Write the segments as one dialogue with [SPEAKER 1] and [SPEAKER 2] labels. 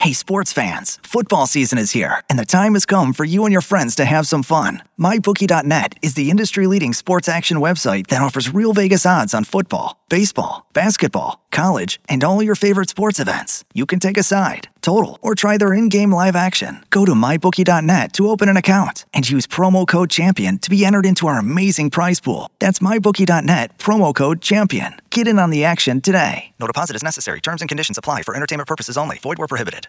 [SPEAKER 1] Hey, sports fans, football season is here, and the time has come for you and your friends to have some fun. MyBookie.net is the industry leading sports action website that offers real Vegas odds on football, baseball, basketball, college, and all your favorite sports events. You can take a side, total, or try their in game live action. Go to MyBookie.net to open an account and use promo code CHAMPION to be entered into our amazing prize pool. That's MyBookie.net, promo code CHAMPION. Get in on the action today. No deposit is necessary. Terms and conditions apply for entertainment purposes only. Void where prohibited.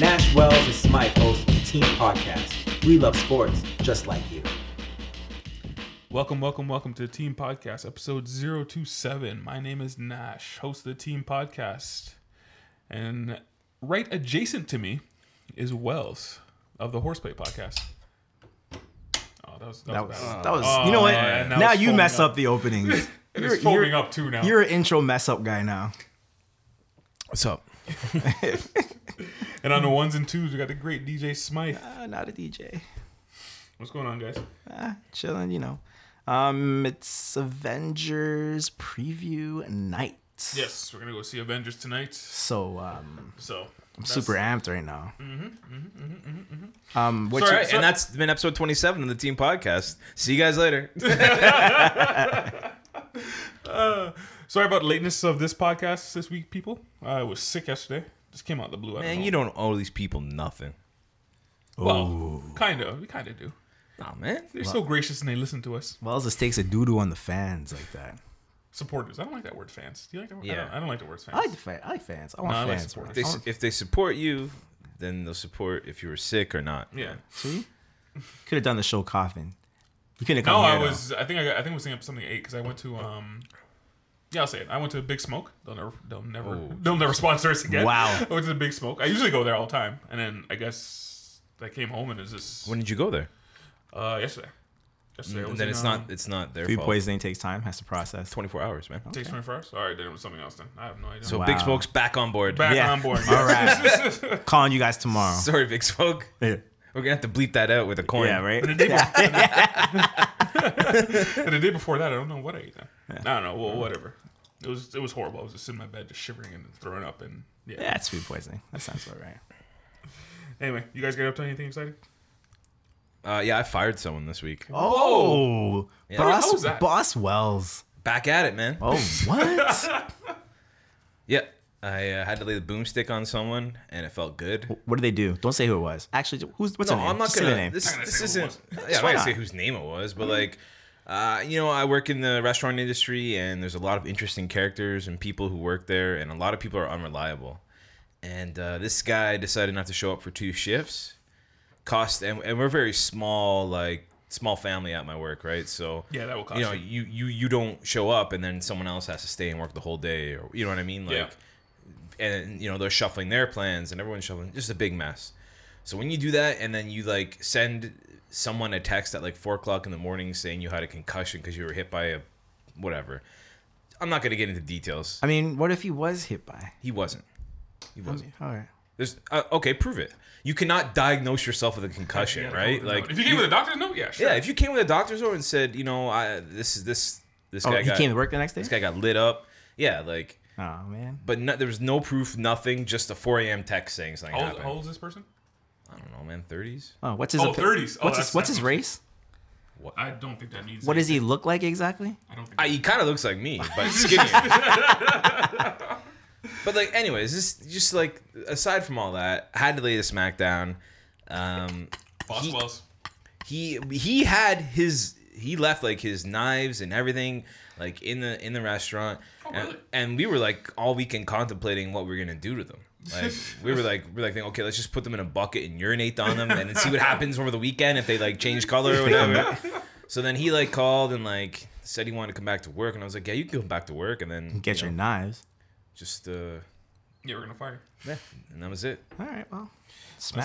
[SPEAKER 2] Nash Wells is Smythe, host of the Team Podcast. We love sports just like you.
[SPEAKER 3] Welcome, welcome, welcome to the Team Podcast, episode 027. My name is Nash, host of the Team Podcast. And right adjacent to me is Wells of the Horseplay Podcast. Oh, that was, that
[SPEAKER 4] That
[SPEAKER 3] was,
[SPEAKER 4] was,
[SPEAKER 3] bad.
[SPEAKER 4] that was
[SPEAKER 3] Oh,
[SPEAKER 4] you know what?
[SPEAKER 3] yeah,
[SPEAKER 4] now
[SPEAKER 3] it's
[SPEAKER 4] you
[SPEAKER 3] foaming
[SPEAKER 4] mess up the openings.
[SPEAKER 3] It's foaming up too now.
[SPEAKER 4] You're an intro mess up guy now.
[SPEAKER 5] What's up?
[SPEAKER 3] and on the ones and twos, we got the great DJ Smythe.
[SPEAKER 4] Uh, not a DJ.
[SPEAKER 3] What's going on, guys?
[SPEAKER 4] Ah, chilling, you know. Um, it's Avengers preview night.
[SPEAKER 3] Yes, we're going to go see Avengers tonight.
[SPEAKER 4] So um,
[SPEAKER 3] So,
[SPEAKER 4] I'm super amped right now. Mm-hmm, Um, what
[SPEAKER 3] mm-hmm, Sorry,
[SPEAKER 4] you-
[SPEAKER 3] I-
[SPEAKER 5] And that's been episode 27 of the Team Podcast. See you guys later.
[SPEAKER 3] Sorry about lateness of this podcast this week, people. I was sick yesterday. Just came out of the blue. I
[SPEAKER 5] Man,
[SPEAKER 3] know.
[SPEAKER 5] you don't owe these people nothing.
[SPEAKER 3] Well, kind of. We kind of do.
[SPEAKER 5] Nah, man.
[SPEAKER 3] They're so gracious and they listen to us.
[SPEAKER 4] Wells just takes a doo doo on the fans like that.
[SPEAKER 3] Supporters. I don't like that word fans. Do you like that word? I,
[SPEAKER 5] Yeah.
[SPEAKER 3] don't, I don't like the word fans.
[SPEAKER 4] I like the fan. I like fans. I want
[SPEAKER 3] No, I like
[SPEAKER 4] fans. bro.
[SPEAKER 3] supporters.
[SPEAKER 5] If they, if they support you, then they'll support if you were sick or not.
[SPEAKER 3] yeah.
[SPEAKER 4] See, could have done the show coughing. You couldn't have
[SPEAKER 3] No,
[SPEAKER 4] come
[SPEAKER 3] I
[SPEAKER 4] here, though.
[SPEAKER 3] was. I think I, got, I think I was thinking up something eight because I went to. um Yeah, I'll say it. I went to Big Smoke. They'll never. They'll never. They'll never sponsor us again.
[SPEAKER 4] Wow.
[SPEAKER 3] I went to the Big Smoke. I usually go there all the time, and then I guess I came home and it was just
[SPEAKER 5] When did you go there?
[SPEAKER 3] uh, yesterday. Yesterday. I
[SPEAKER 5] And
[SPEAKER 3] was
[SPEAKER 5] then
[SPEAKER 3] in, um,
[SPEAKER 5] it's not it's not their
[SPEAKER 4] Food
[SPEAKER 5] fault.
[SPEAKER 4] poisoning takes time. Has to process.
[SPEAKER 5] 24 hours, man.
[SPEAKER 3] Takes twenty four hours. All right, then it was something else. Then I have no idea.
[SPEAKER 5] So
[SPEAKER 3] So
[SPEAKER 5] Big
[SPEAKER 4] Wow.
[SPEAKER 5] Smoke's back on board.
[SPEAKER 3] back
[SPEAKER 4] Yeah.
[SPEAKER 3] on board.
[SPEAKER 4] All right. Calling you guys tomorrow.
[SPEAKER 5] Sorry, Big Smoke.
[SPEAKER 4] yeah.
[SPEAKER 5] We're gonna have to bleep that out with a coin.
[SPEAKER 4] Yeah, right?
[SPEAKER 3] And the day, before, and the day before that, I don't know what I ate. Then. I don't know.
[SPEAKER 4] Mm.
[SPEAKER 3] Well, whatever. It was it was horrible. I was just sitting in my bed, just shivering and throwing up. And yeah.
[SPEAKER 4] Yeah, it's food poisoning. That sounds about right.
[SPEAKER 3] Anyway, you guys get up to anything exciting?
[SPEAKER 5] Uh, yeah, I fired someone this week.
[SPEAKER 4] Oh,
[SPEAKER 3] How was
[SPEAKER 4] boss,
[SPEAKER 3] that?
[SPEAKER 4] boss Wells.
[SPEAKER 5] Back at it, man.
[SPEAKER 4] Oh, what?
[SPEAKER 5] Yeah, I uh, had to lay the boomstick on someone, and it felt good.
[SPEAKER 4] what did they do? Don't say who it was. Actually, who's what's
[SPEAKER 5] No,
[SPEAKER 4] her name?
[SPEAKER 5] I'm not
[SPEAKER 4] Just say
[SPEAKER 5] gonna.
[SPEAKER 4] the name.
[SPEAKER 5] This,
[SPEAKER 3] I'm not gonna
[SPEAKER 5] this
[SPEAKER 3] say who it
[SPEAKER 5] isn't.
[SPEAKER 3] was.
[SPEAKER 5] Yeah, I'm not gonna
[SPEAKER 4] not? Hmm.
[SPEAKER 5] say whose name it was, but like, uh, you know, I work in the restaurant industry, and there's a lot of interesting characters and people who work there, and a lot of people are unreliable. And uh, this guy decided not to show up for two shifts. Cost, and, and we're very small, like small family at my work, right? So
[SPEAKER 3] Yeah, that will cost
[SPEAKER 5] You know,
[SPEAKER 3] you.
[SPEAKER 5] you you you don't show up, and then someone else has to stay and work the whole day, or you know what I mean, like
[SPEAKER 3] Yeah.
[SPEAKER 5] and you know they're shuffling their plans and everyone's shuffling just a big mess so when you do that and then you like send someone a text at like four o'clock in the morning saying you had a concussion because you were hit by a whatever i'm not going to get into details
[SPEAKER 4] I mean, what if he was hit by?
[SPEAKER 5] he wasn't he
[SPEAKER 4] I
[SPEAKER 5] wasn't
[SPEAKER 4] mean, all right.
[SPEAKER 5] there's uh, okay prove it you cannot diagnose yourself with a concussion
[SPEAKER 3] Yeah,
[SPEAKER 5] right
[SPEAKER 3] no,
[SPEAKER 5] like
[SPEAKER 3] if you came with a doctor's note, yeah, sure.
[SPEAKER 5] yeah if you came with a doctor's note and said you know i this is this this
[SPEAKER 4] Oh,
[SPEAKER 5] guy
[SPEAKER 4] he
[SPEAKER 5] got,
[SPEAKER 4] came to work the next day.
[SPEAKER 5] this guy got lit up yeah like
[SPEAKER 4] Oh man.
[SPEAKER 5] but no, there was no proof, nothing. Just a 4 a.m. text saying something
[SPEAKER 3] How old,
[SPEAKER 5] happened.
[SPEAKER 3] how old is this person?
[SPEAKER 5] I don't know, man. 30s.
[SPEAKER 4] Oh, what's his?
[SPEAKER 3] Oh, 30s.
[SPEAKER 4] opi-
[SPEAKER 3] Oh,
[SPEAKER 4] what's
[SPEAKER 3] that's-
[SPEAKER 4] his, what's his
[SPEAKER 3] that's-
[SPEAKER 4] race?
[SPEAKER 3] I don't think that means.
[SPEAKER 4] What does
[SPEAKER 3] anything.
[SPEAKER 4] he look like exactly?
[SPEAKER 3] I don't think.
[SPEAKER 5] I, he kind of looks like me, but skinnier. but like, anyways, this just like aside from all that, I had to lay the smackdown. Um,
[SPEAKER 3] Boss
[SPEAKER 5] he-
[SPEAKER 3] Wells.
[SPEAKER 5] he he had his he left like his knives and everything like in the in the restaurant and,
[SPEAKER 3] really?
[SPEAKER 5] and we were like all weekend contemplating what we are gonna do to them like we were like we are like thinking, okay let's just put them in a bucket and urinate on them and then see what happens over the weekend if they like change color or whatever so then he like called and like said he wanted to come back to work and i was like yeah you can come back to work and then
[SPEAKER 4] Get
[SPEAKER 5] you
[SPEAKER 4] your
[SPEAKER 5] know,
[SPEAKER 4] knives.
[SPEAKER 5] Just uh,
[SPEAKER 3] Yeah, we're gonna fire.
[SPEAKER 5] yeah, and that was it.
[SPEAKER 4] All right, well,
[SPEAKER 3] about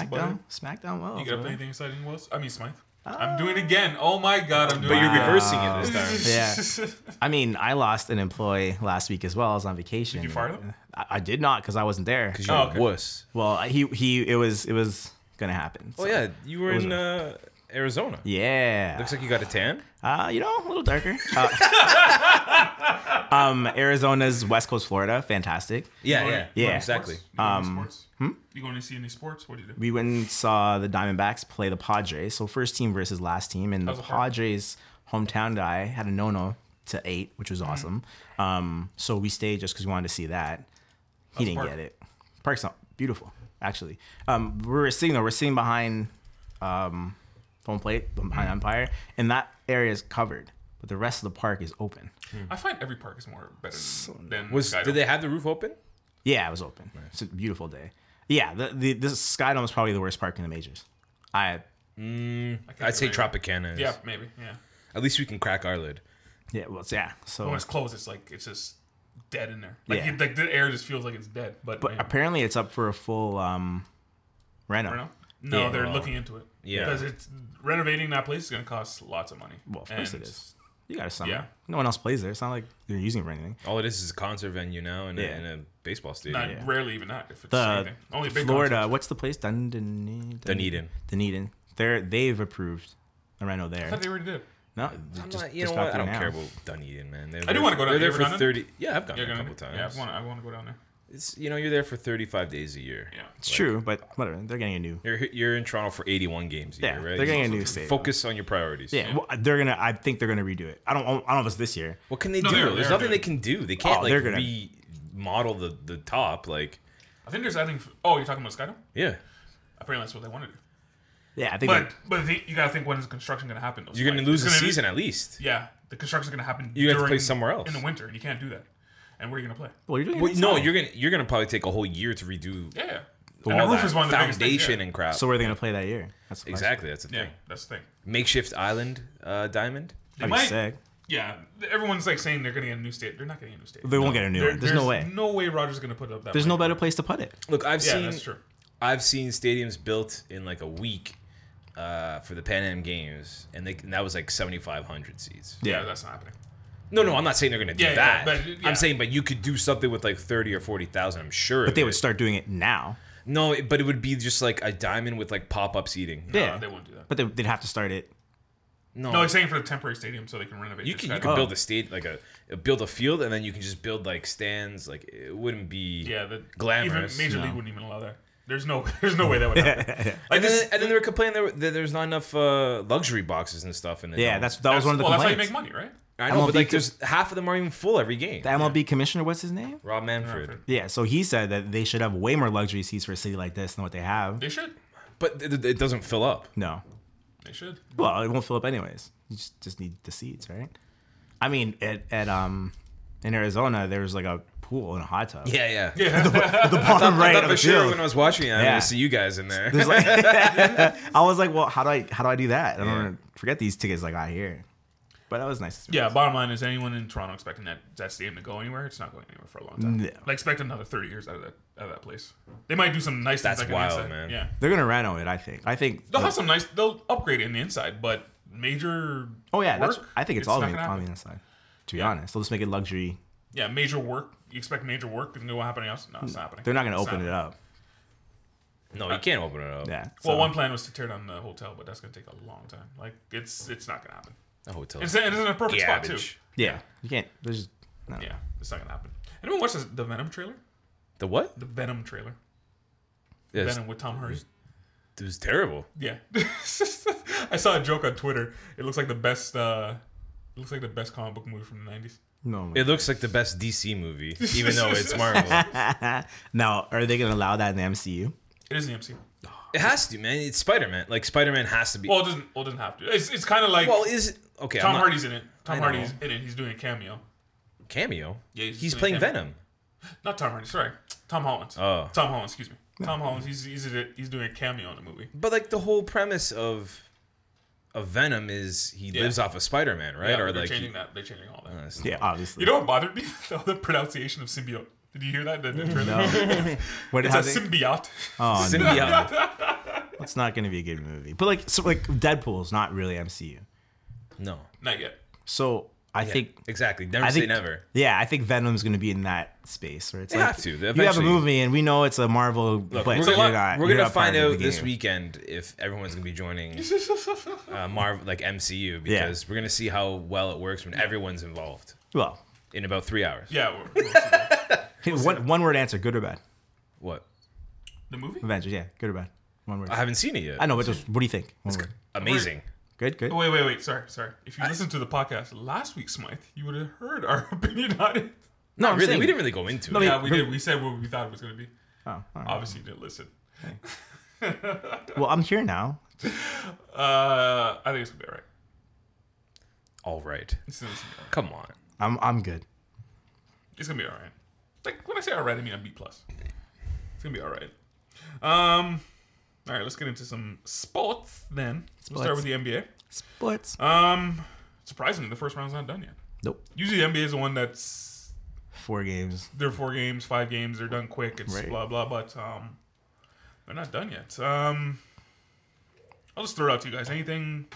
[SPEAKER 4] SmackDown, SmackDown
[SPEAKER 3] you.
[SPEAKER 4] Wells.
[SPEAKER 3] You got up
[SPEAKER 4] man.
[SPEAKER 3] anything exciting, Wells? I mean, Smythe.
[SPEAKER 4] Uh,
[SPEAKER 3] I'm doing it again. Oh my god, I'm doing
[SPEAKER 5] But
[SPEAKER 3] it
[SPEAKER 5] you're
[SPEAKER 3] again.
[SPEAKER 5] reversing it this time.
[SPEAKER 4] Yeah. I mean, I lost an employee last week as well. I was on vacation.
[SPEAKER 3] you fire them?
[SPEAKER 4] I, I did not because I wasn't there.
[SPEAKER 5] Because you're
[SPEAKER 3] Oh, okay.
[SPEAKER 5] a wuss.
[SPEAKER 4] Well, he he it was it was gonna happen.
[SPEAKER 5] Oh
[SPEAKER 4] so-
[SPEAKER 5] yeah, you were
[SPEAKER 4] was
[SPEAKER 5] in uh, Arizona.
[SPEAKER 4] Yeah.
[SPEAKER 5] Looks like you got a tan.
[SPEAKER 4] Uh, you know, a little darker. Uh, um, Arizona's West Coast, Florida, fantastic.
[SPEAKER 5] Yeah,
[SPEAKER 3] Oh,
[SPEAKER 5] yeah,
[SPEAKER 4] Yeah.
[SPEAKER 5] exactly.
[SPEAKER 3] Um,
[SPEAKER 4] hmm?
[SPEAKER 3] you going to see any sports? What do you do?
[SPEAKER 4] We went and saw the Diamondbacks play the Padres. So first team versus last team, and the
[SPEAKER 3] How's it far?
[SPEAKER 4] Padres hometown guy had a no-no to eight, which was awesome. Um, so we stayed just because we wanted to see that. He
[SPEAKER 3] How's the
[SPEAKER 4] didn't
[SPEAKER 3] park?
[SPEAKER 4] get it. Park's not beautiful, actually. Um, we were sitting though. We're sitting behind um, home plate, behind umpire, and that area is covered, but the rest of the park is open.
[SPEAKER 3] I find every park is more better than, than
[SPEAKER 5] Was
[SPEAKER 3] Sky
[SPEAKER 5] did
[SPEAKER 3] Dome.
[SPEAKER 5] they have the roof open?
[SPEAKER 4] Yeah, it was open. It's a beautiful day. Yeah, the, the this Skydome is probably the worst park in the majors. I
[SPEAKER 3] I can't
[SPEAKER 5] I'd say
[SPEAKER 3] relate.
[SPEAKER 5] Tropicana. Is.
[SPEAKER 3] Yeah, maybe. Yeah.
[SPEAKER 5] At least we can crack our lid.
[SPEAKER 4] yeah, well, it's- yeah. So
[SPEAKER 3] When it's closed, it's like it's just dead in there. Like,
[SPEAKER 4] Yeah.
[SPEAKER 3] you- like the air just feels like it's dead. But,
[SPEAKER 4] But
[SPEAKER 3] man,
[SPEAKER 4] apparently, it's up for a full um, reno.
[SPEAKER 3] I don't know. No,
[SPEAKER 4] Yeah.
[SPEAKER 3] they're looking into it.
[SPEAKER 5] Yeah.
[SPEAKER 3] Because it's renovating that place is going to cost lots of money.
[SPEAKER 4] Well, of course
[SPEAKER 3] And
[SPEAKER 4] it is. You got a summer.
[SPEAKER 3] Yeah.
[SPEAKER 4] No one else plays there. It's not like they're using it for anything.
[SPEAKER 5] All it is is a concert venue now and,
[SPEAKER 4] Yeah.
[SPEAKER 5] a, and a baseball stadium.
[SPEAKER 3] Not rarely even that if it's
[SPEAKER 4] The
[SPEAKER 3] anything. Only big
[SPEAKER 4] Florida.
[SPEAKER 3] concerts.
[SPEAKER 4] What's the place? Dunedin.
[SPEAKER 5] Dunedin.
[SPEAKER 4] Dunedin. They're they've approved a reno
[SPEAKER 3] I
[SPEAKER 4] there.
[SPEAKER 3] thought they already did.
[SPEAKER 4] No,
[SPEAKER 5] I'm
[SPEAKER 4] just-
[SPEAKER 5] not, you
[SPEAKER 4] just
[SPEAKER 5] know what?
[SPEAKER 4] got
[SPEAKER 5] I don't
[SPEAKER 4] there
[SPEAKER 5] care
[SPEAKER 4] now.
[SPEAKER 5] about Dunedin, man. They're
[SPEAKER 3] do
[SPEAKER 5] there-
[SPEAKER 3] wanna go down there.
[SPEAKER 5] They're there
[SPEAKER 3] You
[SPEAKER 5] for
[SPEAKER 3] ever done it?
[SPEAKER 5] thirty. Yeah, I've gone there
[SPEAKER 3] You're
[SPEAKER 5] a
[SPEAKER 3] gonna-
[SPEAKER 5] couple times.
[SPEAKER 3] Yeah, I want, I want to go down there.
[SPEAKER 5] It's you know you're there for thirty-five days a year.
[SPEAKER 3] Yeah.
[SPEAKER 4] It's true, but whatever. They're getting a new.
[SPEAKER 5] You're you're in Toronto for eighty-one games a
[SPEAKER 4] Yeah,
[SPEAKER 5] year, right?
[SPEAKER 4] they're getting a
[SPEAKER 5] So
[SPEAKER 4] new stadium.
[SPEAKER 5] Focus on your priorities.
[SPEAKER 4] Yeah, well, they're gonna. I think they're gonna redo it. I don't. I don't know if it's this year.
[SPEAKER 5] What can they
[SPEAKER 3] No,
[SPEAKER 5] do?
[SPEAKER 3] they're-
[SPEAKER 5] There's
[SPEAKER 3] they're
[SPEAKER 5] nothing
[SPEAKER 3] doing-
[SPEAKER 5] they can do. They can't
[SPEAKER 4] Oh,
[SPEAKER 5] like
[SPEAKER 4] they're gonna-
[SPEAKER 5] remodel the the top. Like
[SPEAKER 3] I think there's, I think, oh, you're talking about Skydome?
[SPEAKER 5] yeah,
[SPEAKER 3] Apparently that's what they want to do.
[SPEAKER 4] Yeah, I think.
[SPEAKER 3] But
[SPEAKER 4] they're-
[SPEAKER 3] but the, you gotta think when is construction gonna happen? though,
[SPEAKER 5] you're
[SPEAKER 3] Spike?
[SPEAKER 5] gonna lose the
[SPEAKER 3] It's
[SPEAKER 5] season at least.
[SPEAKER 3] Be, yeah, the construction's gonna happen.
[SPEAKER 5] You have to
[SPEAKER 3] during-
[SPEAKER 5] play somewhere else.
[SPEAKER 3] in the winter, and you can't do that. And where are you gonna play?
[SPEAKER 4] well, you're doing. it
[SPEAKER 5] Well, no,
[SPEAKER 4] inside.
[SPEAKER 5] you're gonna you're gonna probably take a whole year to redo
[SPEAKER 3] Yeah,
[SPEAKER 5] all
[SPEAKER 3] and the roof
[SPEAKER 5] that
[SPEAKER 3] is one of the biggest
[SPEAKER 5] foundation
[SPEAKER 3] things, yeah.
[SPEAKER 5] and crap.
[SPEAKER 4] So where are they gonna play that year? That's the question.
[SPEAKER 5] exactly, that's the
[SPEAKER 3] yeah,
[SPEAKER 5] thing.
[SPEAKER 3] that's the thing.
[SPEAKER 5] Makeshift island uh, diamond.
[SPEAKER 3] They
[SPEAKER 4] That'd be
[SPEAKER 3] might,
[SPEAKER 4] sick.
[SPEAKER 3] yeah, everyone's like saying they're gonna get a new state. They're not getting a new state.
[SPEAKER 4] They won't get a new
[SPEAKER 3] There-
[SPEAKER 4] one. There's, no way.
[SPEAKER 3] No way. Rogers gonna put up that.
[SPEAKER 4] There's no
[SPEAKER 3] money.
[SPEAKER 4] better place to put it.
[SPEAKER 5] Look, I've
[SPEAKER 3] Yeah,
[SPEAKER 5] seen
[SPEAKER 3] that's true.
[SPEAKER 5] I've seen stadiums built in like a week uh, for the Pan Am Games, and, they, and that was like 7,500 seats.
[SPEAKER 3] Yeah.
[SPEAKER 4] Yeah.
[SPEAKER 3] that's not happening.
[SPEAKER 5] No, no, I'm not saying they're gonna do
[SPEAKER 3] Yeah, yeah,
[SPEAKER 5] that.
[SPEAKER 3] but, yeah.
[SPEAKER 5] I'm saying, but you could do something with like 30 or 40,000. I'm sure.
[SPEAKER 4] But they would start doing it now.
[SPEAKER 5] No, it- but it would be just like a diamond with like pop up seating.
[SPEAKER 4] Yeah.
[SPEAKER 3] No, they won't do that.
[SPEAKER 4] But they, they'd have to start it.
[SPEAKER 5] No,
[SPEAKER 4] Oh.
[SPEAKER 3] No, it's saying for the temporary stadium so they can renovate.
[SPEAKER 5] you
[SPEAKER 3] the
[SPEAKER 5] can you
[SPEAKER 3] Skydome.
[SPEAKER 5] can build a state like a build a field, and then you can just build like stands. Like it wouldn't be
[SPEAKER 3] Oh. yeah, the
[SPEAKER 5] glamorous.
[SPEAKER 3] Even Major League wouldn't even allow that. There's no, there's no way that would happen. like
[SPEAKER 5] And then,
[SPEAKER 3] this,
[SPEAKER 5] and then they were complaining there were- that there's not enough uh, luxury boxes and stuff in the
[SPEAKER 4] Yeah,
[SPEAKER 5] dome.
[SPEAKER 4] that's that was one of the
[SPEAKER 3] well, that's how you
[SPEAKER 4] complaints.
[SPEAKER 3] make money, right?
[SPEAKER 5] I know, but
[SPEAKER 4] MLB
[SPEAKER 5] like
[SPEAKER 4] could-
[SPEAKER 5] there's half of them aren't even full every game.
[SPEAKER 4] The MLB commissioner, what's his name?
[SPEAKER 5] Rob Manfred.
[SPEAKER 4] Yeah, so he said that they should have way more luxury seats for a city like this than what they have.
[SPEAKER 3] They should.
[SPEAKER 5] But th- th- it doesn't fill up.
[SPEAKER 4] No.
[SPEAKER 3] They should.
[SPEAKER 4] Well, it won't fill up anyways. You just, just need the seats, right? I mean, at, at um in Arizona, there was like a pool and a hot tub.
[SPEAKER 5] Yeah, yeah.
[SPEAKER 4] The bottom
[SPEAKER 5] I
[SPEAKER 4] right
[SPEAKER 5] thought
[SPEAKER 4] of
[SPEAKER 5] for
[SPEAKER 4] the
[SPEAKER 5] sure
[SPEAKER 4] field.
[SPEAKER 5] when I was watching it, I'm
[SPEAKER 4] Yeah.
[SPEAKER 5] gonna see you guys in there.
[SPEAKER 4] It's like- I was like, well, how do I how do I do that? I don't
[SPEAKER 5] Yeah.
[SPEAKER 4] wanna forget these tickets like I hear. But that was nice.
[SPEAKER 3] Yeah, bottom line is anyone in Toronto expecting that, that stadium to go anywhere? It's not going anywhere for a long time.
[SPEAKER 4] No.
[SPEAKER 3] Like expect another thirty years out of that out of that place. They might do some nice
[SPEAKER 5] That's
[SPEAKER 3] things like on the
[SPEAKER 5] wild,
[SPEAKER 3] inside.
[SPEAKER 5] man.
[SPEAKER 3] Yeah.
[SPEAKER 4] They're gonna reno it, I think. I think
[SPEAKER 3] They'll have some nice they'll upgrade it in the inside, but major
[SPEAKER 4] Oh yeah, that's,
[SPEAKER 3] work,
[SPEAKER 4] I think it's, all
[SPEAKER 3] not
[SPEAKER 4] gonna
[SPEAKER 3] gonna
[SPEAKER 4] on the
[SPEAKER 3] happen.
[SPEAKER 4] inside. To be honest, they'll just make it luxury.
[SPEAKER 3] Yeah, major work. You expect major work and go happening else? No, it's not happening.
[SPEAKER 4] They're not gonna
[SPEAKER 3] It's
[SPEAKER 4] open it
[SPEAKER 3] happening.
[SPEAKER 4] up.
[SPEAKER 5] no, you can't open it up.
[SPEAKER 4] Yeah.
[SPEAKER 3] Well,
[SPEAKER 4] so-
[SPEAKER 3] one plan was to tear down the hotel, but that's gonna take a long time. Like it's it's not gonna happen.
[SPEAKER 5] A hotel.
[SPEAKER 3] It's, and it's in a perfect spot
[SPEAKER 5] Garbage.
[SPEAKER 3] too.
[SPEAKER 4] Yeah, you can't. There's no.
[SPEAKER 3] Yeah, it's not gonna happen. Anyone watch this, the Venom trailer?
[SPEAKER 5] The what?
[SPEAKER 3] The Venom trailer.
[SPEAKER 5] Yeah, it's-
[SPEAKER 3] Venom with Tom Hardy.
[SPEAKER 4] Mm-hmm.
[SPEAKER 5] it was terrible.
[SPEAKER 3] Yeah, I saw a joke on Twitter. It looks like the best. Uh, it looks like the best comic book movie from the nineties.
[SPEAKER 4] no.
[SPEAKER 5] It looks like the best DC movie, even though it's Marvel.
[SPEAKER 4] Now, are they gonna allow that in the MCU?
[SPEAKER 3] It is the MCU.
[SPEAKER 5] it has to, man. It's Spider Man. Like Spider Man has to be.
[SPEAKER 3] Well, it doesn't. Well, it doesn't have to. It's, it's kind of like
[SPEAKER 5] well is it? Okay,
[SPEAKER 3] Tom
[SPEAKER 5] I'm not-
[SPEAKER 3] Hardy's in it. Tom
[SPEAKER 5] I
[SPEAKER 3] Hardy's
[SPEAKER 5] know.
[SPEAKER 3] in it. He's doing a cameo.
[SPEAKER 5] cameo.
[SPEAKER 3] Yeah, he's
[SPEAKER 5] he's,
[SPEAKER 3] doing
[SPEAKER 5] playing
[SPEAKER 3] cameo.
[SPEAKER 5] Venom.
[SPEAKER 3] Not Tom Hardy. Sorry, Tom Holland.
[SPEAKER 5] Oh.
[SPEAKER 3] Tom Holland. Excuse me. Tom Holland. He's he's, in it, he's doing a cameo in the movie.
[SPEAKER 5] But like the whole premise of of Venom is he lives off of Spider Man, right?
[SPEAKER 3] Yeah,
[SPEAKER 5] or
[SPEAKER 3] they're
[SPEAKER 5] like he- uh,
[SPEAKER 3] changing that. They're changing all that.
[SPEAKER 5] That's-
[SPEAKER 4] Yeah, obviously.
[SPEAKER 3] You know what bothered me? the pronunciation of symbiote. Did you hear that? Did it turn out?
[SPEAKER 4] What
[SPEAKER 3] It's
[SPEAKER 4] has it-
[SPEAKER 3] a symbiote.
[SPEAKER 4] Oh, no.
[SPEAKER 5] Symbiote.
[SPEAKER 4] It's not going to be a good movie. But like, so like Deadpool's not really MCU.
[SPEAKER 5] No.
[SPEAKER 3] Not yet.
[SPEAKER 4] So I
[SPEAKER 5] Yeah,
[SPEAKER 4] think
[SPEAKER 5] exactly. Never
[SPEAKER 4] I
[SPEAKER 5] say
[SPEAKER 4] think
[SPEAKER 5] never.
[SPEAKER 4] Yeah, I think Venom's going to be in that space where it's
[SPEAKER 5] They
[SPEAKER 4] like
[SPEAKER 5] have to. They
[SPEAKER 4] you have a
[SPEAKER 5] eventually-
[SPEAKER 4] movie and we know it's a Marvel,
[SPEAKER 5] Look,
[SPEAKER 4] but
[SPEAKER 5] we're,
[SPEAKER 4] you're
[SPEAKER 5] gonna,
[SPEAKER 4] not.
[SPEAKER 5] we're
[SPEAKER 4] you're
[SPEAKER 5] gonna
[SPEAKER 4] not part
[SPEAKER 5] find
[SPEAKER 4] of the
[SPEAKER 5] out this
[SPEAKER 4] game.
[SPEAKER 5] weekend if everyone's gonna be joining uh, Marvel like MCU
[SPEAKER 4] Yeah.
[SPEAKER 5] because we're gonna see how well it works when everyone's involved
[SPEAKER 4] Well,
[SPEAKER 5] in about three hours.
[SPEAKER 3] Yeah. we're- we're seeing that.
[SPEAKER 4] hey, one, one word answer: good or bad?
[SPEAKER 5] What?
[SPEAKER 3] the movie?
[SPEAKER 4] Avengers, yeah, good or bad? One word.
[SPEAKER 5] I haven't seen it yet.
[SPEAKER 4] I know, but just what do you think? One word.
[SPEAKER 5] Amazing.
[SPEAKER 4] Good, good.
[SPEAKER 3] Oh, Wait, wait, wait. Sorry, sorry. If you listened to the podcast last week, Smythe, you would have heard our opinion on it.
[SPEAKER 5] Not really.
[SPEAKER 4] saying-
[SPEAKER 5] We didn't really go into it.
[SPEAKER 3] Yeah, we did. We said what we thought it was going to be.
[SPEAKER 4] Oh, all right.
[SPEAKER 3] Obviously, you didn't listen.
[SPEAKER 4] Well, I'm here now.
[SPEAKER 3] Uh, I think it's going to be all right.
[SPEAKER 5] All right.
[SPEAKER 3] It's going to be all right.
[SPEAKER 5] Come on.
[SPEAKER 4] I'm I'm good.
[SPEAKER 3] It's gonna be all right. Like when I say all right, I mean I'm B plus. It's gonna be all right. Um, all right, let's get into some sports then. We'll start
[SPEAKER 4] Sports.
[SPEAKER 3] with the NBA.
[SPEAKER 4] Sports.
[SPEAKER 5] Uh,
[SPEAKER 3] Um, surprisingly, the first round's not done yet.
[SPEAKER 4] nope.
[SPEAKER 3] Usually, the NBA is the one that's
[SPEAKER 4] Four games.
[SPEAKER 3] they're four games, five games, they're done quick. It's
[SPEAKER 4] Right.
[SPEAKER 3] blah blah, but um, they're not done yet. Um, I'll just throw it out to you guys. Anything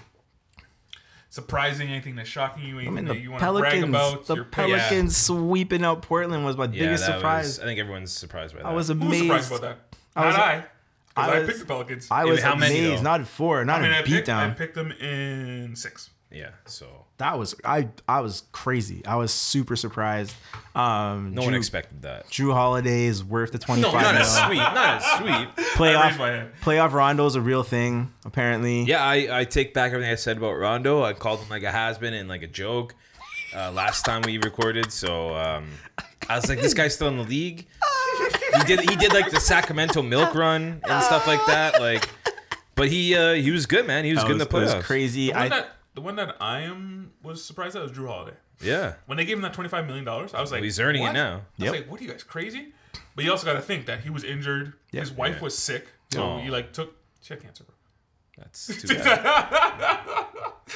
[SPEAKER 3] surprising? Anything that's shocking you?
[SPEAKER 4] I
[SPEAKER 3] Anything
[SPEAKER 4] mean,
[SPEAKER 3] that
[SPEAKER 4] the
[SPEAKER 3] you want to brag about?
[SPEAKER 4] Pelicans. The
[SPEAKER 3] your pick?
[SPEAKER 4] Pelicans sweeping out Portland was my biggest
[SPEAKER 5] that
[SPEAKER 4] surprise.
[SPEAKER 5] Was, I think everyone's surprised by that.
[SPEAKER 4] I was
[SPEAKER 3] Who was
[SPEAKER 4] amazed.
[SPEAKER 3] surprised about that?
[SPEAKER 4] I was-
[SPEAKER 3] not I. 'cause
[SPEAKER 4] I
[SPEAKER 3] I,
[SPEAKER 4] was-
[SPEAKER 3] picked the Pelicans.
[SPEAKER 4] I
[SPEAKER 5] Yeah,
[SPEAKER 4] was
[SPEAKER 5] how
[SPEAKER 4] amazed.
[SPEAKER 5] many, though?
[SPEAKER 4] not four. Not
[SPEAKER 3] I mean,
[SPEAKER 4] a
[SPEAKER 3] I picked, I
[SPEAKER 4] beatdown.
[SPEAKER 3] picked them in six.
[SPEAKER 5] Yeah. So
[SPEAKER 4] That was I. I was crazy. I was super surprised. Um,
[SPEAKER 5] no
[SPEAKER 4] Drew,
[SPEAKER 5] one expected that.
[SPEAKER 4] Drew Holiday is worth the twenty
[SPEAKER 5] No, not
[SPEAKER 4] five.
[SPEAKER 5] a sweep. Not a sweep.
[SPEAKER 3] raised
[SPEAKER 4] playoff
[SPEAKER 3] my hand.
[SPEAKER 4] playoff Rondo's a real thing apparently.
[SPEAKER 5] Yeah, I, I take back everything I said about Rondo. I called him like a has been and like a joke uh, last time we recorded. So um, I was like, this guy's still in the league. He did he did like the Sacramento Milk Run and stuff like that. Like, but he uh, he was good, man. He was
[SPEAKER 4] That
[SPEAKER 5] good
[SPEAKER 4] was,
[SPEAKER 5] in the playoffs.
[SPEAKER 4] it was crazy.
[SPEAKER 3] The one,
[SPEAKER 4] I,
[SPEAKER 3] that, the one that I am was surprised at was Drew Holiday.
[SPEAKER 5] Yeah,
[SPEAKER 3] When they gave him that twenty five million dollars, I was like,
[SPEAKER 5] he's earning it
[SPEAKER 3] what? I
[SPEAKER 5] now.
[SPEAKER 3] was
[SPEAKER 4] Yep.
[SPEAKER 3] like, what are you guys crazy? But you also got to think that he was injured. His wife
[SPEAKER 5] Yeah.
[SPEAKER 3] was sick, so
[SPEAKER 5] Aw.
[SPEAKER 3] he like took she had cancer, bro.
[SPEAKER 5] that's too bad.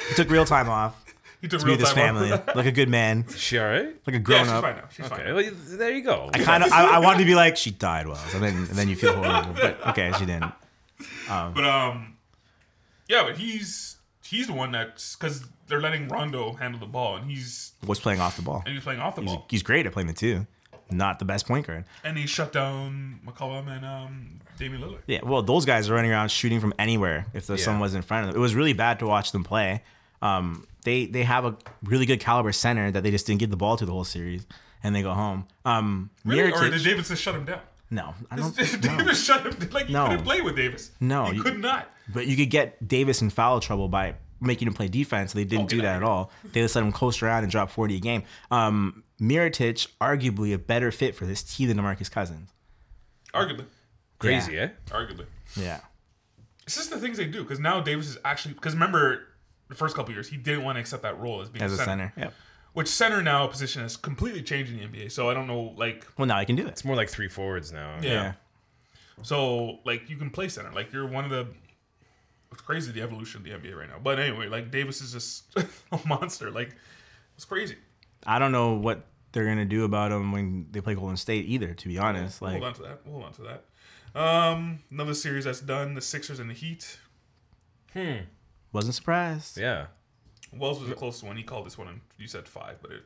[SPEAKER 4] he took real time off
[SPEAKER 3] He took
[SPEAKER 4] to be
[SPEAKER 3] real
[SPEAKER 4] with his
[SPEAKER 3] time
[SPEAKER 4] family,
[SPEAKER 3] off.
[SPEAKER 4] like a good man,
[SPEAKER 5] Is she all right?
[SPEAKER 4] like a
[SPEAKER 3] yeah,
[SPEAKER 4] grown
[SPEAKER 3] she's
[SPEAKER 4] up.
[SPEAKER 3] fine now. She's
[SPEAKER 5] Okay,
[SPEAKER 3] fine.
[SPEAKER 5] well, there you go.
[SPEAKER 4] Kind of. I, I wanted to be like she died well, and then and then you feel horrible. But okay, she didn't.
[SPEAKER 3] But um, yeah, but he's he's the one that's because they're letting Rondo handle the ball, and he's
[SPEAKER 4] Was playing off the ball.
[SPEAKER 3] and he's playing off the
[SPEAKER 4] He's,
[SPEAKER 3] ball,
[SPEAKER 4] he's great at playing the two. Not the best point guard.
[SPEAKER 3] and he shut down McCollum and um Damian Lillard.
[SPEAKER 4] Yeah, well, those guys are running around shooting from anywhere if the sun was in front of them. It was really bad to watch them play. Um, they they have a really good caliber center that they just didn't give the ball to the whole series, and they go home. Um,
[SPEAKER 3] Really? Or
[SPEAKER 4] Mirotic-
[SPEAKER 3] did Davis just shut him down?
[SPEAKER 4] no, I don't. no.
[SPEAKER 3] Davis shut him like you
[SPEAKER 4] No.
[SPEAKER 3] couldn't play with Davis.
[SPEAKER 4] No,
[SPEAKER 3] you,
[SPEAKER 4] you-
[SPEAKER 3] could not.
[SPEAKER 4] But you could get Davis in foul trouble by making him play defense. They didn't
[SPEAKER 3] Okay,
[SPEAKER 4] do that at all. They just let him coast around and drop 40 a game. Um, Miritich, arguably a better fit for this team than DeMarcus Cousins.
[SPEAKER 3] Arguably,
[SPEAKER 5] crazy, eh?
[SPEAKER 3] arguably.
[SPEAKER 4] Yeah.
[SPEAKER 3] It's just the things they do because now Davis is actually because remember the first couple years he didn't want to accept that role as being
[SPEAKER 4] As a center. Yeah.
[SPEAKER 3] which center now position has completely changed in the NBA. So I don't know, like
[SPEAKER 4] Well, now he can do it.
[SPEAKER 5] It's more like three forwards now.
[SPEAKER 3] yeah. So like you can play center, like you're one of the. It's crazy the evolution of the NBA right now. But anyway, like Davis is just a monster. Like it's crazy.
[SPEAKER 4] I don't know what they're gonna do about him when they play Golden State either. To be honest, like
[SPEAKER 3] Hold on to that. We'll Hold on to that. Um, another series that's done: the Sixers and the Heat.
[SPEAKER 4] wasn't surprised.
[SPEAKER 5] Yeah.
[SPEAKER 3] Wells was the closest one. He called this one, and you said five, but it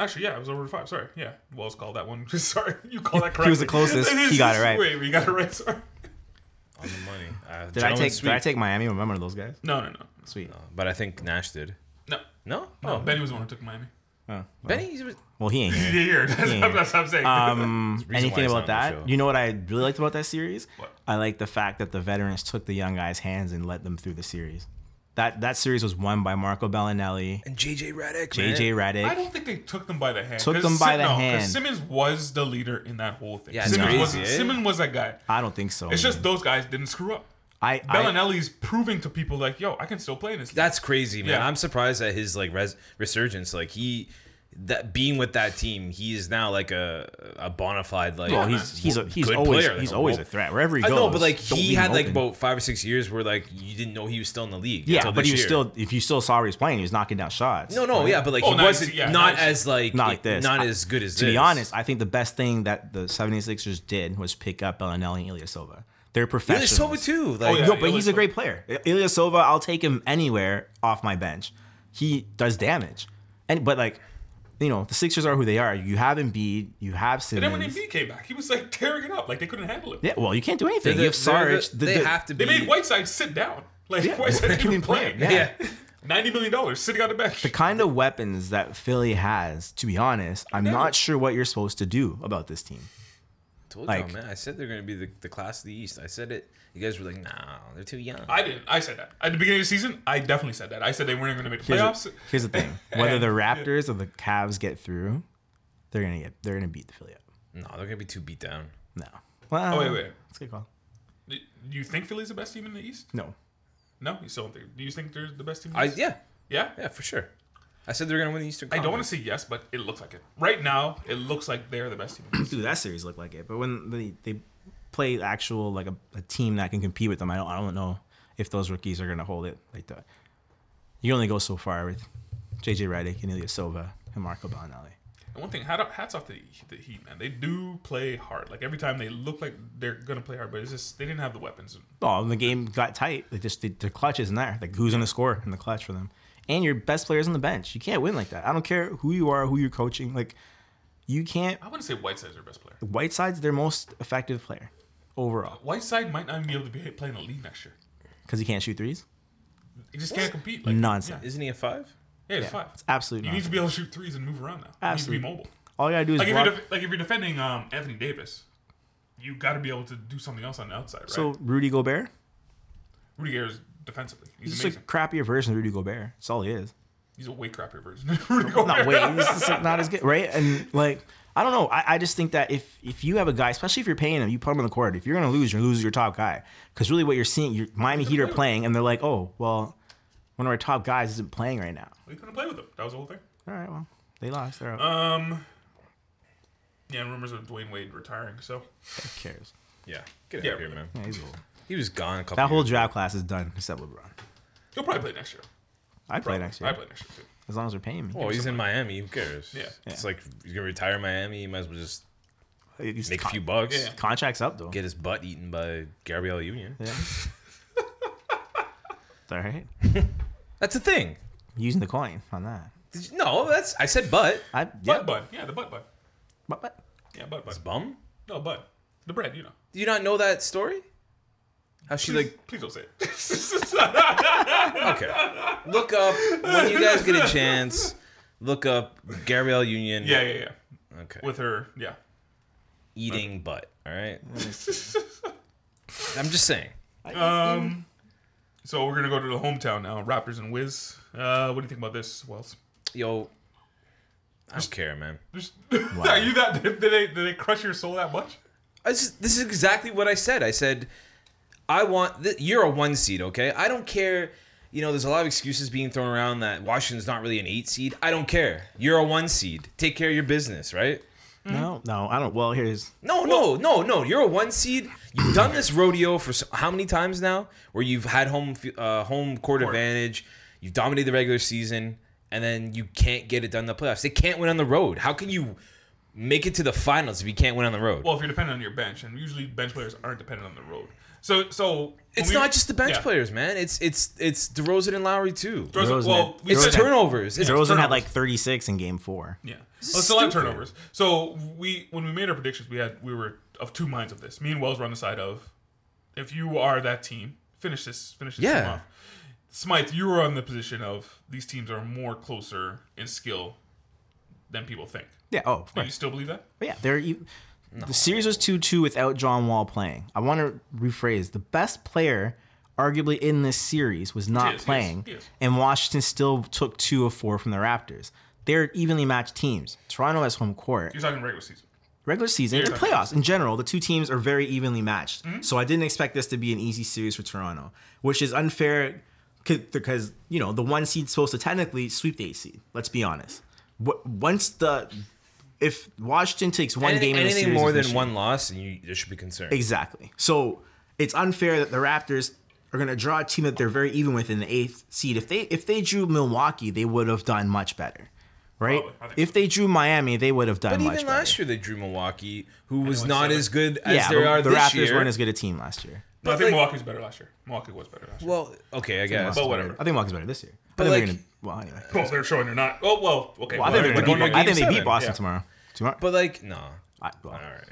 [SPEAKER 3] actually, yeah, it was over five. Sorry, yeah, Wells called that one. Sorry, you called that correct.
[SPEAKER 4] He was the closest. He got it right.
[SPEAKER 3] Wait, we got it right. Sorry.
[SPEAKER 5] On the money. Uh,
[SPEAKER 4] Did I take? Did I take Miami? Remember those guys?
[SPEAKER 3] No, no, no,
[SPEAKER 4] Sweet.
[SPEAKER 5] But I think Nash did.
[SPEAKER 3] no.
[SPEAKER 5] No,
[SPEAKER 3] No, Benny was the one who took Miami.
[SPEAKER 4] Oh, well,
[SPEAKER 5] Benny. he was-
[SPEAKER 4] well, he ain't.
[SPEAKER 3] Yeah,
[SPEAKER 4] Here.
[SPEAKER 3] here. That's,
[SPEAKER 4] Yeah.
[SPEAKER 3] that's what I'm saying.
[SPEAKER 4] Um,
[SPEAKER 5] why
[SPEAKER 4] anything
[SPEAKER 5] he's
[SPEAKER 4] about
[SPEAKER 5] not on the show.
[SPEAKER 4] that? You know what I really liked about that series?
[SPEAKER 3] What?
[SPEAKER 4] I liked the fact that the veterans took the young guys' hands and led them through the series. That that series was won by Marco Bellinelli,
[SPEAKER 5] And JJ Redick.
[SPEAKER 4] JJ
[SPEAKER 3] I
[SPEAKER 4] Redick.
[SPEAKER 3] don't think they took them by the hand.
[SPEAKER 4] Took
[SPEAKER 3] 'Cause
[SPEAKER 4] them by the
[SPEAKER 3] 'cause
[SPEAKER 4] hand.
[SPEAKER 3] Simmons was the leader in that whole thing.
[SPEAKER 5] Yeah, it's
[SPEAKER 3] Simmons,
[SPEAKER 4] crazy,
[SPEAKER 3] was,
[SPEAKER 5] eh?
[SPEAKER 3] Simmons was that guy.
[SPEAKER 4] I don't think so.
[SPEAKER 3] It's
[SPEAKER 4] man.
[SPEAKER 3] just those guys didn't screw up.
[SPEAKER 4] I, I
[SPEAKER 3] Bellinelli's proving to people like, yo, I can still play in this. league.
[SPEAKER 5] That's crazy, man.
[SPEAKER 3] Yeah.
[SPEAKER 5] I'm surprised at his like res- resurgence. Like he that being with that team, he is now like a a bona fide like.
[SPEAKER 4] Well, he's he's a, he's
[SPEAKER 5] good
[SPEAKER 4] always
[SPEAKER 5] player, like
[SPEAKER 4] he's
[SPEAKER 5] a
[SPEAKER 4] always
[SPEAKER 5] wo-
[SPEAKER 4] a threat wherever he
[SPEAKER 5] I
[SPEAKER 4] goes.
[SPEAKER 5] know, but like
[SPEAKER 4] don't
[SPEAKER 5] he
[SPEAKER 4] leave him
[SPEAKER 5] had like
[SPEAKER 4] open.
[SPEAKER 5] about five or six years where like you didn't know he was still in the league.
[SPEAKER 4] Yeah,
[SPEAKER 5] until
[SPEAKER 4] but
[SPEAKER 5] this
[SPEAKER 4] he was
[SPEAKER 5] year.
[SPEAKER 4] still if you still saw where he was playing, he was knocking down shots.
[SPEAKER 5] No, no, yeah, but like
[SPEAKER 3] Oh,
[SPEAKER 5] he
[SPEAKER 3] nice,
[SPEAKER 5] wasn't
[SPEAKER 3] yeah,
[SPEAKER 5] not
[SPEAKER 3] nice.
[SPEAKER 5] as like
[SPEAKER 4] Not like this.
[SPEAKER 5] not
[SPEAKER 4] I-
[SPEAKER 5] as good as
[SPEAKER 4] To
[SPEAKER 5] this.
[SPEAKER 4] be honest, I think the best thing that the 76ers did was pick up Bellinelli and Ilyasova. They're
[SPEAKER 5] Really,
[SPEAKER 4] professionals.
[SPEAKER 5] Silva too. Like,
[SPEAKER 3] yeah.
[SPEAKER 4] No, but he's a
[SPEAKER 3] Ilyasova.
[SPEAKER 4] great player. I- Ilyasova, I'll take him anywhere off my bench. He does damage. And but like, you know, the Sixers are who they are. You have Embiid, you have
[SPEAKER 3] And then when
[SPEAKER 4] Simmons.
[SPEAKER 3] Embiid came back, he was like tearing it up, like they couldn't handle it.
[SPEAKER 4] Yeah, well, you can't do anything.
[SPEAKER 5] they're
[SPEAKER 4] you have
[SPEAKER 5] the-
[SPEAKER 4] Sarge.
[SPEAKER 5] they're the- they have to
[SPEAKER 3] They
[SPEAKER 5] be.
[SPEAKER 3] made Whiteside sit down. Like Whiteside didn't even play.
[SPEAKER 4] Yeah.
[SPEAKER 5] Yeah,
[SPEAKER 3] Ninety million dollars sitting on the bench.
[SPEAKER 4] the kind of weapons that Philly has, to be honest, I'm not sure what you're supposed to do about this team.
[SPEAKER 5] told
[SPEAKER 4] Like-
[SPEAKER 5] y'all, man. I said they're gonna be the, the class of the East. I said it. You guys were like, nah, they're too young.
[SPEAKER 3] I didn't. I said that at the beginning of the season. I definitely said that. I said they weren't going to make the
[SPEAKER 4] Here's the-
[SPEAKER 3] playoffs.
[SPEAKER 4] Here's the thing: whether the Raptors or the Cavs get through, they're gonna get they're gonna beat the Philly up.
[SPEAKER 5] no, they're gonna be too beat down.
[SPEAKER 4] No. Well,
[SPEAKER 3] Oh, wait, wait.
[SPEAKER 4] That's a good call.
[SPEAKER 3] Do you think Philly's the best team in the East?
[SPEAKER 4] No.
[SPEAKER 3] No, you still don't think. Do you think they're the best team? In the
[SPEAKER 5] I
[SPEAKER 3] East?
[SPEAKER 5] yeah,
[SPEAKER 3] yeah.
[SPEAKER 5] yeah, for sure. I said they're gonna win the Eastern.
[SPEAKER 3] I don't want
[SPEAKER 5] Conference.
[SPEAKER 3] to say yes, but it looks like it. Right now, it looks like they're the best team. in the East.
[SPEAKER 4] Dude, that series looked like it. But when they they play actual like a, a team that can compete with them, I don't I don't know if those rookies are gonna hold it like that. You only go so far with JJ Redick and Ilya Silva and Marco Bellinelli.
[SPEAKER 3] And one thing, hat- hats off to the, the Heat, man. They do play hard. Like every time, they look like they're going to play hard, but it's just they didn't have the weapons.
[SPEAKER 4] Well, the game got tight. They just the, the clutch isn't there. Like who's gonna score in the clutch for them? And your best players on the bench. You can't win like that. I don't care who you are, who you're coaching. Like you can't.
[SPEAKER 3] I wouldn't say Whiteside's their best player.
[SPEAKER 4] Whiteside's their most effective player overall
[SPEAKER 3] Whiteside might not even be able to be playing the league next year.
[SPEAKER 4] because he can't shoot threes.
[SPEAKER 3] He just can't compete. Like
[SPEAKER 4] Nonsense.
[SPEAKER 5] Isn't he a five?
[SPEAKER 3] Yeah, yeah, it's five.
[SPEAKER 4] It's absolute
[SPEAKER 3] You need to
[SPEAKER 4] nonsense.
[SPEAKER 3] be able to shoot threes and move around now.
[SPEAKER 4] Absolute.
[SPEAKER 3] You need to be mobile.
[SPEAKER 4] All you gotta do is
[SPEAKER 3] Like if,
[SPEAKER 4] block.
[SPEAKER 3] you're def- like if you're defending um, Anthony Davis, you got to be able to do something else on the outside, right?
[SPEAKER 4] so Rudy Gobert.
[SPEAKER 3] Rudy Gay's defensively,
[SPEAKER 4] He's
[SPEAKER 3] he's
[SPEAKER 4] just a
[SPEAKER 3] amazing.
[SPEAKER 4] crappier version of Rudy Gobert. That's all he is.
[SPEAKER 3] he's a way crappier version. of Rudy Gobert.
[SPEAKER 4] not wait. This is like not as good, right? And like, I don't know. I, I just think that if if you have a guy, especially if you're paying him, you put him on the court. If you're gonna lose, you're losing your top guy. Because really, what you're seeing, your Miami Heat are playing, and they're like, oh, well, one of our top guys isn't playing right now.
[SPEAKER 3] We couldn't play with him. That was the whole thing.
[SPEAKER 4] All right, well, they lost. They're out.
[SPEAKER 3] Um, yeah, and rumors of Dwayne Wade retiring. So
[SPEAKER 4] Who cares?
[SPEAKER 5] Yeah, get out
[SPEAKER 3] Yeah,
[SPEAKER 5] of here,
[SPEAKER 3] really.
[SPEAKER 5] man.
[SPEAKER 4] Yeah, he's old.
[SPEAKER 5] He was gone a couple.
[SPEAKER 4] That whole
[SPEAKER 5] years.
[SPEAKER 4] draft class is done, except LeBron.
[SPEAKER 3] he'll probably play next year.
[SPEAKER 4] I play next
[SPEAKER 3] I
[SPEAKER 4] year
[SPEAKER 3] play next year too.
[SPEAKER 4] as long as they're paying me.
[SPEAKER 5] Well, he's in Miami. Who cares?
[SPEAKER 3] Yeah.
[SPEAKER 5] It's like he's gonna retire in Miami. He might as well just
[SPEAKER 4] He's
[SPEAKER 5] make a
[SPEAKER 4] con-
[SPEAKER 5] few bucks.
[SPEAKER 3] Yeah.
[SPEAKER 4] Contracts up though.
[SPEAKER 5] Get his butt eaten by Gabrielle Union.
[SPEAKER 4] All right,
[SPEAKER 5] That's the thing.
[SPEAKER 4] using the coin on that.
[SPEAKER 5] Did you, no, that's I said butt.
[SPEAKER 4] I
[SPEAKER 3] Butt
[SPEAKER 4] yeah.
[SPEAKER 3] bud, yeah, the butt bud,
[SPEAKER 4] But, but,
[SPEAKER 3] yeah, butt bud.
[SPEAKER 5] It's bum.
[SPEAKER 3] No bud, the bread, you know.
[SPEAKER 5] Do you not know that story? How she like
[SPEAKER 3] Please don't say it.
[SPEAKER 5] okay. Look up when you guys get a chance. Look up Gabrielle Union.
[SPEAKER 3] yeah, yeah, yeah.
[SPEAKER 5] Okay.
[SPEAKER 3] With her, yeah.
[SPEAKER 5] eating butt. All right. I'm just saying.
[SPEAKER 3] Um, so we're gonna go to the hometown now. Raptors and Wiz. Uh, what do you think about this, Wells?
[SPEAKER 5] Yo, I don't care, man.
[SPEAKER 3] Just, Are you that? Did they did they crush your soul that much?
[SPEAKER 5] I just, this is exactly what I said. I said, I want th- you're a one seed, okay? I don't care. You know, there's a lot of excuses being thrown around that Washington's not really an eight seed. I don't care. You're a one seed. Take care of your business, right?
[SPEAKER 4] no, no, I don't. Well, here's
[SPEAKER 5] No, no, no, no. You're a one seed. You've done this rodeo for so, how many times now? Where you've had home f- uh, home court advantage. You've dominated the regular season, and then you can't get it done in the playoffs. They can't win on the road. How can you make it to the finals if you can't win on the road?
[SPEAKER 3] Well, if you're dependent on your bench, and usually bench players aren't dependent on the road. So so when
[SPEAKER 5] it's
[SPEAKER 3] we-
[SPEAKER 5] not just the bench
[SPEAKER 3] yeah.
[SPEAKER 5] players, man. It's it's it's DeRozan and Lowry too.
[SPEAKER 3] Throws-
[SPEAKER 4] DeRozan
[SPEAKER 3] well,
[SPEAKER 4] had-
[SPEAKER 3] we
[SPEAKER 5] It's
[SPEAKER 3] said-
[SPEAKER 5] turnovers. It's
[SPEAKER 4] DeRozan
[SPEAKER 3] turnovers.
[SPEAKER 4] had like 36 in game four.
[SPEAKER 3] Yeah, well, it's a lot of
[SPEAKER 5] stupid.
[SPEAKER 3] turnovers. So we when we made our predictions, we had we were of two minds of this. Me and Wells were on the side of if you are that team, finish this, finish this team
[SPEAKER 5] Yeah.
[SPEAKER 3] off. Smythe, you were on the position of these teams are more closer in skill than people think.
[SPEAKER 4] Yeah. Oh, of
[SPEAKER 3] Do you
[SPEAKER 4] course.
[SPEAKER 3] still believe that?
[SPEAKER 4] But yeah, they're you. The series was 2 2 without John Wall playing. I want to rephrase the best player, arguably, in this series was not
[SPEAKER 3] Yes, yes,
[SPEAKER 4] playing,
[SPEAKER 3] yes.
[SPEAKER 4] and Washington still took two of four from the Raptors. They're evenly matched teams. Toronto has home court.
[SPEAKER 3] You're talking regular season.
[SPEAKER 4] Regular season and playoffs in general, the two teams are very evenly matched.
[SPEAKER 5] Mm-hmm.
[SPEAKER 4] So I didn't expect this to be an easy series for Toronto, which is unfair c- because, you know, the one seed's supposed to technically sweep the eight seed. Let's be honest. w- once the if Washington takes one
[SPEAKER 5] anything,
[SPEAKER 4] game in a
[SPEAKER 5] anything
[SPEAKER 4] series
[SPEAKER 5] more
[SPEAKER 4] with
[SPEAKER 5] than
[SPEAKER 4] Michigan-
[SPEAKER 5] one loss, and you there should be concern.
[SPEAKER 4] Exactly. So it's unfair that the Raptors are going to draw a team that they're very even with in the eighth seed. If they if they drew Milwaukee, they would have done much better, right?
[SPEAKER 3] Probably, I think
[SPEAKER 4] If they drew Miami, they would have done
[SPEAKER 5] Oh, But
[SPEAKER 4] much
[SPEAKER 5] even last
[SPEAKER 4] better.
[SPEAKER 5] year, they drew Milwaukee, who was
[SPEAKER 3] it's
[SPEAKER 5] not
[SPEAKER 3] seven.
[SPEAKER 5] as good as
[SPEAKER 4] yeah,
[SPEAKER 5] they
[SPEAKER 4] but
[SPEAKER 5] are
[SPEAKER 4] the
[SPEAKER 5] this
[SPEAKER 4] Raptors
[SPEAKER 5] year.
[SPEAKER 4] weren't as good a team last year.
[SPEAKER 3] No, I
[SPEAKER 5] But,
[SPEAKER 3] think
[SPEAKER 5] like-
[SPEAKER 3] Milwaukee's better last year. Milwaukee was better last year.
[SPEAKER 5] well, okay, I guess.
[SPEAKER 3] But whatever.
[SPEAKER 4] I think Milwaukee's better this year.
[SPEAKER 5] But
[SPEAKER 4] I think
[SPEAKER 5] like-
[SPEAKER 4] they're gonna, well, anyway.
[SPEAKER 3] Well, they're showing they're not. Oh well, okay.
[SPEAKER 4] Well, I think,
[SPEAKER 5] they're
[SPEAKER 4] they
[SPEAKER 5] gonna
[SPEAKER 4] beat,
[SPEAKER 5] go to
[SPEAKER 4] I think
[SPEAKER 5] game
[SPEAKER 4] they beat
[SPEAKER 5] seven,
[SPEAKER 4] Boston
[SPEAKER 3] yeah.
[SPEAKER 4] tomorrow. Tomorrow.
[SPEAKER 5] But like, nah.
[SPEAKER 4] I, well,
[SPEAKER 5] All right.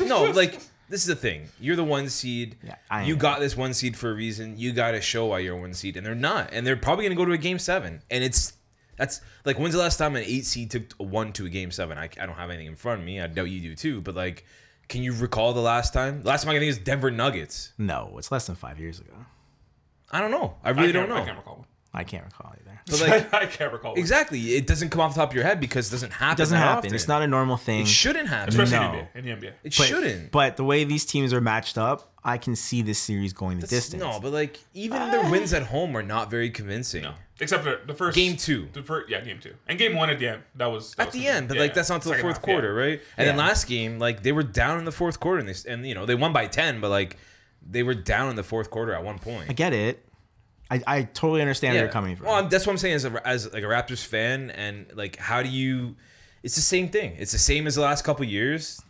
[SPEAKER 5] no, like this is the thing. You're the one seed.
[SPEAKER 4] Yeah, I
[SPEAKER 5] you
[SPEAKER 4] am.
[SPEAKER 5] got this one seed for a reason. You got to show why you're one seed, and they're not. And they're probably gonna go to a game seven. And it's that's like when's the last time an eight seed took a one to a game seven? I, I don't have anything in front of me. I doubt you do too. But like, can you recall the last time? Last time I can think is Denver Nuggets.
[SPEAKER 4] no, it's less than five years ago.
[SPEAKER 5] I don't know. I
[SPEAKER 3] I
[SPEAKER 5] really don't
[SPEAKER 3] can't-
[SPEAKER 5] know.
[SPEAKER 3] I can't recall one.
[SPEAKER 4] I can't recall either. It
[SPEAKER 5] But like,
[SPEAKER 3] I can't recall one.
[SPEAKER 5] exactly, it doesn't come off the top of your head because it doesn't happen. It
[SPEAKER 4] doesn't happen. It's not a normal thing.
[SPEAKER 5] It shouldn't happen.
[SPEAKER 3] Especially
[SPEAKER 4] No.
[SPEAKER 3] in, the NBA, in the NBA.
[SPEAKER 5] It
[SPEAKER 4] but,
[SPEAKER 5] shouldn't.
[SPEAKER 4] But the way these teams are matched up, I can see this series going the
[SPEAKER 5] That's-
[SPEAKER 4] distance.
[SPEAKER 5] No, but like even their wins at home are not very convincing.
[SPEAKER 3] No. Except for the first
[SPEAKER 5] Game two.
[SPEAKER 3] The first, yeah, game two, and game one at the end. That was that
[SPEAKER 5] At
[SPEAKER 3] was
[SPEAKER 5] the
[SPEAKER 3] gonna be-
[SPEAKER 5] end, but
[SPEAKER 3] yeah,
[SPEAKER 5] like that's not till the
[SPEAKER 3] second
[SPEAKER 5] fourth
[SPEAKER 3] half, yeah.
[SPEAKER 5] quarter, right? And then last game, like they were down in the fourth quarter, and they s- and you know they won by ten, but like they were down in the fourth quarter at one point.
[SPEAKER 4] I get it. I, I totally understand where you're coming from.
[SPEAKER 5] Well, I'm- that's what I'm saying as a, as like a Raptors fan, and like how do you? It's the same thing. It's the same as the last couple years.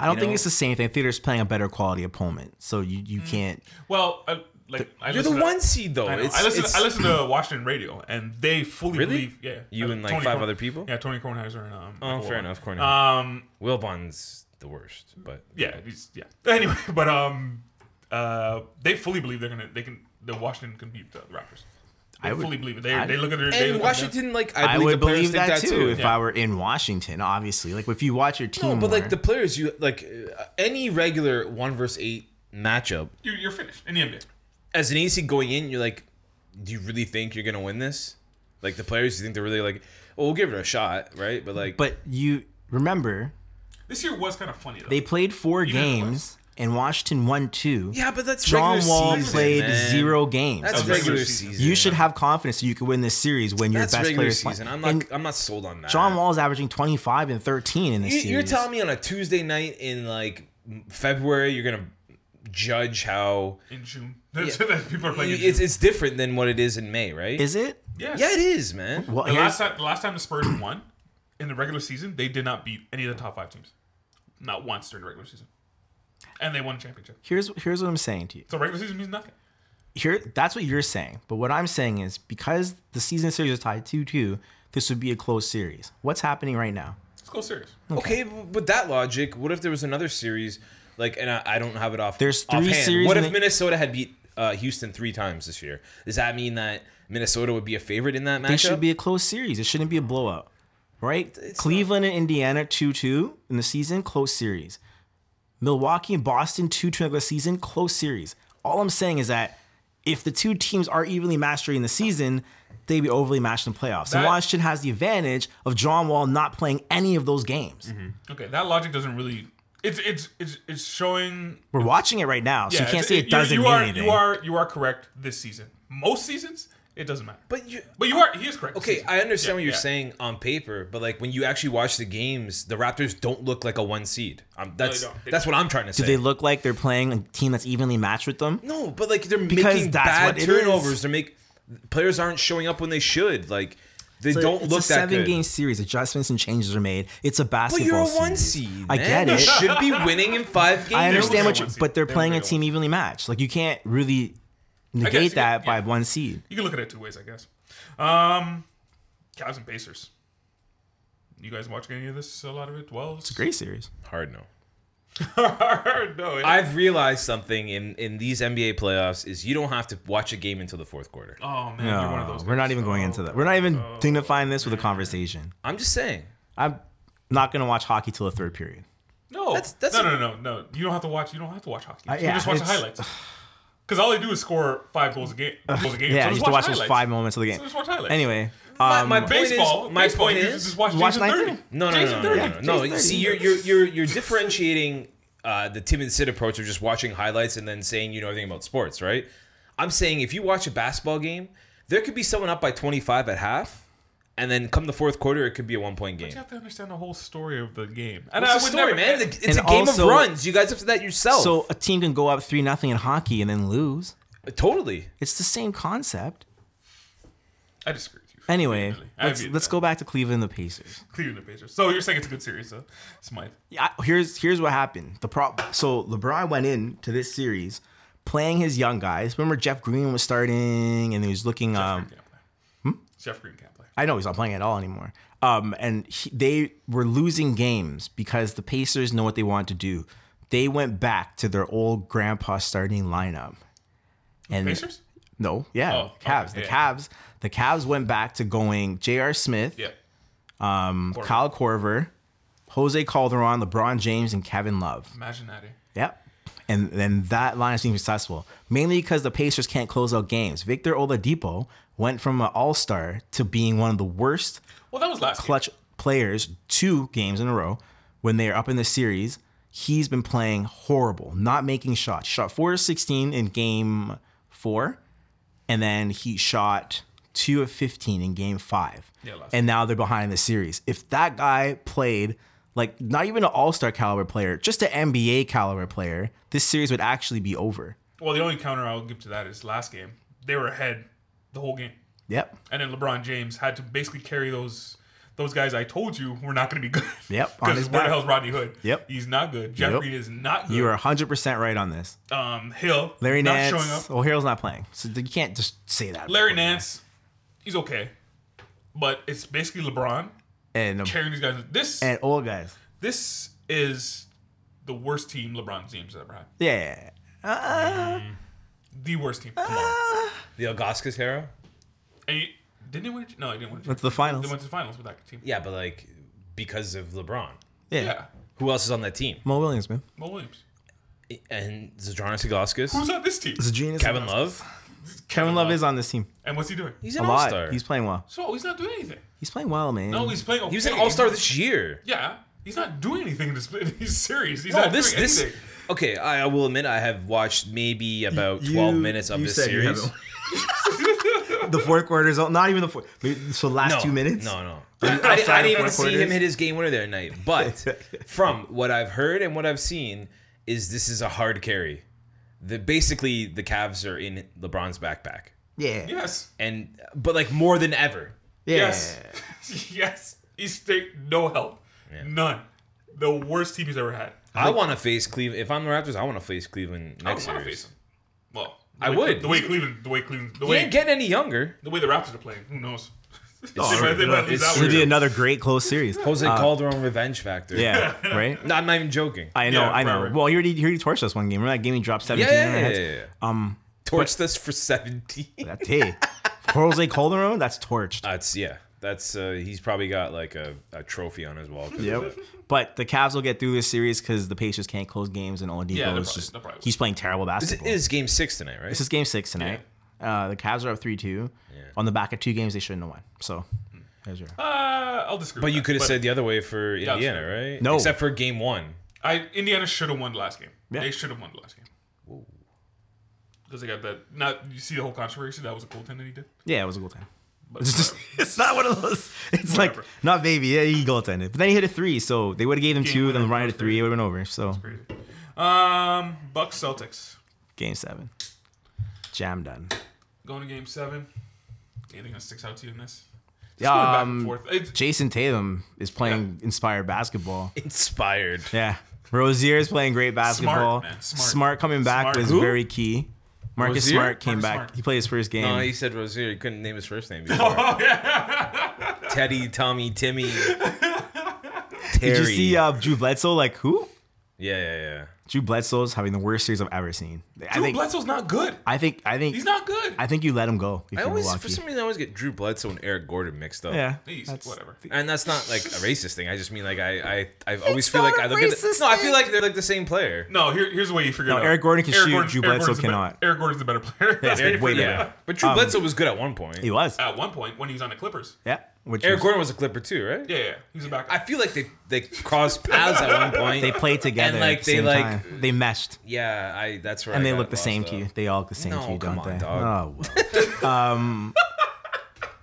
[SPEAKER 4] I don't
[SPEAKER 5] you
[SPEAKER 4] think
[SPEAKER 5] know- Mm.
[SPEAKER 4] it's the same thing. Theater's playing a better quality opponent, so you, you can't.
[SPEAKER 3] Well, I, like I
[SPEAKER 5] You're the
[SPEAKER 3] listened to-
[SPEAKER 5] one seed though.
[SPEAKER 3] I, know.
[SPEAKER 5] It's,
[SPEAKER 3] I listen.
[SPEAKER 5] it's-
[SPEAKER 3] I listen to Washington radio, and they fully
[SPEAKER 5] Really?
[SPEAKER 3] believe. Yeah,
[SPEAKER 5] You
[SPEAKER 3] uh,
[SPEAKER 5] and, like, five
[SPEAKER 3] Korn-
[SPEAKER 5] other people?
[SPEAKER 3] Yeah, Tony Kornheiser and um.
[SPEAKER 5] Oh,
[SPEAKER 3] Michael
[SPEAKER 5] fair
[SPEAKER 3] Wilbon.
[SPEAKER 5] enough, Cornell.
[SPEAKER 3] Um,
[SPEAKER 5] Wilbon's the worst, but
[SPEAKER 3] yeah, he's, yeah. Anyway, but um, uh, they fully believe they're gonna they can the Washington can beat the Raptors. They
[SPEAKER 4] I would-
[SPEAKER 3] fully believe it. They,
[SPEAKER 4] I-
[SPEAKER 3] they look at their they
[SPEAKER 5] and
[SPEAKER 3] look at
[SPEAKER 5] Washington, like
[SPEAKER 4] I,
[SPEAKER 5] I, believe
[SPEAKER 4] would
[SPEAKER 5] the players
[SPEAKER 4] believe
[SPEAKER 5] think
[SPEAKER 4] that, too if
[SPEAKER 3] Yeah.
[SPEAKER 4] I were in Washington. Obviously, like if you watch your team,
[SPEAKER 5] No, but like
[SPEAKER 4] more-
[SPEAKER 5] the players, you like uh, any regular one versus eight matchup
[SPEAKER 3] them. You, you're finished in the NBA.
[SPEAKER 5] as an AC going in, you're like, do you really think you're gonna win this? Like the players, you think they're really like, oh, we'll give it a shot, right? But like,
[SPEAKER 4] but you remember
[SPEAKER 3] This year was kind of funny though.
[SPEAKER 4] they played four
[SPEAKER 3] Even if it
[SPEAKER 4] games and Washington won two.
[SPEAKER 5] yeah, but that's
[SPEAKER 4] John
[SPEAKER 5] regular
[SPEAKER 4] Wall
[SPEAKER 5] season,
[SPEAKER 4] played
[SPEAKER 5] man.
[SPEAKER 4] zero games.
[SPEAKER 5] That's
[SPEAKER 3] Of the
[SPEAKER 5] regular
[SPEAKER 3] regular season.
[SPEAKER 5] season.
[SPEAKER 4] you should have confidence you could win this series when your
[SPEAKER 5] That's
[SPEAKER 4] best
[SPEAKER 5] regular
[SPEAKER 4] player is
[SPEAKER 5] season.
[SPEAKER 4] playing.
[SPEAKER 5] I'm not.
[SPEAKER 4] And
[SPEAKER 5] I'm not sold on that.
[SPEAKER 4] John Wall is averaging 25 and 13 in this
[SPEAKER 5] You,
[SPEAKER 4] series.
[SPEAKER 5] you're telling me on a Tuesday night in like February, you're gonna judge how
[SPEAKER 3] in June. That's, that's people are playing. in
[SPEAKER 5] it's
[SPEAKER 3] June.
[SPEAKER 5] it's different than what it is in May, right?
[SPEAKER 4] Is it?
[SPEAKER 3] Yes.
[SPEAKER 5] yeah, it is, man.
[SPEAKER 4] Well,
[SPEAKER 3] The
[SPEAKER 4] here's-
[SPEAKER 3] last time, the last time the Spurs won in the regular season, they did not beat any of the top five teams, not once during the regular season, and they won a championship.
[SPEAKER 4] here's here's what I'm saying to you.
[SPEAKER 3] So regular season means nothing.
[SPEAKER 4] Here, that's what you're saying. But what I'm saying is because the season series is tied two two, this would be a close series. What's happening right now?
[SPEAKER 3] Let's go serious.
[SPEAKER 5] Okay, but with that logic, what if there was another series? Like, and I, I don't have it off.
[SPEAKER 4] There's three
[SPEAKER 5] offhand.
[SPEAKER 4] series
[SPEAKER 5] What
[SPEAKER 4] in
[SPEAKER 5] if
[SPEAKER 4] the-
[SPEAKER 5] Minnesota had beat uh, Houston three times this year? Does that mean that Minnesota would be a favorite in that matchup?
[SPEAKER 4] It should be a close series. It shouldn't be a blowout, right? Cleveland and Indiana two two in the season, close series. Milwaukee and Boston two two in the season, close series. All I'm saying is that if the two teams are evenly matched during the season, they'd be overly matched in playoffs.
[SPEAKER 3] That-
[SPEAKER 4] and Washington has the advantage of John Wall not playing any of those games.
[SPEAKER 3] Okay, that logic doesn't really. It's it's it's it's showing.
[SPEAKER 4] We're watching it right now, so
[SPEAKER 3] yeah,
[SPEAKER 4] you can't
[SPEAKER 3] it's-
[SPEAKER 4] say it doesn't
[SPEAKER 3] you, you
[SPEAKER 4] mean
[SPEAKER 3] are,
[SPEAKER 4] anything.
[SPEAKER 3] You are you are correct this season. Most seasons, it doesn't matter.
[SPEAKER 5] But you.
[SPEAKER 3] But you are he is correct. this
[SPEAKER 5] Okay,
[SPEAKER 3] season.
[SPEAKER 5] I understand
[SPEAKER 3] Yeah,
[SPEAKER 5] what you're
[SPEAKER 3] yeah.
[SPEAKER 5] saying on paper, but like when you actually watch the games, the Raptors don't look like a one seed. Um, that's
[SPEAKER 3] don't. They
[SPEAKER 5] that's what I'm trying to say.
[SPEAKER 4] Do they look like they're playing a team that's evenly matched with them?
[SPEAKER 5] No, but like they're
[SPEAKER 4] Because
[SPEAKER 5] making
[SPEAKER 4] that's
[SPEAKER 5] bad
[SPEAKER 4] what it
[SPEAKER 5] turnovers.
[SPEAKER 4] is.
[SPEAKER 5] They make players aren't showing up when they should. Like they
[SPEAKER 4] It's a-
[SPEAKER 5] don't
[SPEAKER 4] it's
[SPEAKER 5] look
[SPEAKER 4] a
[SPEAKER 5] that
[SPEAKER 4] seven
[SPEAKER 5] good.
[SPEAKER 4] game series. Adjustments and changes are made. It's a
[SPEAKER 5] But
[SPEAKER 4] basketball.
[SPEAKER 5] you're a one
[SPEAKER 4] series.
[SPEAKER 5] seed.
[SPEAKER 4] I
[SPEAKER 5] man.
[SPEAKER 4] get it.
[SPEAKER 5] You should be winning in five games.
[SPEAKER 3] They
[SPEAKER 4] I
[SPEAKER 3] were
[SPEAKER 4] understand what
[SPEAKER 3] the
[SPEAKER 4] you,
[SPEAKER 3] one seed.
[SPEAKER 4] but they're
[SPEAKER 3] They were
[SPEAKER 4] playing
[SPEAKER 3] the
[SPEAKER 4] a
[SPEAKER 3] one
[SPEAKER 4] team evenly matched. Like you can't really negate
[SPEAKER 3] you
[SPEAKER 4] that
[SPEAKER 3] can-
[SPEAKER 4] by
[SPEAKER 3] yeah.
[SPEAKER 4] one seed.
[SPEAKER 3] You can look at it two ways, I guess. Um, Cavs and Pacers. You guys watching any of this? A lot of it. Well, it's
[SPEAKER 4] Great series.
[SPEAKER 5] Hard no.
[SPEAKER 3] no, yeah.
[SPEAKER 5] I've realized something in in these NBA playoffs is you don't have to watch a game until the fourth quarter.
[SPEAKER 3] oh man, you're one of
[SPEAKER 4] No,
[SPEAKER 3] those.
[SPEAKER 4] Uh, we're not
[SPEAKER 3] guys.
[SPEAKER 4] even going into
[SPEAKER 3] Oh.
[SPEAKER 4] that. We're not even dignifying this with a conversation.
[SPEAKER 5] I'm just saying.
[SPEAKER 4] I'm not gonna watch hockey till the third period.
[SPEAKER 3] No,
[SPEAKER 5] That's- that's
[SPEAKER 3] no, no,
[SPEAKER 5] a-
[SPEAKER 3] no, no. You don't have to watch. You don't have to watch hockey. you
[SPEAKER 4] Uh, yeah,
[SPEAKER 3] just watch the
[SPEAKER 4] it's-
[SPEAKER 3] highlights. Because all they do is score five goals a game. Goals a game.
[SPEAKER 4] Yeah,
[SPEAKER 3] so
[SPEAKER 4] you
[SPEAKER 3] just
[SPEAKER 4] have to watch those
[SPEAKER 3] highlights.
[SPEAKER 4] five moments of the game.
[SPEAKER 3] So just watch highlights.
[SPEAKER 4] Anyway,
[SPEAKER 5] My-
[SPEAKER 4] um,
[SPEAKER 5] my point is-
[SPEAKER 3] baseball.
[SPEAKER 5] my
[SPEAKER 3] baseball,
[SPEAKER 5] point
[SPEAKER 3] you
[SPEAKER 5] is-
[SPEAKER 3] just watch
[SPEAKER 4] Watch
[SPEAKER 3] Jason Thirty.
[SPEAKER 4] 19.
[SPEAKER 5] No, no,
[SPEAKER 3] Jason
[SPEAKER 5] no, no,
[SPEAKER 3] Thirty.
[SPEAKER 5] no, no, no.
[SPEAKER 4] Jason
[SPEAKER 5] no.
[SPEAKER 4] Tatum.
[SPEAKER 5] See, you're you're you're you're differentiating uh, the Tim and Sid approach of just watching highlights and then saying you know everything about sports, right? I'm saying if you watch a basketball game, there could be someone up by 25 at half, and then come the fourth quarter, it could be a one point game.
[SPEAKER 3] You have to understand the whole story of the game. And
[SPEAKER 5] It's a
[SPEAKER 3] would
[SPEAKER 5] story,
[SPEAKER 3] never-
[SPEAKER 5] man. It's a- It's
[SPEAKER 4] And
[SPEAKER 5] a game
[SPEAKER 4] also-
[SPEAKER 5] of runs. You guys have to that yourself.
[SPEAKER 4] So a team can go up three nothing in hockey and then lose.
[SPEAKER 5] totally.
[SPEAKER 4] It's the same concept.
[SPEAKER 3] I disagree with you.
[SPEAKER 4] Anyway,
[SPEAKER 3] Really. I
[SPEAKER 4] let's,
[SPEAKER 3] mean,
[SPEAKER 4] let's
[SPEAKER 3] uh,
[SPEAKER 4] go back to Cleveland the Pacers.
[SPEAKER 3] Cleveland the Pacers. So you're saying it's a good series, though. Smythe.
[SPEAKER 4] Yeah, here's here's what happened. The prop. So LeBron went in to this series playing his young guys. Remember Jeff Green was starting and he was looking.
[SPEAKER 3] Jeff
[SPEAKER 4] Um,
[SPEAKER 3] Green can't play. Jeff Green can't play.
[SPEAKER 4] I know he's not playing at all anymore. Um, and he, they were losing games because the Pacers know what they want to do. They went back to their old grandpa starting lineup. And
[SPEAKER 3] Pacers?
[SPEAKER 4] No, yeah,
[SPEAKER 3] Oh,
[SPEAKER 4] Cavs.
[SPEAKER 3] okay,
[SPEAKER 4] the
[SPEAKER 3] yeah.
[SPEAKER 4] Cavs. The Cavs went back to going J.R. Smith,
[SPEAKER 3] Yeah.
[SPEAKER 4] um, Kyle Corver, Jose Calderon, LeBron James, and Kevin Love.
[SPEAKER 3] Imagine that. eh?
[SPEAKER 4] Yep. And then that line has been successful, mainly because the Pacers can't close out games. Victor Oladipo went from an All Star to being one of the worst
[SPEAKER 3] Well, that was last game.
[SPEAKER 4] clutch players two games in a row when they are up in the series. He's been playing horrible, not making shots. Shot four of 16 in game four, and then he shot two of 15 in game five.
[SPEAKER 3] Yeah, last
[SPEAKER 4] and now they're behind in the series. If that guy played like not even an all star caliber player, just an NBA caliber player, this series would actually be over.
[SPEAKER 3] Well, the only counter I'll give to that is last game. They were ahead the whole game.
[SPEAKER 4] Yep.
[SPEAKER 3] And then LeBron James had to basically carry those those guys I told you were not going to be good.
[SPEAKER 4] Yep, on
[SPEAKER 3] Because
[SPEAKER 4] his
[SPEAKER 3] where the
[SPEAKER 4] back.
[SPEAKER 3] hell's Rodney Hood?
[SPEAKER 4] Yep.
[SPEAKER 3] He's not good. Jeff
[SPEAKER 4] Yep.
[SPEAKER 3] Green is not good.
[SPEAKER 4] You are 100% right on this.
[SPEAKER 3] um, Hill,
[SPEAKER 4] Larry
[SPEAKER 3] not
[SPEAKER 4] Nance.
[SPEAKER 3] showing up.
[SPEAKER 4] Well, Harold's not playing. So you can't just say that.
[SPEAKER 3] Larry Nance, he's okay. But it's basically LeBron
[SPEAKER 4] And,
[SPEAKER 3] carrying these guys. This
[SPEAKER 4] and old guys.
[SPEAKER 3] this is the worst team LeBron James ever had.
[SPEAKER 4] Yeah.
[SPEAKER 3] The worst team. Come
[SPEAKER 4] Ah.
[SPEAKER 3] on.
[SPEAKER 5] The Algoscas era.
[SPEAKER 3] And he, didn't he win? No, he didn't win.
[SPEAKER 4] That's the finals.
[SPEAKER 3] They went to the finals with that team.
[SPEAKER 5] Yeah, but like because of LeBron.
[SPEAKER 4] Yeah.
[SPEAKER 3] Yeah.
[SPEAKER 5] Who else is on that team?
[SPEAKER 4] Mo Williams, man.
[SPEAKER 3] Mo Williams.
[SPEAKER 5] And Zadronis Algoscas,
[SPEAKER 3] Who's on this team?
[SPEAKER 4] It's a genius.
[SPEAKER 5] Kevin Love.
[SPEAKER 4] Kevin Love is on this team.
[SPEAKER 3] And what's he doing?
[SPEAKER 5] He's
[SPEAKER 4] A
[SPEAKER 5] an all
[SPEAKER 4] lot.
[SPEAKER 5] star.
[SPEAKER 4] He's playing well.
[SPEAKER 3] So he's not doing anything.
[SPEAKER 4] He's playing well, man.
[SPEAKER 3] No, he's playing. Okay.
[SPEAKER 5] He was an all star this year.
[SPEAKER 3] Yeah, he's not doing anything in this, in this series. He's
[SPEAKER 5] No,
[SPEAKER 3] not
[SPEAKER 5] this
[SPEAKER 3] doing
[SPEAKER 5] this.
[SPEAKER 3] anything.
[SPEAKER 5] Okay, I, I will admit I have watched maybe about twelve minutes of this series.
[SPEAKER 4] the fourth quarter's all, not even the fourth. wait, So last
[SPEAKER 5] No,
[SPEAKER 4] two minutes.
[SPEAKER 5] No, no. I, I
[SPEAKER 4] outside of
[SPEAKER 5] didn't even
[SPEAKER 4] fourth
[SPEAKER 5] see
[SPEAKER 4] quarters?
[SPEAKER 5] him hit his game winner that night. But from what I've heard and what I've seen, is this is a hard carry. The basically the Cavs are in LeBron's backpack,
[SPEAKER 4] Yeah. Yeah.
[SPEAKER 3] Yes,
[SPEAKER 5] and but like more than ever.
[SPEAKER 3] yes, yes. He's take no help, none. The worst team he's ever had.
[SPEAKER 5] I want to face Cleveland. If I'm the Raptors, I want to face Cleveland
[SPEAKER 3] I
[SPEAKER 5] next
[SPEAKER 3] would want to
[SPEAKER 5] series.
[SPEAKER 3] face him. Well, the
[SPEAKER 5] I
[SPEAKER 3] way-
[SPEAKER 5] would.
[SPEAKER 3] The way Cleveland, the way Cleveland, the
[SPEAKER 5] He
[SPEAKER 3] way
[SPEAKER 5] ain't getting any younger.
[SPEAKER 3] the way the Raptors are playing. Who knows?
[SPEAKER 5] true.
[SPEAKER 3] might- might
[SPEAKER 5] Oh, It's
[SPEAKER 3] lose that
[SPEAKER 5] true.
[SPEAKER 4] We
[SPEAKER 3] one.
[SPEAKER 4] did another great close series.
[SPEAKER 5] Jose Calderon revenge factor.
[SPEAKER 4] Uh, Yeah. Right.
[SPEAKER 5] No, I'm not even joking.
[SPEAKER 4] I know.
[SPEAKER 3] Yeah,
[SPEAKER 4] I know.
[SPEAKER 3] right, right.
[SPEAKER 4] Well, you already you already torched us one game. Remember that game he dropped
[SPEAKER 5] yeah,
[SPEAKER 4] seventeen.
[SPEAKER 5] yeah,
[SPEAKER 4] in
[SPEAKER 5] yeah,
[SPEAKER 4] our
[SPEAKER 5] yeah,
[SPEAKER 4] heads?
[SPEAKER 5] yeah. Um, torched us for 17.
[SPEAKER 4] That hey, Jose Calderon. That's torched.
[SPEAKER 5] That's yeah. That's uh, he's probably got like a, a trophy on his wall.
[SPEAKER 4] Yep. But the Cavs will get through this series because the Pacers can't close games and Oladipo
[SPEAKER 3] Yeah, they're
[SPEAKER 4] is
[SPEAKER 3] probably-
[SPEAKER 4] just
[SPEAKER 3] they're probably-
[SPEAKER 4] he's playing terrible
[SPEAKER 5] This
[SPEAKER 4] basketball.
[SPEAKER 5] is game six tonight, right?
[SPEAKER 4] This is game six tonight. Uh, the Cavs are up 3 2. On the back of two games, they shouldn't have won. So,
[SPEAKER 3] Hmm.
[SPEAKER 4] there's your.
[SPEAKER 3] Uh, I'll disagree.
[SPEAKER 5] but
[SPEAKER 3] with
[SPEAKER 5] you
[SPEAKER 3] that.
[SPEAKER 5] could have said the other way for
[SPEAKER 3] that's
[SPEAKER 5] Indiana,
[SPEAKER 3] true.
[SPEAKER 5] right?
[SPEAKER 4] No.
[SPEAKER 5] except for game one.
[SPEAKER 3] I Indiana should have won the last game.
[SPEAKER 4] Yeah.
[SPEAKER 3] They should have won the last game. Because they got that. Not you see the whole controversy. That was a goaltender he did.
[SPEAKER 4] Yeah, it was a goal time.
[SPEAKER 3] But
[SPEAKER 4] It's, just,
[SPEAKER 3] whatever.
[SPEAKER 4] it's not one of those. It's like,
[SPEAKER 3] Whatever.
[SPEAKER 4] not baby. Yeah, he goaltended. But then he hit a three, so they would have gave him
[SPEAKER 3] Game
[SPEAKER 4] two,
[SPEAKER 3] winner,
[SPEAKER 4] then LeBron hit a
[SPEAKER 3] that's
[SPEAKER 4] three. It would have been over. So,
[SPEAKER 3] crazy. Um, Bucks Celtics
[SPEAKER 4] game seven. Jam done.
[SPEAKER 3] going to Game Seven. Anything that sticks out to you in this? Just going back and
[SPEAKER 4] Um,
[SPEAKER 3] forth. It's-
[SPEAKER 4] Jason Tatum is playing inspired basketball.
[SPEAKER 5] Inspired.
[SPEAKER 4] Yeah. Rozier is playing great basketball.
[SPEAKER 3] man. Smart.
[SPEAKER 4] Smart, coming back
[SPEAKER 3] Smart.
[SPEAKER 4] was
[SPEAKER 3] Who?
[SPEAKER 4] very key. Marcus
[SPEAKER 5] Rozier?
[SPEAKER 4] Smart came
[SPEAKER 3] Marcus
[SPEAKER 4] back.
[SPEAKER 3] Smart.
[SPEAKER 4] He played his first game.
[SPEAKER 5] No, he said Rozier. He couldn't name his first name. Before.
[SPEAKER 3] oh yeah.
[SPEAKER 5] Teddy, Tommy, Timmy, Terry.
[SPEAKER 4] Did you see uh, Drew Bledsoe? Like, who?
[SPEAKER 5] yeah, yeah, yeah.
[SPEAKER 4] Drew Bledsoe's having the worst series I've ever seen. I
[SPEAKER 3] Drew
[SPEAKER 4] think,
[SPEAKER 3] Bledsoe's not good.
[SPEAKER 4] I think, I think,
[SPEAKER 3] He's not good.
[SPEAKER 4] I think you let him go. If
[SPEAKER 5] I
[SPEAKER 4] you're
[SPEAKER 5] always,
[SPEAKER 4] Milwaukee.
[SPEAKER 5] for some reason, I always get Drew Bledsoe and Eric Gordon mixed up.
[SPEAKER 4] yeah,
[SPEAKER 3] Please,
[SPEAKER 4] that's-
[SPEAKER 3] whatever.
[SPEAKER 5] And that's not like a racist thing. I just mean like I, I, I always feel like I look at the, no, I feel like they're like the same player.
[SPEAKER 3] No, here, here's the way you figure
[SPEAKER 4] No,
[SPEAKER 3] it out.
[SPEAKER 4] Eric Gordon can shoot, Drew
[SPEAKER 3] Eric
[SPEAKER 4] Bledsoe
[SPEAKER 3] Gordon's the be-
[SPEAKER 4] cannot.
[SPEAKER 3] Eric Gordon's the better player. That's
[SPEAKER 4] Yeah,
[SPEAKER 3] how you
[SPEAKER 4] way
[SPEAKER 3] figure it
[SPEAKER 4] better.
[SPEAKER 3] out.
[SPEAKER 5] Yeah, but Drew Bledsoe was good at one point.
[SPEAKER 4] Um, He was.
[SPEAKER 3] At one point, when he was on the Clippers.
[SPEAKER 4] Yeah, which
[SPEAKER 5] Eric
[SPEAKER 4] was-
[SPEAKER 5] Gordon was a Clipper too, right?
[SPEAKER 3] Yeah, yeah, he was a backup.
[SPEAKER 5] I feel like they they crossed paths at one point.
[SPEAKER 4] they played together.
[SPEAKER 5] And, like,
[SPEAKER 4] at the
[SPEAKER 5] they,
[SPEAKER 4] same
[SPEAKER 5] like-
[SPEAKER 4] time. they meshed
[SPEAKER 5] Yeah, I. That's right.
[SPEAKER 4] and they look the same to you. They all look the same
[SPEAKER 5] No,
[SPEAKER 4] to you,
[SPEAKER 5] come
[SPEAKER 4] don't
[SPEAKER 5] on,
[SPEAKER 4] they?
[SPEAKER 5] dog.
[SPEAKER 4] Oh well. um,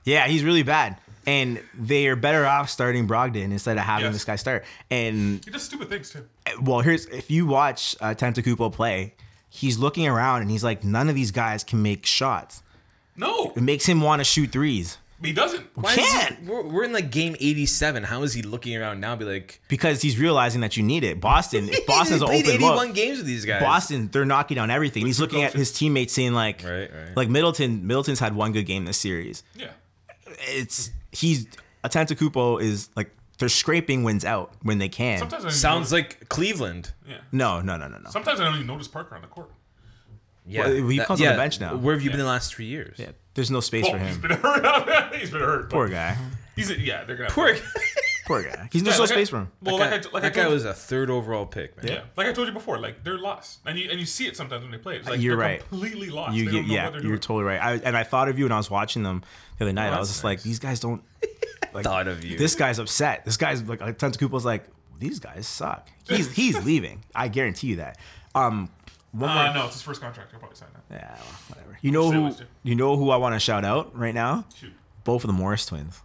[SPEAKER 4] yeah, he's really bad. and they are better off starting Brogdon instead of having
[SPEAKER 3] Yes.
[SPEAKER 4] this guy start. And
[SPEAKER 3] He does stupid things too.
[SPEAKER 4] well, here's if you watch uh, Tentacupo play, he's looking around and he's like, none of these guys can make shots.
[SPEAKER 3] No,
[SPEAKER 4] It makes him want to shoot threes
[SPEAKER 3] he doesn't.
[SPEAKER 5] Why is he-
[SPEAKER 4] Can't.
[SPEAKER 5] we're, we're in like game 87. How is he looking around now? and Be like,
[SPEAKER 4] because he's realizing that you need it. Boston, if Boston's
[SPEAKER 5] he
[SPEAKER 4] an
[SPEAKER 5] played
[SPEAKER 4] open
[SPEAKER 5] 81
[SPEAKER 4] look,
[SPEAKER 5] games with these guys.
[SPEAKER 4] Boston, they're knocking down everything. He's looking at
[SPEAKER 3] coaches.
[SPEAKER 4] his teammates, saying like,
[SPEAKER 5] Right, right.
[SPEAKER 4] like Middleton. Middleton's had one good game this series.
[SPEAKER 3] Yeah,
[SPEAKER 4] It's he's Atentacupo is like they're scraping wins out when they can.
[SPEAKER 3] sometimes I don't
[SPEAKER 5] sounds
[SPEAKER 3] even
[SPEAKER 5] like Cleveland.
[SPEAKER 3] notice, yeah.
[SPEAKER 4] no, no, no, no, no.
[SPEAKER 3] Sometimes I don't even notice Parker on the court.
[SPEAKER 5] Yeah,
[SPEAKER 4] Well, he comes on the bench now.
[SPEAKER 5] Where have you been the last three years?
[SPEAKER 4] Yeah, there's no space
[SPEAKER 3] Well,
[SPEAKER 4] for
[SPEAKER 3] Oh, he's
[SPEAKER 4] him.
[SPEAKER 3] been hurt. he's been hurt. but
[SPEAKER 4] Poor guy.
[SPEAKER 3] He's a, yeah. They're gonna
[SPEAKER 5] Poor guy.
[SPEAKER 4] Poor guy. He's
[SPEAKER 3] Yeah,
[SPEAKER 4] there's no
[SPEAKER 3] like I-
[SPEAKER 4] space for him.
[SPEAKER 3] Well, like I, like I
[SPEAKER 5] that guy
[SPEAKER 3] told you-
[SPEAKER 5] was a third overall pick, man.
[SPEAKER 3] Yeah. like I told you before, like they're lost, and you and you see it sometimes when they play. It's like
[SPEAKER 4] You're
[SPEAKER 3] they're
[SPEAKER 4] right.
[SPEAKER 3] completely lost.
[SPEAKER 4] You
[SPEAKER 3] they
[SPEAKER 4] get
[SPEAKER 3] don't know what
[SPEAKER 4] yeah,
[SPEAKER 3] they're
[SPEAKER 4] you're
[SPEAKER 3] doing.
[SPEAKER 4] totally right. I, and I thought of you when I was watching them the other night. I was
[SPEAKER 5] that's
[SPEAKER 4] just like, these guys don't. Like,
[SPEAKER 5] Thought of you.
[SPEAKER 4] This guy's upset. This guy's like, like Tentacuple's like, these guys suck. He's he's leaving. I guarantee you that. Um, one more.
[SPEAKER 3] uh, no, it's his first contract. He'll probably sign that.
[SPEAKER 4] Yeah, well, whatever. You know
[SPEAKER 3] say
[SPEAKER 4] who?
[SPEAKER 3] what's due.
[SPEAKER 4] You know who I want to shout out right now?
[SPEAKER 3] Shoot,
[SPEAKER 4] Both of the Morris twins.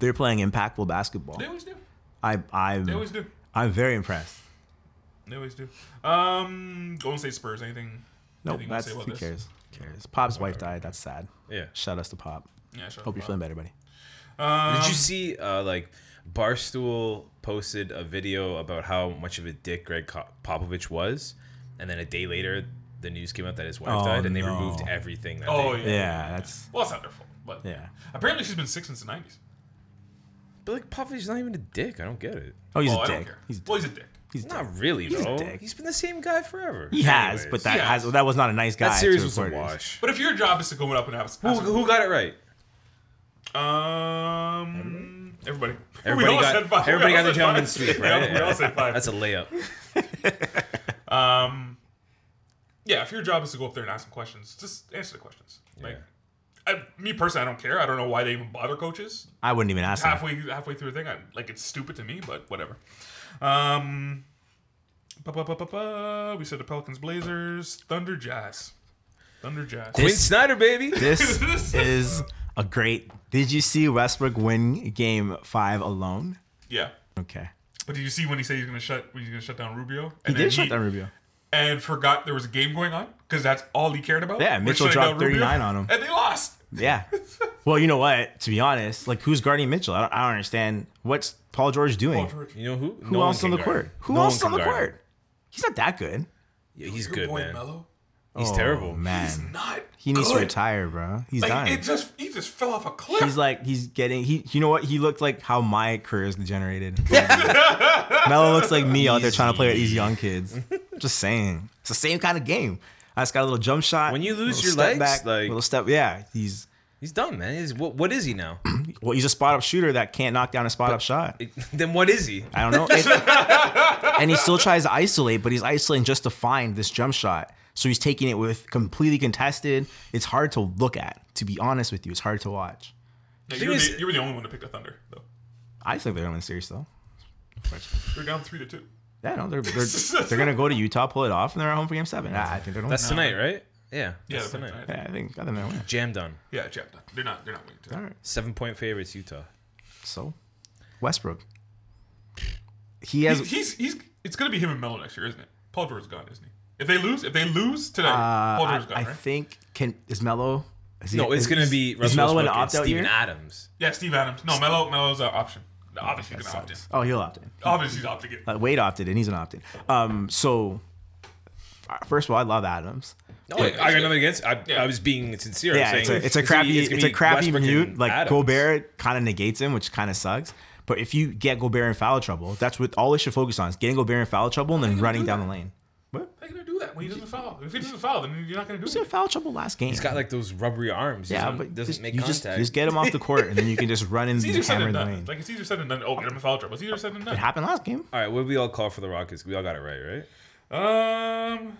[SPEAKER 4] They're playing impactful basketball.
[SPEAKER 3] they always do.
[SPEAKER 4] I I'm
[SPEAKER 3] They always do.
[SPEAKER 4] I'm very impressed.
[SPEAKER 3] They always do. Um, Golden State Spurs. Anything?
[SPEAKER 4] No,
[SPEAKER 3] anything you wanna
[SPEAKER 4] that's
[SPEAKER 3] say about
[SPEAKER 4] who
[SPEAKER 3] this?
[SPEAKER 4] cares. Who cares? Pop's wife died. That's sad.
[SPEAKER 5] Yeah.
[SPEAKER 4] Shout outs to Pop.
[SPEAKER 3] Yeah, sure.
[SPEAKER 4] Hope you're feeling better, buddy.
[SPEAKER 5] Did
[SPEAKER 4] Um,
[SPEAKER 5] you see uh, like Barstool posted a video about how much of a dick Greg Ko- Popovich was, and then a day later the news came out that his wife
[SPEAKER 4] Oh,
[SPEAKER 5] died, and they
[SPEAKER 4] no.
[SPEAKER 5] removed everything. That
[SPEAKER 3] Oh
[SPEAKER 5] they-
[SPEAKER 3] yeah.
[SPEAKER 4] Yeah, that's
[SPEAKER 3] Well, it's not their fault, but
[SPEAKER 4] yeah. Oh,
[SPEAKER 3] Apparently, she's been sick since the nineties.
[SPEAKER 5] but like Popovich's not even a dick. I don't get it.
[SPEAKER 4] Oh, he's
[SPEAKER 3] oh,
[SPEAKER 4] a
[SPEAKER 3] I
[SPEAKER 4] dick.
[SPEAKER 3] don't care.
[SPEAKER 4] He's a dick.
[SPEAKER 3] well, he's a dick.
[SPEAKER 4] He's a dick.
[SPEAKER 5] Not really
[SPEAKER 4] a
[SPEAKER 5] though.
[SPEAKER 4] dick.
[SPEAKER 5] He's been the same guy forever.
[SPEAKER 4] He has,
[SPEAKER 5] Anyways.
[SPEAKER 4] but that
[SPEAKER 3] Yeah.
[SPEAKER 4] has that was not a nice guy.
[SPEAKER 5] that
[SPEAKER 4] to
[SPEAKER 5] series was a
[SPEAKER 4] reporters.
[SPEAKER 5] wash.
[SPEAKER 3] But if your job is to go up and have,
[SPEAKER 5] Who,
[SPEAKER 3] have some-
[SPEAKER 5] who got it right?
[SPEAKER 3] Um, everybody.
[SPEAKER 5] Everybody
[SPEAKER 3] all
[SPEAKER 5] got-
[SPEAKER 3] said five. We
[SPEAKER 5] everybody
[SPEAKER 3] all
[SPEAKER 5] got the
[SPEAKER 3] said
[SPEAKER 5] gentleman's
[SPEAKER 3] five.
[SPEAKER 5] sweep,
[SPEAKER 3] Yeah,
[SPEAKER 5] right?
[SPEAKER 3] we all said five.
[SPEAKER 5] That's a layup.
[SPEAKER 3] yeah, if your job is to go up there and ask them questions, just answer the questions. Like, I, me personally, I don't care. I don't know why they even bother coaches
[SPEAKER 4] I wouldn't even ask him.
[SPEAKER 3] halfway halfway through the thing. I, like, it's stupid to me, but whatever. Um, ba, ba, ba, ba, ba. we said the Pelicans, Blazers, Thunder, Jazz, Thunder, Jazz.
[SPEAKER 5] Quinn Snyder, baby.
[SPEAKER 4] This is a great. Did you see Westbrook win Game Five alone?
[SPEAKER 3] Yeah.
[SPEAKER 4] Okay,
[SPEAKER 3] But did you see when he said he's gonna shut? When he's gonna shut down Rubio?
[SPEAKER 4] he
[SPEAKER 3] And then
[SPEAKER 4] did shut down Rubio.
[SPEAKER 3] and forgot there was a game going on because that's all he cared about.
[SPEAKER 4] Yeah,
[SPEAKER 3] Was
[SPEAKER 4] Mitchell
[SPEAKER 3] shutting
[SPEAKER 4] dropped
[SPEAKER 3] down Rubio,
[SPEAKER 4] 39 on him.
[SPEAKER 3] and they lost.
[SPEAKER 4] Yeah. Well, you know what? To be honest, like who's guarding Mitchell? I don't, I don't understand. What's Paul George doing?
[SPEAKER 3] Paul George,
[SPEAKER 5] You know who?
[SPEAKER 4] Who else on the court? Who else on the court? He's not that good.
[SPEAKER 5] Yeah, he's
[SPEAKER 3] your
[SPEAKER 5] good,
[SPEAKER 3] boy
[SPEAKER 5] man.
[SPEAKER 3] Melo,
[SPEAKER 5] He's
[SPEAKER 4] Oh,
[SPEAKER 5] terrible.
[SPEAKER 4] man.
[SPEAKER 3] not.
[SPEAKER 4] He needs to
[SPEAKER 3] good.
[SPEAKER 4] retire, bro. He's
[SPEAKER 3] Like
[SPEAKER 4] dying.
[SPEAKER 3] it just, he just fell off a cliff.
[SPEAKER 4] He's like he's getting he you know what he looked like how my career is degenerated. Melo looks like me out there trying to play with these young kids. Just saying, it's the same kind of game. I just got a little jump shot.
[SPEAKER 5] When you lose
[SPEAKER 4] little
[SPEAKER 5] your
[SPEAKER 4] step
[SPEAKER 5] legs,
[SPEAKER 4] back,
[SPEAKER 5] like-
[SPEAKER 4] little step, yeah. He's
[SPEAKER 5] He's done, man. He's, what, what is he now?
[SPEAKER 4] well, he's a spot up shooter that can't knock down a spot up shot.
[SPEAKER 5] then what is he?
[SPEAKER 4] I don't know. It- and he still tries to isolate, but he's isolating just to find this jump shot. So he's taking it with completely contested. It's hard to look at, to be honest with you. It's hard to watch.
[SPEAKER 3] Yeah,
[SPEAKER 5] thing
[SPEAKER 3] you, were
[SPEAKER 5] is-
[SPEAKER 3] the, you were the only one to pick the Thunder, though.
[SPEAKER 4] I think they're gonna win the series though.
[SPEAKER 3] You're down three to two.
[SPEAKER 4] Yeah, no, they're they're, they're gonna go to Utah, pull it off, and they're at home for Game Seven. Ah, I think they're gonna.
[SPEAKER 5] That's
[SPEAKER 4] win.
[SPEAKER 5] tonight, right? Yeah.
[SPEAKER 3] Yeah,
[SPEAKER 5] That's
[SPEAKER 3] they're
[SPEAKER 5] tonight.
[SPEAKER 3] playing tonight.
[SPEAKER 4] Yeah, I think I think they're gonna win.
[SPEAKER 5] Jammed on.
[SPEAKER 3] yeah, Jeff, they're not, they're not winning
[SPEAKER 4] All
[SPEAKER 3] tonight.
[SPEAKER 4] right,
[SPEAKER 5] Seven point favorites, Utah.
[SPEAKER 4] so Westbrook. He has.
[SPEAKER 3] He's, he's, he's, it's gonna be him and Melo next year, isn't it? Paul George is gone, isn't he? If they lose, if they lose tonight, Paul
[SPEAKER 4] uh, I,
[SPEAKER 3] George is gone,
[SPEAKER 4] I
[SPEAKER 3] right?
[SPEAKER 4] think can is Mello. Is he,
[SPEAKER 5] No, it's
[SPEAKER 4] is-
[SPEAKER 5] gonna be
[SPEAKER 4] is
[SPEAKER 5] Russell
[SPEAKER 4] Mello an
[SPEAKER 5] Westbrook and
[SPEAKER 4] opt out
[SPEAKER 5] Steven
[SPEAKER 4] year?
[SPEAKER 5] Adams.
[SPEAKER 3] yeah, Steve Adams. No, Melo, Melo's an option. Obviously, he's gonna opt in.
[SPEAKER 4] Oh, he'll opt in.
[SPEAKER 3] Obviously, he's opting in.
[SPEAKER 4] Uh, Wade opted in. He's an opt in. Um, so f- first of all, I love Adams.
[SPEAKER 5] No, I got nothing against. I,
[SPEAKER 3] Yeah.
[SPEAKER 5] I was being sincere.
[SPEAKER 4] Yeah,
[SPEAKER 5] saying
[SPEAKER 4] it's a, it's a
[SPEAKER 5] gonna be-
[SPEAKER 4] crappy
[SPEAKER 5] gonna
[SPEAKER 4] it's a
[SPEAKER 5] be
[SPEAKER 4] crappy
[SPEAKER 5] Westbrook and
[SPEAKER 4] mute. Like
[SPEAKER 5] Adams.
[SPEAKER 4] Gobert kind of negates him, which kind of sucks. But if you get Gobert in foul trouble, that's what all they should focus on is getting Gobert in foul trouble and then
[SPEAKER 3] gonna
[SPEAKER 4] running
[SPEAKER 3] do
[SPEAKER 4] down
[SPEAKER 3] that.
[SPEAKER 4] the lane. What?
[SPEAKER 3] How are you gonna do that when he doesn't foul? If he doesn't foul, then you're not gonna do
[SPEAKER 4] He was
[SPEAKER 3] it.
[SPEAKER 4] in foul trouble last game.
[SPEAKER 5] He's got like those rubbery arms.
[SPEAKER 4] yeah,
[SPEAKER 5] doesn't,
[SPEAKER 4] but
[SPEAKER 5] doesn't
[SPEAKER 4] just,
[SPEAKER 5] make
[SPEAKER 4] you
[SPEAKER 5] contact.
[SPEAKER 4] just, just get him off the court and then you can just run in
[SPEAKER 3] It's easier
[SPEAKER 4] and
[SPEAKER 3] said
[SPEAKER 4] hammer
[SPEAKER 3] than
[SPEAKER 4] the
[SPEAKER 3] done.
[SPEAKER 4] lane.
[SPEAKER 3] Like it's easier said than done. Oh, get him in foul trouble. It's easier said than
[SPEAKER 4] It
[SPEAKER 3] done.
[SPEAKER 4] happened last game.
[SPEAKER 5] all right, what did we all call for the Rockets? We all got it right, right?
[SPEAKER 3] Um,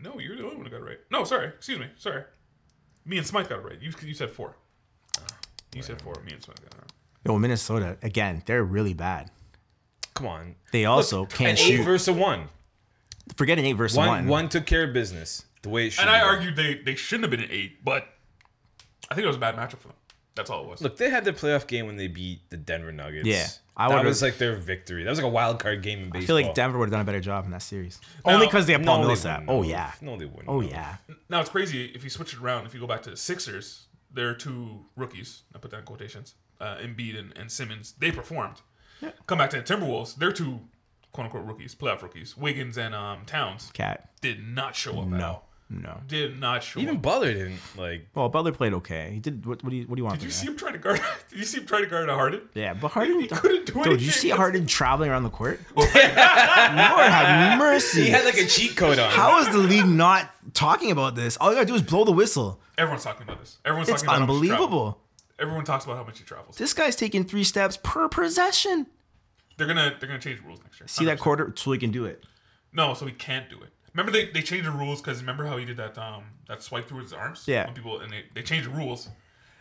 [SPEAKER 3] no, you're the only one who got it right. No, sorry, excuse me, sorry. Me and Smythe got it right. You you said four.
[SPEAKER 5] Ah,
[SPEAKER 3] You said four. Me and Smythe got it right.
[SPEAKER 4] Yo, Minnesota again. They're really bad.
[SPEAKER 5] Come on.
[SPEAKER 4] They also
[SPEAKER 5] An
[SPEAKER 4] can't
[SPEAKER 5] eight
[SPEAKER 4] shoot.
[SPEAKER 5] versus a one.
[SPEAKER 4] Forget an eight versus
[SPEAKER 5] One,
[SPEAKER 4] one.
[SPEAKER 5] one. took care of business the way it should.
[SPEAKER 3] And I
[SPEAKER 5] be.
[SPEAKER 3] argued they they shouldn't have been an eight, but I think it was a bad matchup for them. That's all it was.
[SPEAKER 5] Look, they had their playoff game when they beat the Denver Nuggets.
[SPEAKER 4] Yeah. I
[SPEAKER 5] that
[SPEAKER 4] would've-
[SPEAKER 5] was like their victory. That was like a wild card game in
[SPEAKER 4] I
[SPEAKER 5] baseball.
[SPEAKER 4] feel like Denver would have done a better job in that series.
[SPEAKER 3] Oh,
[SPEAKER 4] Only because they have Paul
[SPEAKER 5] they
[SPEAKER 4] Millsap.
[SPEAKER 5] wouldn't
[SPEAKER 4] Oh
[SPEAKER 5] have.
[SPEAKER 4] yeah.
[SPEAKER 5] No, they wouldn't.
[SPEAKER 4] Oh
[SPEAKER 5] have.
[SPEAKER 4] yeah.
[SPEAKER 3] Now it's crazy if you switch it around. If you go back to the Sixers, their two rookies, I put that in quotations, uh, Embiid and, and Simmons, they performed. Come back to the Timberwolves, their two quote unquote rookies, playoff rookies, Wiggins and um, Towns,
[SPEAKER 4] Cat.
[SPEAKER 3] did not show up. at
[SPEAKER 4] No.
[SPEAKER 3] all.
[SPEAKER 4] No.
[SPEAKER 3] did not show
[SPEAKER 5] Even
[SPEAKER 3] up.
[SPEAKER 5] Butler didn't like.
[SPEAKER 4] Well, Butler played okay. He did. What, what do you What do you want?
[SPEAKER 3] Did
[SPEAKER 4] from
[SPEAKER 3] you
[SPEAKER 4] that?
[SPEAKER 3] see him try to guard? Did you see him try to guard a Harden?
[SPEAKER 4] Yeah, but Harden
[SPEAKER 3] He couldn't do
[SPEAKER 4] Dude, did you
[SPEAKER 3] anything.
[SPEAKER 4] see Harden traveling around the court? Lord have mercy.
[SPEAKER 5] He had like a cheat code on.
[SPEAKER 4] How is the league not talking about this? All you gotta do is blow the whistle.
[SPEAKER 3] Everyone's talking about this. Everyone's
[SPEAKER 4] It's
[SPEAKER 3] talking about How much he travels.
[SPEAKER 4] unbelievable.
[SPEAKER 3] Everyone talks about how much he travels.
[SPEAKER 4] This guy's taking three steps per possession.
[SPEAKER 3] they're gonna they're gonna change the rules next year.
[SPEAKER 4] See that quarter so he can do it.
[SPEAKER 3] No, so he can't do it. Remember they, they changed the rules because remember how he did that um that swipe through his arms?
[SPEAKER 4] Yeah.
[SPEAKER 3] When people and they, they changed the rules,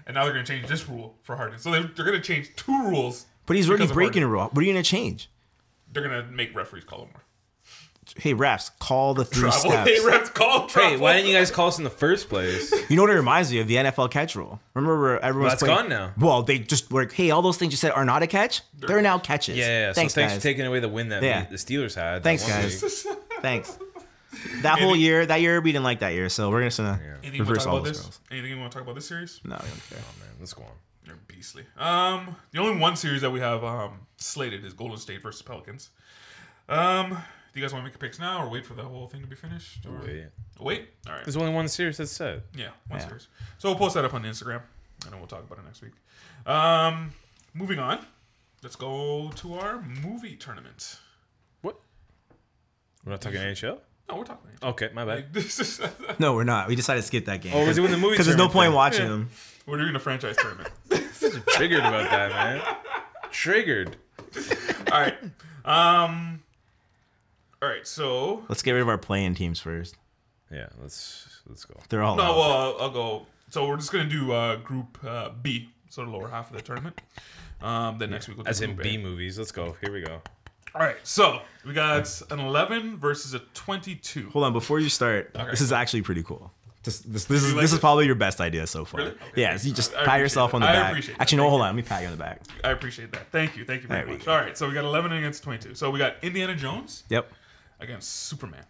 [SPEAKER 3] and now they're gonna change this rule for Harden. So they, they're gonna change two rules.
[SPEAKER 4] But he's
[SPEAKER 3] because
[SPEAKER 4] already
[SPEAKER 3] of
[SPEAKER 4] breaking a
[SPEAKER 3] Harden.
[SPEAKER 4] rule. What are you gonna change?
[SPEAKER 3] They're gonna make referees call him more.
[SPEAKER 4] Hey refs, call the three
[SPEAKER 3] Travel.
[SPEAKER 4] steps.
[SPEAKER 3] Hey, refs, call travel.
[SPEAKER 5] Hey, why didn't you guys call us in the first place?
[SPEAKER 4] You know what it reminds me of? The NFL catch rule. Remember where everyone's
[SPEAKER 5] That's
[SPEAKER 4] playing-
[SPEAKER 5] gone now.
[SPEAKER 4] Well, they just were like, hey, all those things you said are not a catch. They're now catches.
[SPEAKER 5] Yeah, yeah.
[SPEAKER 4] Thanks,
[SPEAKER 5] so thanks
[SPEAKER 4] guys.
[SPEAKER 5] for taking away the win that
[SPEAKER 4] Yeah.
[SPEAKER 5] we- the Steelers had. that
[SPEAKER 4] Thanks,
[SPEAKER 5] one
[SPEAKER 4] guys.
[SPEAKER 5] week.
[SPEAKER 4] Thanks. That whole year, that year we didn't like that year, so we're gonna send a
[SPEAKER 3] Anything you want to
[SPEAKER 4] reverse
[SPEAKER 3] talk
[SPEAKER 4] all
[SPEAKER 3] about
[SPEAKER 4] those
[SPEAKER 3] this?
[SPEAKER 4] girls.
[SPEAKER 3] Anything you want to talk about this series?
[SPEAKER 4] No, we don't care.
[SPEAKER 5] Oh, man, let's go on.
[SPEAKER 3] They're beastly. Um, the only one series that we have um slated is Golden State versus Pelicans. Um, do you guys want to make your picks now or wait for the whole thing to be finished? Or...
[SPEAKER 5] Wait.
[SPEAKER 3] Wait. All right.
[SPEAKER 5] There's only one series that's set.
[SPEAKER 3] Yeah, one
[SPEAKER 4] Yeah.
[SPEAKER 3] series. So we'll post that up on Instagram, and then we'll talk about it next week. Um, moving on, let's go to our movie tournament.
[SPEAKER 5] What? We're not talking NHL.
[SPEAKER 3] No, we're talking.
[SPEAKER 5] Okay, my bad.
[SPEAKER 3] Like, this is
[SPEAKER 4] No, we're not. We decided to skip that game.
[SPEAKER 5] Oh, we're doing the movie
[SPEAKER 4] because there's no
[SPEAKER 5] tournament
[SPEAKER 4] point
[SPEAKER 5] thing.
[SPEAKER 4] watching them.
[SPEAKER 3] we're doing a franchise tournament.
[SPEAKER 5] Triggered about that, man. Triggered.
[SPEAKER 3] all right. Um. All right. So
[SPEAKER 4] Let's get rid of our playing teams first.
[SPEAKER 5] Yeah, let's let's go.
[SPEAKER 4] They're all
[SPEAKER 3] no,
[SPEAKER 4] out.
[SPEAKER 3] well, I'll- I'll go. So we're just gonna do uh, Group uh, B, so the lower half of the tournament. Um, then next week we'll do
[SPEAKER 5] As in
[SPEAKER 3] group A.
[SPEAKER 5] B movies. Let's go. Here we go.
[SPEAKER 3] All right. So we got an 11 versus a 22.
[SPEAKER 4] Hold on, before you start,
[SPEAKER 3] Okay.
[SPEAKER 4] this is actually pretty cool. This this, this is
[SPEAKER 3] like
[SPEAKER 4] this is
[SPEAKER 3] it?
[SPEAKER 4] probably your best idea so far.
[SPEAKER 3] Really? Okay,
[SPEAKER 4] yeah,
[SPEAKER 3] thanks.
[SPEAKER 4] you just
[SPEAKER 3] I- I
[SPEAKER 4] pat
[SPEAKER 3] appreciate
[SPEAKER 4] yourself on
[SPEAKER 3] that.
[SPEAKER 4] the
[SPEAKER 3] I
[SPEAKER 4] back.
[SPEAKER 3] appreciate that.
[SPEAKER 4] Actually, no,
[SPEAKER 3] Thank
[SPEAKER 4] hold on, let me pat you on the back.
[SPEAKER 3] I appreciate that. Thank you. Thank you very
[SPEAKER 4] There we
[SPEAKER 3] much.
[SPEAKER 4] go.
[SPEAKER 3] All right, so we got 11 against 22. So we got Indiana Jones
[SPEAKER 4] Yep.
[SPEAKER 3] against Superman.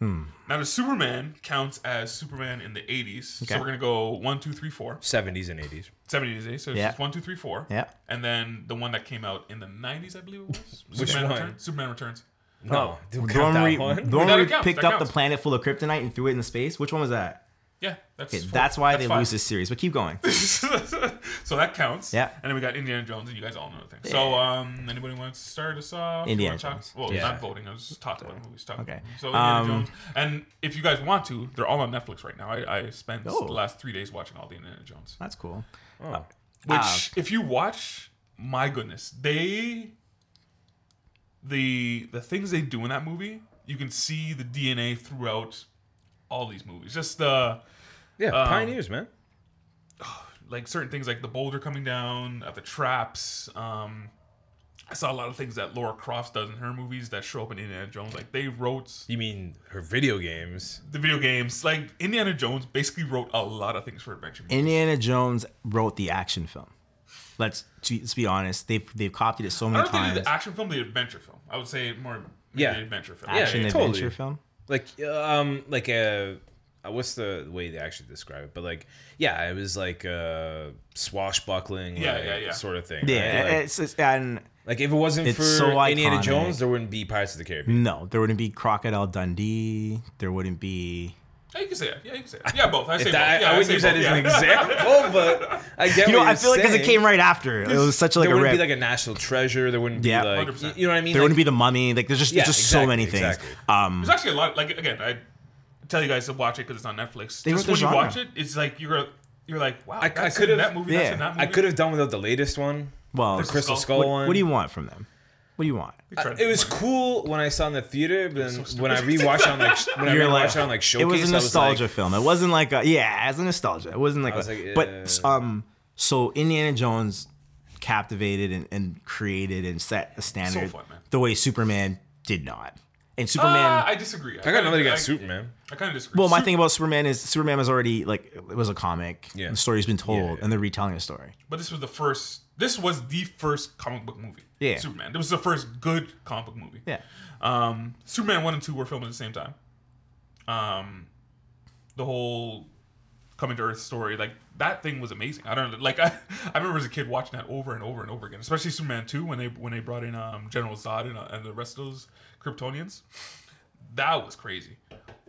[SPEAKER 4] Hmm.
[SPEAKER 3] Now the Superman counts as Superman in the 80s.
[SPEAKER 4] Okay.
[SPEAKER 3] So we're going to go 1, 2, 3, 4.
[SPEAKER 5] 70s and 80s.
[SPEAKER 3] 70s, eh? So it's
[SPEAKER 4] Yeah.
[SPEAKER 3] just 1, 2, 3, 4.
[SPEAKER 4] Yeah.
[SPEAKER 3] And then the one that came out in the 90s, I believe it was.
[SPEAKER 5] Which
[SPEAKER 3] Superman
[SPEAKER 5] one?
[SPEAKER 3] Returns. Superman Returns.
[SPEAKER 5] No, do
[SPEAKER 4] The one where we, the one
[SPEAKER 3] That
[SPEAKER 4] where we
[SPEAKER 3] counts,
[SPEAKER 4] picked
[SPEAKER 3] that
[SPEAKER 4] up the
[SPEAKER 3] counts.
[SPEAKER 4] planet full of kryptonite and threw it into space. Which one was that?
[SPEAKER 3] Yeah, that's
[SPEAKER 4] Okay,
[SPEAKER 3] four.
[SPEAKER 4] that's why they
[SPEAKER 3] five.
[SPEAKER 4] lose this series. But keep going.
[SPEAKER 3] so that counts.
[SPEAKER 4] Yeah.
[SPEAKER 3] And then we got Indiana Jones, and you guys all know the thing. So, um, anybody wants to start us off? You
[SPEAKER 4] Indiana
[SPEAKER 3] wanna talk-
[SPEAKER 4] Jones.
[SPEAKER 3] Well,
[SPEAKER 5] Yeah.
[SPEAKER 3] not voting. I was just talking about movies. Talking.
[SPEAKER 4] Okay.
[SPEAKER 3] So Indiana
[SPEAKER 4] Um,
[SPEAKER 3] Jones, and if you guys want to, they're all on Netflix right now. I, I spent
[SPEAKER 4] Oh. Ah.
[SPEAKER 3] the last three days watching all the Indiana Jones.
[SPEAKER 4] That's cool.
[SPEAKER 3] Which, if you watch, my goodness, they the the things they do in that movie, you can see the DNA throughout all these movies. Just the
[SPEAKER 5] Yeah, pioneers, man.
[SPEAKER 3] like certain things like the boulder coming down at the traps um i saw a lot of things that laura crofts does in her movies that show up in indiana jones like they wrote
[SPEAKER 5] You mean her video games?
[SPEAKER 3] the video games like indiana jones basically wrote a lot of things for adventure movies.
[SPEAKER 4] Indiana Jones wrote the action film. Let's to- let's be honest. They've they've copied it so
[SPEAKER 3] i
[SPEAKER 4] many
[SPEAKER 3] don't think they
[SPEAKER 4] times.
[SPEAKER 3] did the action film the adventure film i would say more maybe
[SPEAKER 5] Yeah.
[SPEAKER 3] the adventure film
[SPEAKER 5] Yeah.
[SPEAKER 4] action
[SPEAKER 5] totally.
[SPEAKER 4] adventure film.
[SPEAKER 5] Like, um, like uh uh, what's the way they actually describe it? But like, yeah, it was like uh, swashbuckling,
[SPEAKER 3] Yeah,
[SPEAKER 5] like,
[SPEAKER 3] yeah, yeah.
[SPEAKER 5] sort of thing.
[SPEAKER 4] Yeah,
[SPEAKER 5] right? like,
[SPEAKER 4] it's, it's and
[SPEAKER 5] like, if it wasn't
[SPEAKER 4] it's
[SPEAKER 5] for
[SPEAKER 4] so
[SPEAKER 5] Indiana
[SPEAKER 4] iconic.
[SPEAKER 5] Jones, there wouldn't be Pirates of the Caribbean.
[SPEAKER 4] no, there wouldn't be Crocodile Dundee. There wouldn't be.
[SPEAKER 3] yeah you can say that yeah you can say that yeah both i say
[SPEAKER 5] If
[SPEAKER 3] both.
[SPEAKER 5] that,
[SPEAKER 3] yeah,
[SPEAKER 5] I would
[SPEAKER 3] say
[SPEAKER 5] use
[SPEAKER 3] both.
[SPEAKER 5] that as
[SPEAKER 3] yeah.
[SPEAKER 5] an example, but I get
[SPEAKER 4] You know,
[SPEAKER 5] what
[SPEAKER 4] I
[SPEAKER 5] you're
[SPEAKER 4] feel like because it
[SPEAKER 5] saying.
[SPEAKER 4] came right after. It was such like
[SPEAKER 5] there
[SPEAKER 4] a
[SPEAKER 5] wouldn't
[SPEAKER 4] rip.
[SPEAKER 5] be like a national treasure. There wouldn't
[SPEAKER 4] Yeah.
[SPEAKER 5] be like
[SPEAKER 3] 100%.
[SPEAKER 5] you know what I mean.
[SPEAKER 4] there
[SPEAKER 5] like,
[SPEAKER 4] wouldn't be the mummy. Like there's just
[SPEAKER 5] Yeah,
[SPEAKER 4] there's just so
[SPEAKER 5] exactly,
[SPEAKER 4] many things.
[SPEAKER 5] exactly.
[SPEAKER 4] Um,
[SPEAKER 3] There's actually a lot. Like again, I tell you guys to watch it because it's on Netflix.
[SPEAKER 4] They
[SPEAKER 3] Just when
[SPEAKER 4] wrote the
[SPEAKER 3] you
[SPEAKER 4] genre.
[SPEAKER 3] watch it, it's like you're you're like, wow,
[SPEAKER 5] I- I
[SPEAKER 3] that's in
[SPEAKER 5] could've-
[SPEAKER 3] that movie. That's in
[SPEAKER 4] yeah,
[SPEAKER 3] that movie.
[SPEAKER 5] I could have done without the latest one,
[SPEAKER 4] well,
[SPEAKER 5] the Crystal
[SPEAKER 3] Skull.
[SPEAKER 5] Skull,
[SPEAKER 4] what,
[SPEAKER 5] one.
[SPEAKER 4] what do you want from them? What do you want?
[SPEAKER 3] They
[SPEAKER 5] I-
[SPEAKER 3] tried to
[SPEAKER 5] it was
[SPEAKER 3] do more.
[SPEAKER 5] cool when I saw it in the theater, but then
[SPEAKER 3] so
[SPEAKER 5] when I
[SPEAKER 3] stupid.
[SPEAKER 5] rewatched it on like sh- when I
[SPEAKER 4] You're
[SPEAKER 5] rewatched
[SPEAKER 4] like,
[SPEAKER 5] it on like showcase,
[SPEAKER 4] it was a
[SPEAKER 5] I was like,
[SPEAKER 4] nostalgia film. It wasn't like a yeah, it was a nostalgia. It wasn't like,
[SPEAKER 5] was
[SPEAKER 4] a-
[SPEAKER 5] like,
[SPEAKER 4] but um, so Indiana Jones captivated and, and created and set a standard
[SPEAKER 3] fun, man.
[SPEAKER 4] the way Superman did not. And Superman.
[SPEAKER 3] Ah, I disagree.
[SPEAKER 5] I got another
[SPEAKER 3] kinda-
[SPEAKER 5] guy,
[SPEAKER 3] I-
[SPEAKER 5] Superman.
[SPEAKER 3] I kind of disagree.
[SPEAKER 4] well, my thing about Superman is Superman was already like it was a comic.
[SPEAKER 5] Yeah.
[SPEAKER 4] The story's been told,
[SPEAKER 5] Yeah, yeah.
[SPEAKER 4] and they're retelling the story.
[SPEAKER 3] but this was the first. This was the first comic book movie.
[SPEAKER 4] Yeah.
[SPEAKER 3] Superman. It was the first good comic book movie.
[SPEAKER 4] Yeah.
[SPEAKER 3] Um, Superman one and two were filmed at the same time. Um, the whole coming to Earth story, like that thing was amazing. I don't know, like I, I remember as a kid watching that over and over and over again, especially Superman two when they when they brought in um, General Zod and, uh, and the rest of those Kryptonians. That was crazy.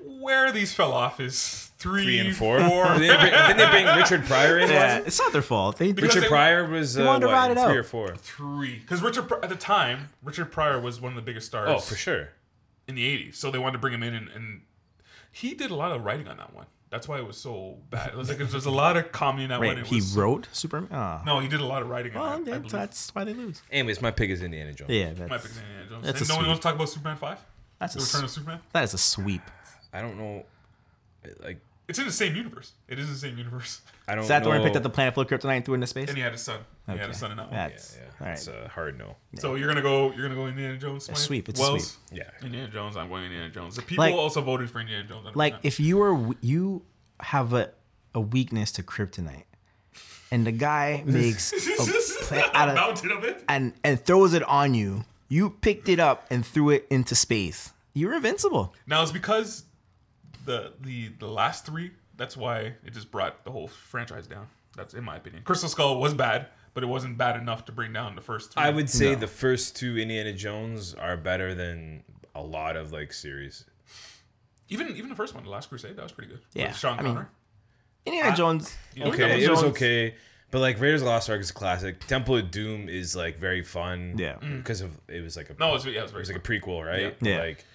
[SPEAKER 3] Where these fell off is three,
[SPEAKER 5] Three and four.
[SPEAKER 3] four.
[SPEAKER 5] didn't, they bring, didn't they bring Richard Pryor in?
[SPEAKER 4] Yeah, it's not their fault. They
[SPEAKER 3] Because
[SPEAKER 5] Richard
[SPEAKER 3] they-
[SPEAKER 5] Pryor was uh,
[SPEAKER 4] wanted to
[SPEAKER 5] what,
[SPEAKER 4] ride it
[SPEAKER 5] three
[SPEAKER 4] out.
[SPEAKER 5] or four.
[SPEAKER 3] three because Richard Pry- at the time Richard Pryor was one of the biggest stars
[SPEAKER 5] Oh, for sure.
[SPEAKER 3] in the '80s, so they wanted to bring him in, and, and he did a lot of writing on that one. That's why it was so bad. It was like there's a lot of comedy in that one.
[SPEAKER 4] Wait,
[SPEAKER 3] It
[SPEAKER 4] he
[SPEAKER 3] was,
[SPEAKER 4] wrote Superman. Oh.
[SPEAKER 3] no, he did a lot of writing.
[SPEAKER 4] Well,
[SPEAKER 3] on that, I
[SPEAKER 4] that's,
[SPEAKER 3] believe.
[SPEAKER 4] that's why they lose.
[SPEAKER 5] Anyways, my pick is Indiana Jones.
[SPEAKER 3] my
[SPEAKER 4] Yeah, that's,
[SPEAKER 3] pick. is Indiana Jones.
[SPEAKER 4] that's
[SPEAKER 3] and
[SPEAKER 4] a
[SPEAKER 3] no one
[SPEAKER 4] sweep.
[SPEAKER 3] wants to talk about Superman Five.
[SPEAKER 4] that's
[SPEAKER 3] The
[SPEAKER 4] a
[SPEAKER 3] Return
[SPEAKER 4] s-
[SPEAKER 3] of Superman.
[SPEAKER 4] that is a sweep.
[SPEAKER 5] I don't know. Like
[SPEAKER 3] It's in the same universe. It is the same universe.
[SPEAKER 5] I don't.
[SPEAKER 4] Is that the
[SPEAKER 5] know.
[SPEAKER 4] one who picked up the planet full of kryptonite and threw it into space?
[SPEAKER 3] And he had a son. He had a
[SPEAKER 4] Okay.
[SPEAKER 3] son in that one.
[SPEAKER 4] That's
[SPEAKER 5] Yeah,
[SPEAKER 4] all right.
[SPEAKER 5] It's a hard no.
[SPEAKER 3] So you're gonna go. You're gonna go Indiana Jones. Mike?
[SPEAKER 4] sweep, it's a
[SPEAKER 3] Wells?
[SPEAKER 4] sweep.
[SPEAKER 5] Yeah.
[SPEAKER 3] Indiana Jones. I'm going Indiana Jones. The people
[SPEAKER 4] Like-
[SPEAKER 3] also voted for Indiana Jones. 100%.
[SPEAKER 4] like if you were you have a, a weakness to kryptonite, and the guy makes a pla- out of
[SPEAKER 3] mountain of it.
[SPEAKER 4] and and throws it on you. You picked it up and threw it into space. You're invincible.
[SPEAKER 3] Now it's because the the the last three. That's why it just brought the whole franchise down. That's in my opinion. Crystal Skull was bad, but it wasn't bad enough to bring down the first three.
[SPEAKER 5] I would say the first two Indiana Jones are better than a lot of like series.
[SPEAKER 3] even even the first one, The Last Crusade, that was pretty good.
[SPEAKER 4] Yeah,
[SPEAKER 3] With Sean
[SPEAKER 4] I mean-
[SPEAKER 3] Connor.
[SPEAKER 4] Indiana Jones. Indiana
[SPEAKER 5] Okay, it was
[SPEAKER 4] Jones-
[SPEAKER 5] okay. But like Raiders of the Lost Ark is a classic. Temple of Doom is like very fun.
[SPEAKER 4] Yeah.
[SPEAKER 5] Because of it was like Mm. a
[SPEAKER 3] no, it was, yeah, it was
[SPEAKER 5] it
[SPEAKER 3] very
[SPEAKER 5] was
[SPEAKER 3] good.
[SPEAKER 5] like a prequel, right?
[SPEAKER 4] Yeah. Yeah.
[SPEAKER 5] Like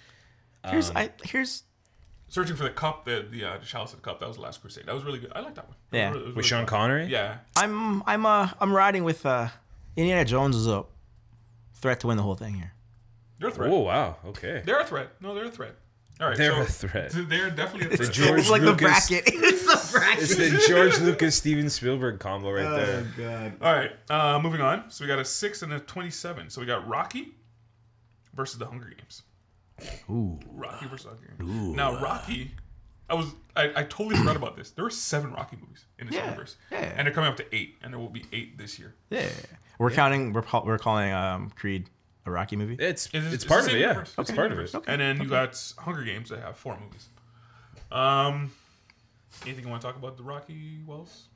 [SPEAKER 5] um,
[SPEAKER 4] Here's I here's
[SPEAKER 3] Searching for the cup, the the, uh, the chalice of the cup. That was The Last Crusade. That was really good. I like that one. That
[SPEAKER 4] Yeah.
[SPEAKER 3] was really- it was
[SPEAKER 5] with
[SPEAKER 3] really
[SPEAKER 5] Sean
[SPEAKER 3] fun.
[SPEAKER 5] Connery.
[SPEAKER 3] Yeah,
[SPEAKER 4] I'm I'm uh I'm riding with uh Indiana Jones is a threat to win the whole thing here.
[SPEAKER 3] they're a threat.
[SPEAKER 5] Oh wow. Okay.
[SPEAKER 3] They're a threat. No, they're a threat. All right,
[SPEAKER 5] They're
[SPEAKER 3] so
[SPEAKER 5] a threat.
[SPEAKER 3] th- They're definitely a threat.
[SPEAKER 5] George
[SPEAKER 4] it's like
[SPEAKER 5] Lucas.
[SPEAKER 4] the bracket. It's the bracket.
[SPEAKER 5] It's the George Lucas Steven Spielberg combo
[SPEAKER 4] Uh,
[SPEAKER 5] right there.
[SPEAKER 3] All right, uh, moving on. So we got a six and a twenty-seven. So we got Rocky versus the Hunger Games. Ooh. Rocky versus Hunger Games. Now Rocky, I was I, I totally forgot about this. There were seven Rocky movies in this
[SPEAKER 4] Yeah,
[SPEAKER 3] universe,
[SPEAKER 4] yeah.
[SPEAKER 3] and they're coming up to eight, and there will be eight this year.
[SPEAKER 4] Yeah. We're counting we're, pa- we're calling um Creed a Rocky movie.
[SPEAKER 5] It's
[SPEAKER 3] It is-
[SPEAKER 5] it's,
[SPEAKER 3] the
[SPEAKER 5] part of
[SPEAKER 3] same
[SPEAKER 5] it, yeah.
[SPEAKER 3] universe.
[SPEAKER 5] It's
[SPEAKER 3] the
[SPEAKER 5] part of
[SPEAKER 3] universe.
[SPEAKER 5] it.
[SPEAKER 3] And then you got Hunger Games that have four movies. Um, anything you want to talk about the Rocky Wells?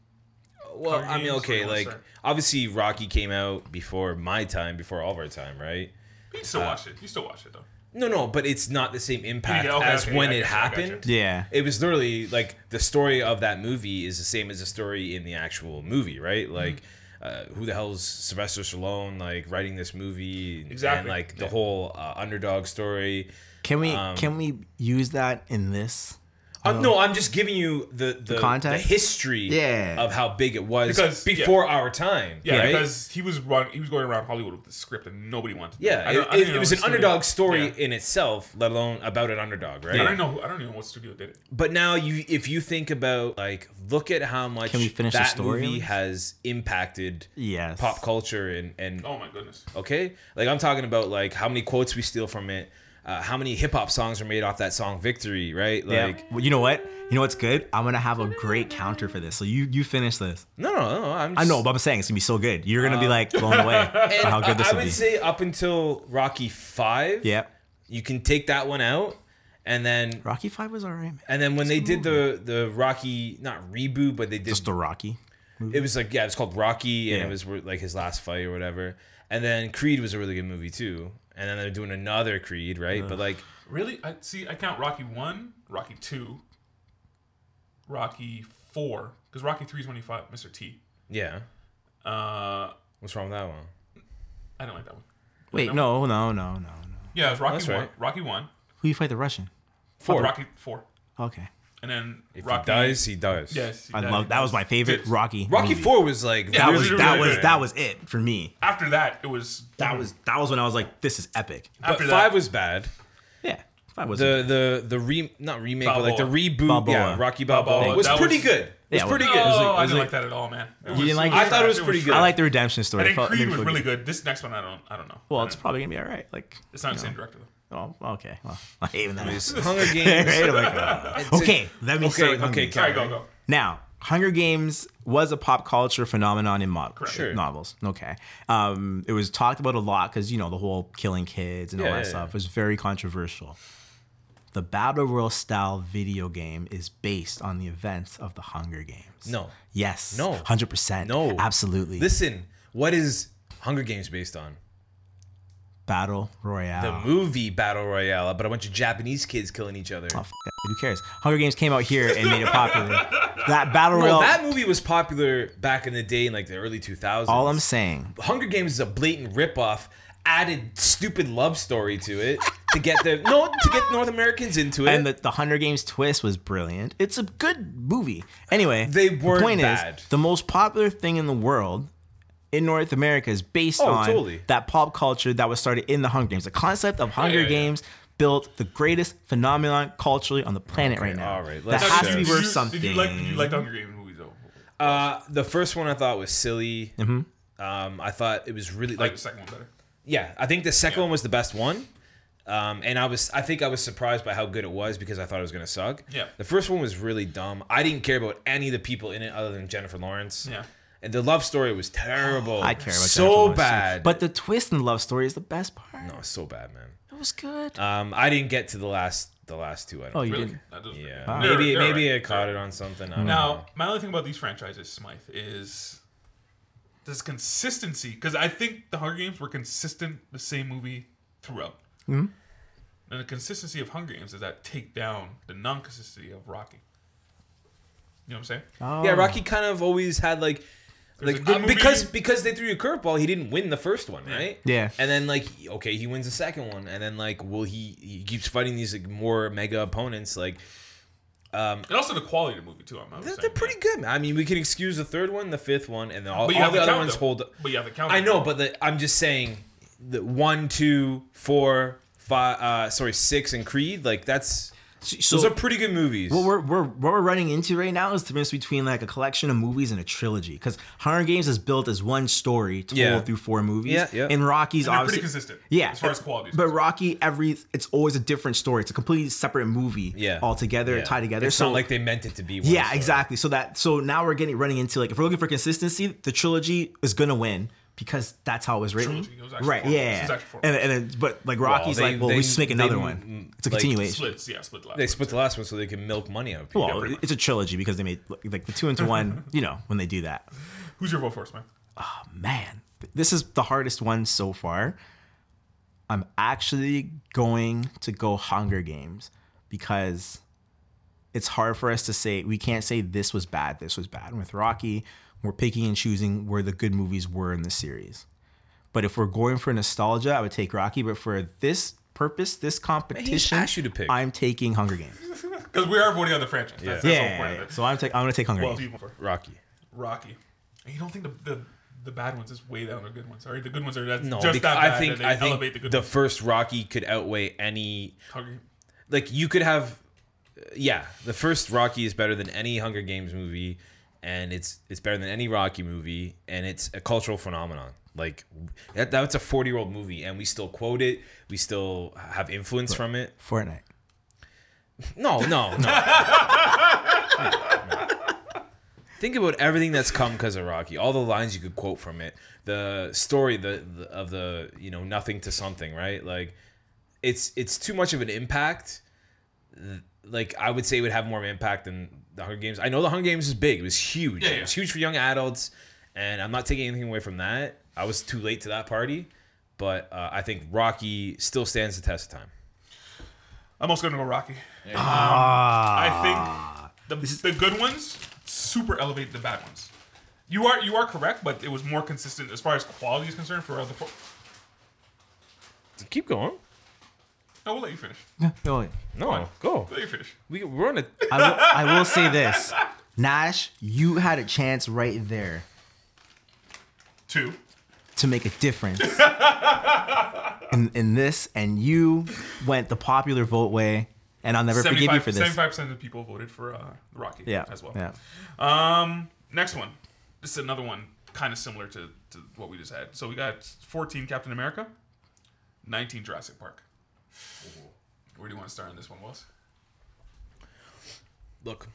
[SPEAKER 5] Well,
[SPEAKER 3] Hunger
[SPEAKER 5] I mean,
[SPEAKER 3] Games,
[SPEAKER 5] okay,
[SPEAKER 3] or
[SPEAKER 5] like
[SPEAKER 3] Monster.
[SPEAKER 5] obviously Rocky came out before my time, before all of our time, right?
[SPEAKER 3] You
[SPEAKER 5] Uh,
[SPEAKER 3] still watch it. You still watch it though.
[SPEAKER 5] No, no, but it's not the same impact
[SPEAKER 3] Yeah, okay,
[SPEAKER 5] as
[SPEAKER 3] okay,
[SPEAKER 5] when
[SPEAKER 3] I
[SPEAKER 5] it
[SPEAKER 3] gotcha, I gotcha.
[SPEAKER 5] happened.
[SPEAKER 4] yeah.
[SPEAKER 5] It was literally like the story of that movie is the same as the story in the actual movie, right?
[SPEAKER 3] Mm-hmm.
[SPEAKER 5] Like, uh, who the hell's Sylvester Stallone like writing this movie? And
[SPEAKER 3] Exactly.
[SPEAKER 5] like the
[SPEAKER 3] Yeah.
[SPEAKER 5] whole uh, underdog story.
[SPEAKER 4] Can we
[SPEAKER 5] Um,
[SPEAKER 4] can we use that in this?
[SPEAKER 3] Um,
[SPEAKER 5] Uh, no, I'm just giving you the the,
[SPEAKER 4] context?
[SPEAKER 5] the history
[SPEAKER 4] Yeah.
[SPEAKER 5] of how big it was
[SPEAKER 3] Because- yeah.
[SPEAKER 5] before our time.
[SPEAKER 3] Yeah,
[SPEAKER 5] right?
[SPEAKER 3] because he was run, he was going around Hollywood with the script, and nobody wanted. to do
[SPEAKER 5] Yeah,
[SPEAKER 3] I
[SPEAKER 5] it,
[SPEAKER 3] don't- I don't
[SPEAKER 5] it-
[SPEAKER 3] even
[SPEAKER 5] it
[SPEAKER 3] know
[SPEAKER 5] was
[SPEAKER 3] what
[SPEAKER 5] an
[SPEAKER 3] studio-
[SPEAKER 5] underdog story
[SPEAKER 3] Yeah.
[SPEAKER 5] in itself, let alone about an underdog, right?
[SPEAKER 3] I don't know. I don't even know what studio did it.
[SPEAKER 5] But now you, if you think about like, look at how much
[SPEAKER 4] Can we finish the
[SPEAKER 5] that
[SPEAKER 4] story at
[SPEAKER 5] movie
[SPEAKER 4] least?
[SPEAKER 5] has impacted
[SPEAKER 4] Yes.
[SPEAKER 5] pop culture and and
[SPEAKER 3] Oh my goodness!
[SPEAKER 5] okay, like I'm talking about like how many quotes we steal from it, uh, how many hip hop songs are made off that song "Victory," right? Like,
[SPEAKER 4] yeah. Well, you know what? You know what's good? I'm gonna have a great counter for this. So you you finish this.
[SPEAKER 5] no, no, no, I'm.
[SPEAKER 4] I
[SPEAKER 5] Just,
[SPEAKER 4] know, but I'm saying it's gonna be so good. You're gonna be like blown away by
[SPEAKER 5] And
[SPEAKER 4] how good
[SPEAKER 5] I,
[SPEAKER 4] this
[SPEAKER 5] I
[SPEAKER 4] will
[SPEAKER 5] would
[SPEAKER 4] be.
[SPEAKER 5] say up until Rocky Five,
[SPEAKER 4] yeah.
[SPEAKER 5] you can take that one out, and then
[SPEAKER 4] Rocky Five was alright, man.
[SPEAKER 5] and then when they did the the Rocky not reboot, but they did
[SPEAKER 4] Just the Rocky.
[SPEAKER 5] It was like yeah, it was called Rocky, and
[SPEAKER 4] Yeah.
[SPEAKER 5] it was where- like his last fight or whatever. And then Creed was a really good movie too. And then they're doing another Creed, right? But like,
[SPEAKER 3] Really, I see. I count Rocky one, Rocky two, Rocky four, because Rocky three is when he fought Mr. T.
[SPEAKER 5] yeah,
[SPEAKER 3] Uh,
[SPEAKER 5] what's wrong with that one?
[SPEAKER 3] I don't like that one.
[SPEAKER 4] Wait, no, no, no, no, no.
[SPEAKER 3] Yeah, it was Rocky
[SPEAKER 5] That's
[SPEAKER 3] one.
[SPEAKER 5] right.
[SPEAKER 3] Rocky one.
[SPEAKER 4] Who you fight the Russian?
[SPEAKER 3] Four.
[SPEAKER 5] Four.
[SPEAKER 3] Rocky four,
[SPEAKER 4] Okay.
[SPEAKER 3] and then
[SPEAKER 5] If
[SPEAKER 3] Rocky.
[SPEAKER 5] he dies, he dies.
[SPEAKER 3] Yes, he
[SPEAKER 4] I
[SPEAKER 3] died.
[SPEAKER 4] love that was my favorite
[SPEAKER 3] Dude,
[SPEAKER 4] Rocky.
[SPEAKER 5] Rocky
[SPEAKER 4] movie.
[SPEAKER 5] Four was like
[SPEAKER 3] Yeah,
[SPEAKER 4] That
[SPEAKER 5] really-
[SPEAKER 4] was
[SPEAKER 3] Really,
[SPEAKER 4] that
[SPEAKER 3] really
[SPEAKER 4] was
[SPEAKER 3] good.
[SPEAKER 4] that was it for me.
[SPEAKER 3] After that, it was
[SPEAKER 4] That was that was when I was like, this is epic.
[SPEAKER 5] but
[SPEAKER 3] after
[SPEAKER 5] Five
[SPEAKER 3] that-
[SPEAKER 5] was bad.
[SPEAKER 4] Yeah. Five was
[SPEAKER 5] the the the re not remake but like the
[SPEAKER 3] Balboa.
[SPEAKER 5] reboot
[SPEAKER 4] Balboa.
[SPEAKER 5] yeah Rocky Balboa,
[SPEAKER 3] Balboa.
[SPEAKER 5] was
[SPEAKER 3] That
[SPEAKER 5] pretty
[SPEAKER 3] was-
[SPEAKER 5] good. It was
[SPEAKER 4] Yeah,
[SPEAKER 5] pretty
[SPEAKER 4] well-
[SPEAKER 5] good. It
[SPEAKER 3] Oh,
[SPEAKER 5] was like- it
[SPEAKER 3] I
[SPEAKER 5] was
[SPEAKER 3] didn't
[SPEAKER 5] like-
[SPEAKER 3] like that at all, man. You
[SPEAKER 4] didn't like
[SPEAKER 5] I thought it was pretty good.
[SPEAKER 4] I like the redemption story.
[SPEAKER 3] And then
[SPEAKER 4] Felt-
[SPEAKER 3] Creed
[SPEAKER 4] didn't
[SPEAKER 3] was
[SPEAKER 4] feel
[SPEAKER 3] really good. This next one, I don't, I don't know.
[SPEAKER 4] Well,
[SPEAKER 3] I
[SPEAKER 4] it's
[SPEAKER 3] don't know.
[SPEAKER 4] probably gonna be all right. Like,
[SPEAKER 3] it's not the
[SPEAKER 4] you
[SPEAKER 3] same
[SPEAKER 4] know.
[SPEAKER 3] director. though.
[SPEAKER 4] Oh, okay. Well, I even that.
[SPEAKER 5] It's Hunger Games.
[SPEAKER 4] Right? I'm like, uh,
[SPEAKER 5] It's-
[SPEAKER 4] okay, let me
[SPEAKER 5] okay,
[SPEAKER 4] start with Hunger
[SPEAKER 5] okay,
[SPEAKER 4] Games.
[SPEAKER 5] Cal-
[SPEAKER 3] Sorry, go go.
[SPEAKER 4] Now, Hunger Games was a pop culture phenomenon in mo-
[SPEAKER 5] Sure.
[SPEAKER 4] novels. Okay. Um, it was talked about a lot because, you know, the whole killing kids and all
[SPEAKER 5] Yeah,
[SPEAKER 4] that
[SPEAKER 5] yeah,
[SPEAKER 4] stuff
[SPEAKER 5] yeah.
[SPEAKER 4] was very controversial. The Battle Royale style video game is based on the events of the Hunger Games.
[SPEAKER 5] No.
[SPEAKER 4] Yes.
[SPEAKER 5] No.
[SPEAKER 4] 100%.
[SPEAKER 5] No.
[SPEAKER 4] Absolutely.
[SPEAKER 5] Listen, what is Hunger Games based on?
[SPEAKER 4] Battle
[SPEAKER 5] The
[SPEAKER 4] Royale.
[SPEAKER 5] movie Battle Royale about a bunch of Japanese kids killing each other.
[SPEAKER 4] Oh, f- that. Who cares? Hunger Games came out here and made it popular. that Battle
[SPEAKER 5] No,
[SPEAKER 4] Royale.
[SPEAKER 5] that movie was popular back in the day in like the early 2000s.
[SPEAKER 4] all I'm saying
[SPEAKER 5] Hunger Games is a blatant ripoff, added stupid love story to it to get the no to get North Americans into it.
[SPEAKER 4] and the, the Hunger Games twist was brilliant. It's a good movie. Anyway,
[SPEAKER 5] They
[SPEAKER 4] the
[SPEAKER 5] weren't
[SPEAKER 4] point
[SPEAKER 5] bad.
[SPEAKER 4] is the most popular thing in the world in North America is based
[SPEAKER 5] Oh,
[SPEAKER 4] on
[SPEAKER 5] totally.
[SPEAKER 4] that pop culture that was started in the Hunger Games. The concept of Hunger
[SPEAKER 5] yeah, yeah.
[SPEAKER 4] Games built the greatest phenomenon culturally on the planet right now.
[SPEAKER 5] all right,
[SPEAKER 4] that
[SPEAKER 5] let's
[SPEAKER 4] has
[SPEAKER 5] share.
[SPEAKER 4] to be
[SPEAKER 5] Did
[SPEAKER 4] worth
[SPEAKER 3] you,
[SPEAKER 4] something.
[SPEAKER 3] Did you like, did you like the Hunger Games movies though?
[SPEAKER 5] uh, the first one I thought was silly.
[SPEAKER 4] Mm-hmm.
[SPEAKER 5] Um, I thought it was really
[SPEAKER 3] I like
[SPEAKER 5] like
[SPEAKER 3] the second one better.
[SPEAKER 5] yeah. I think the second
[SPEAKER 3] Yeah.
[SPEAKER 5] one was the best one. Um, and I was I think I was surprised by how good it was because I thought it was gonna suck.
[SPEAKER 3] Yeah.
[SPEAKER 5] The first one was really dumb. I didn't care about any of the people in it other than Jennifer Lawrence.
[SPEAKER 3] Yeah.
[SPEAKER 5] And the love story was terrible.
[SPEAKER 4] I care about Jennifer
[SPEAKER 5] so
[SPEAKER 4] Lawrence, too.
[SPEAKER 5] bad.
[SPEAKER 4] But the twist in the love story is the best part.
[SPEAKER 5] no, so bad, man.
[SPEAKER 4] It was good.
[SPEAKER 5] Um, I didn't get to the last the last two. I don't
[SPEAKER 4] oh, you
[SPEAKER 3] Really?
[SPEAKER 4] didn't.
[SPEAKER 3] That does-
[SPEAKER 5] Yeah,
[SPEAKER 3] They're-
[SPEAKER 5] maybe
[SPEAKER 3] they're
[SPEAKER 5] maybe
[SPEAKER 3] right.
[SPEAKER 5] I caught it on something. I don't know.
[SPEAKER 3] Now, my only thing about these franchises, Smythe, is this consistency. Because I think the Hunger Games were consistent, the same movie throughout.
[SPEAKER 5] Mm-hmm.
[SPEAKER 3] And the consistency of Hunger Games is that take down the non consistency of Rocky. You know what I'm saying?
[SPEAKER 4] Oh.
[SPEAKER 5] yeah, Rocky kind of always had like,
[SPEAKER 3] There's a
[SPEAKER 5] like
[SPEAKER 3] good
[SPEAKER 5] uh,
[SPEAKER 3] movie.
[SPEAKER 5] because because they threw you a curveball, he didn't win the first one, right?
[SPEAKER 4] Yeah.
[SPEAKER 5] And then like, okay, he wins the second one, and then like, will he? He keeps fighting these like more mega opponents. Like,
[SPEAKER 3] And also the quality of the movie, too. I'm not
[SPEAKER 5] they're,
[SPEAKER 3] saying
[SPEAKER 5] they're pretty good. man. I mean, we can excuse the third one, the fifth one, and then all,
[SPEAKER 3] But you
[SPEAKER 5] all
[SPEAKER 3] have
[SPEAKER 5] the
[SPEAKER 3] to
[SPEAKER 5] other
[SPEAKER 3] count
[SPEAKER 5] ones
[SPEAKER 3] them.
[SPEAKER 5] hold.
[SPEAKER 3] But you have to count
[SPEAKER 5] I
[SPEAKER 3] them.
[SPEAKER 5] know, but the, I'm just saying, the one, two, four, five, uh, sorry, six, and Creed. Like that's
[SPEAKER 4] So,
[SPEAKER 5] those are pretty good movies.
[SPEAKER 4] What we're, we're what we're running into right now is the difference between like a collection of movies and a trilogy. Because Hunger Games is built as one story told
[SPEAKER 5] Yeah.
[SPEAKER 4] through four movies.
[SPEAKER 5] Yeah, yeah.
[SPEAKER 4] And Rocky's
[SPEAKER 3] And they're
[SPEAKER 4] obviously
[SPEAKER 3] pretty consistent.
[SPEAKER 4] Yeah,
[SPEAKER 3] As far as quality. is
[SPEAKER 4] But
[SPEAKER 3] concerned.
[SPEAKER 4] Rocky, every it's always a different story. It's a completely separate movie.
[SPEAKER 5] Yeah.
[SPEAKER 4] Altogether,
[SPEAKER 5] Yeah.
[SPEAKER 4] tied together.
[SPEAKER 5] It's
[SPEAKER 4] so
[SPEAKER 5] not like they meant it to be. One
[SPEAKER 4] yeah,
[SPEAKER 5] story.
[SPEAKER 4] exactly. So that so now we're getting running into like if we're looking for consistency, the trilogy is gonna win because that's how it was written.
[SPEAKER 3] Trilogy, it was actually
[SPEAKER 4] right?
[SPEAKER 3] four. This
[SPEAKER 4] Yeah.
[SPEAKER 3] is actually four.
[SPEAKER 4] And and then, but like Rocky's
[SPEAKER 5] they-
[SPEAKER 4] like, well,
[SPEAKER 5] they-
[SPEAKER 4] we just make
[SPEAKER 5] they-
[SPEAKER 4] another
[SPEAKER 5] mm,
[SPEAKER 4] one. It's a
[SPEAKER 5] like,
[SPEAKER 4] continuation.
[SPEAKER 3] Splits, yeah, split last
[SPEAKER 5] They
[SPEAKER 3] one.
[SPEAKER 5] split the last one so they can milk money out of people.
[SPEAKER 4] Well, it's a trilogy because they made like the two into one. You know when they do that,
[SPEAKER 3] Who's your vote for, Smythe?
[SPEAKER 4] man, this is the hardest one so far. I'm actually going to go Hunger Games because it's hard for us to say we can't say this was bad, this was bad. With Rocky, we're picking and choosing where the good movies were in the series. But if we're going for nostalgia, I would take Rocky. But for this purpose, this competition,
[SPEAKER 5] asked you to pick.
[SPEAKER 4] I'm taking Hunger Games.
[SPEAKER 3] Because we are voting on the franchise. That's, that's the
[SPEAKER 4] yeah,
[SPEAKER 3] whole point of it.
[SPEAKER 4] so I'm taking. I'm gonna take Hunger
[SPEAKER 3] Well,
[SPEAKER 4] Games.
[SPEAKER 3] who you vote for?
[SPEAKER 5] Rocky.
[SPEAKER 3] Rocky. And you don't think the, the the bad ones is way down the good ones, or the good ones are that's
[SPEAKER 5] No,
[SPEAKER 3] just
[SPEAKER 5] because
[SPEAKER 3] that bad
[SPEAKER 5] I think
[SPEAKER 3] that they
[SPEAKER 5] I think
[SPEAKER 3] elevate the
[SPEAKER 5] the,
[SPEAKER 3] good ones.
[SPEAKER 5] first Rocky could outweigh any.
[SPEAKER 3] Hunger-
[SPEAKER 5] Like you could have, yeah, the first Rocky is better than any Hunger Games movie, and it's it's better than any Rocky movie, and it's a cultural phenomenon. Like that, that's a forty year old movie, and we still quote it. We still have influence from it.
[SPEAKER 4] Fortnite.
[SPEAKER 5] No, no, no. Think about everything that's come because of Rocky. All the lines you could quote from it, the story, the, the of the you know nothing to something, right? Like, it's it's too much of an impact. Th- Like I would say, it would have more of an impact than the Hunger Games. I know the Hunger Games is big. It was huge.
[SPEAKER 3] Yeah, yeah.
[SPEAKER 5] It was huge for young adults, and I'm not taking anything away from that. I was too late to that party, but uh, I think Rocky still stands the test of time.
[SPEAKER 3] I'm also gonna go Rocky. Um, I
[SPEAKER 5] Ah.
[SPEAKER 3] think the, the good ones super elevate the bad ones. You are you are correct, but it was more consistent as far as quality is concerned for other four.
[SPEAKER 5] Keep going.
[SPEAKER 3] No, we'll let you finish.
[SPEAKER 4] No,
[SPEAKER 5] No, go.
[SPEAKER 3] We'll let you finish.
[SPEAKER 5] We, we're on a
[SPEAKER 4] I will, I will say this, Nash, you had a chance right there.
[SPEAKER 3] Two.
[SPEAKER 4] to make a difference in, in this, and you went the popular vote way, and I'll never forgive you for this.
[SPEAKER 3] Seventy-five percent of the people voted for uh, Rocky.
[SPEAKER 4] Yeah,
[SPEAKER 3] as well.
[SPEAKER 4] yeah.
[SPEAKER 3] Um, next one. This is another one kind of similar to, to what we just had. So we got 14 Captain America, 19 Jurassic Park. Where do you want to start on this one, Wells?
[SPEAKER 5] Look,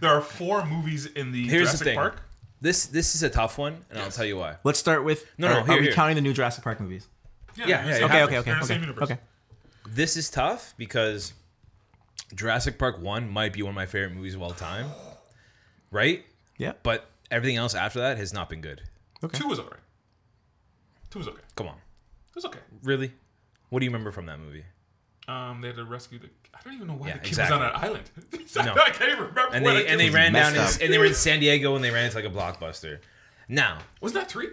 [SPEAKER 3] There are four movies in the
[SPEAKER 5] here's
[SPEAKER 3] Jurassic
[SPEAKER 5] the thing.
[SPEAKER 3] Park.
[SPEAKER 5] This this is a tough one, and I'll
[SPEAKER 3] Yes.
[SPEAKER 5] tell you why.
[SPEAKER 4] Let's start with. uh,
[SPEAKER 5] No, no,
[SPEAKER 4] Are,
[SPEAKER 5] here,
[SPEAKER 4] are we
[SPEAKER 5] here.
[SPEAKER 4] counting the new Jurassic Park movies?
[SPEAKER 5] Yeah, yeah,
[SPEAKER 3] same
[SPEAKER 5] yeah.
[SPEAKER 4] Okay,
[SPEAKER 3] universe.
[SPEAKER 4] okay, okay,
[SPEAKER 3] They're in the same
[SPEAKER 4] okay,
[SPEAKER 3] universe.
[SPEAKER 4] okay.
[SPEAKER 5] This is tough because Jurassic Park One might be one of my favorite movies of all time, right?
[SPEAKER 4] Yeah,
[SPEAKER 5] But everything else after that has not been good.
[SPEAKER 3] Two was alright. Two was okay. It
[SPEAKER 5] Come on,
[SPEAKER 3] was okay.
[SPEAKER 5] really? What do you remember from that movie?
[SPEAKER 3] Um, they had to rescue the. I don't even know why
[SPEAKER 5] Yeah,
[SPEAKER 3] the kid
[SPEAKER 5] exactly.
[SPEAKER 3] was on an island.
[SPEAKER 5] No.
[SPEAKER 3] I can't even remember.
[SPEAKER 5] And
[SPEAKER 3] why the
[SPEAKER 5] they
[SPEAKER 3] kid
[SPEAKER 5] and they
[SPEAKER 3] was-
[SPEAKER 5] ran down
[SPEAKER 4] messed
[SPEAKER 5] in, and they were in San Diego and they ran into like a blockbuster. Now,
[SPEAKER 3] Was that three?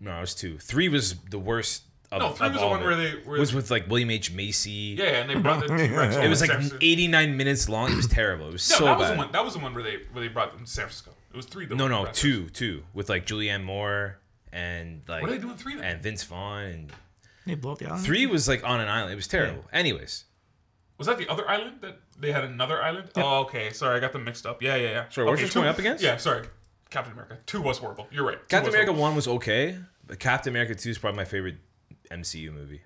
[SPEAKER 5] no, it was two. Three was the worst. Of,
[SPEAKER 3] No, three
[SPEAKER 5] of
[SPEAKER 3] was the
[SPEAKER 5] all
[SPEAKER 3] one
[SPEAKER 5] of it.
[SPEAKER 3] where they- where-
[SPEAKER 5] was with like William H Macy.
[SPEAKER 3] Yeah, yeah, and they brought the T Rex.
[SPEAKER 5] It was like 89 minutes long. It was terrible. It was so
[SPEAKER 3] that
[SPEAKER 5] bad.
[SPEAKER 3] was the one. That was the one where they where they brought them to San Francisco. It was three. The
[SPEAKER 5] No,
[SPEAKER 3] one
[SPEAKER 5] no,
[SPEAKER 3] brought them.
[SPEAKER 5] two, two with like Julianne Moore and like
[SPEAKER 3] are they doing three then?
[SPEAKER 5] and Vince Vaughn and
[SPEAKER 4] they blow up the island.
[SPEAKER 5] three was like on an island. It was terrible. Anyways,
[SPEAKER 3] Was that the other island that they had another island? Oh, okay. Sorry, I got them mixed up. Yeah, yeah, yeah.
[SPEAKER 5] Sorry, what's
[SPEAKER 3] okay,
[SPEAKER 5] this going
[SPEAKER 3] two-
[SPEAKER 5] up against?
[SPEAKER 3] Yeah, sorry. Captain America two was horrible. You're right. Two
[SPEAKER 5] Captain
[SPEAKER 3] was
[SPEAKER 5] America
[SPEAKER 3] horrible.
[SPEAKER 5] one was okay, but Captain America two is probably my favorite MCU movmovie.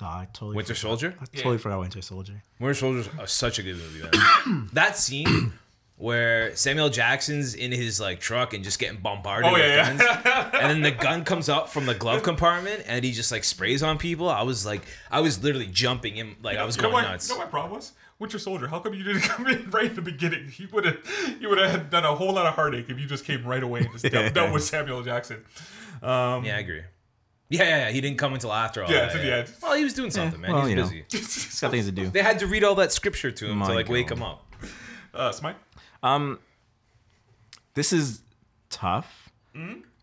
[SPEAKER 4] Oh, I totally,
[SPEAKER 5] Winter Soldier.
[SPEAKER 4] I totally forgot Winter Soldier.
[SPEAKER 5] Winter Soldier is uh, such a good movie. Man. that scene where Samuel Jackson's in his like truck and just getting bombarded
[SPEAKER 3] Oh,
[SPEAKER 5] with
[SPEAKER 3] yeah,
[SPEAKER 5] guns, and then the gun comes up from the glove compartment and he just like sprays on people. I was like, I was literally jumping in, like I was
[SPEAKER 3] You know
[SPEAKER 5] going
[SPEAKER 3] what-
[SPEAKER 5] nuts.
[SPEAKER 3] You know what my problem was? Winter Soldier. How come you didn't come in right in the beginning? He would have you would have done a whole lot of heartache if you just came right away and just dealt, dealt with Samuel Jackson. Um,
[SPEAKER 5] Yeah, I agree. Yeah, yeah, yeah, he didn't come until after all.
[SPEAKER 3] Yeah,
[SPEAKER 5] that,
[SPEAKER 3] to the end.
[SPEAKER 5] Well, he was doing something, man.
[SPEAKER 4] well,
[SPEAKER 5] He's
[SPEAKER 4] you know.
[SPEAKER 5] busy.
[SPEAKER 4] It's got things to do.
[SPEAKER 5] They had to read all that scripture to him
[SPEAKER 4] My
[SPEAKER 5] to like wake
[SPEAKER 4] God.
[SPEAKER 5] him up.
[SPEAKER 3] uh, Smite.
[SPEAKER 4] this is tough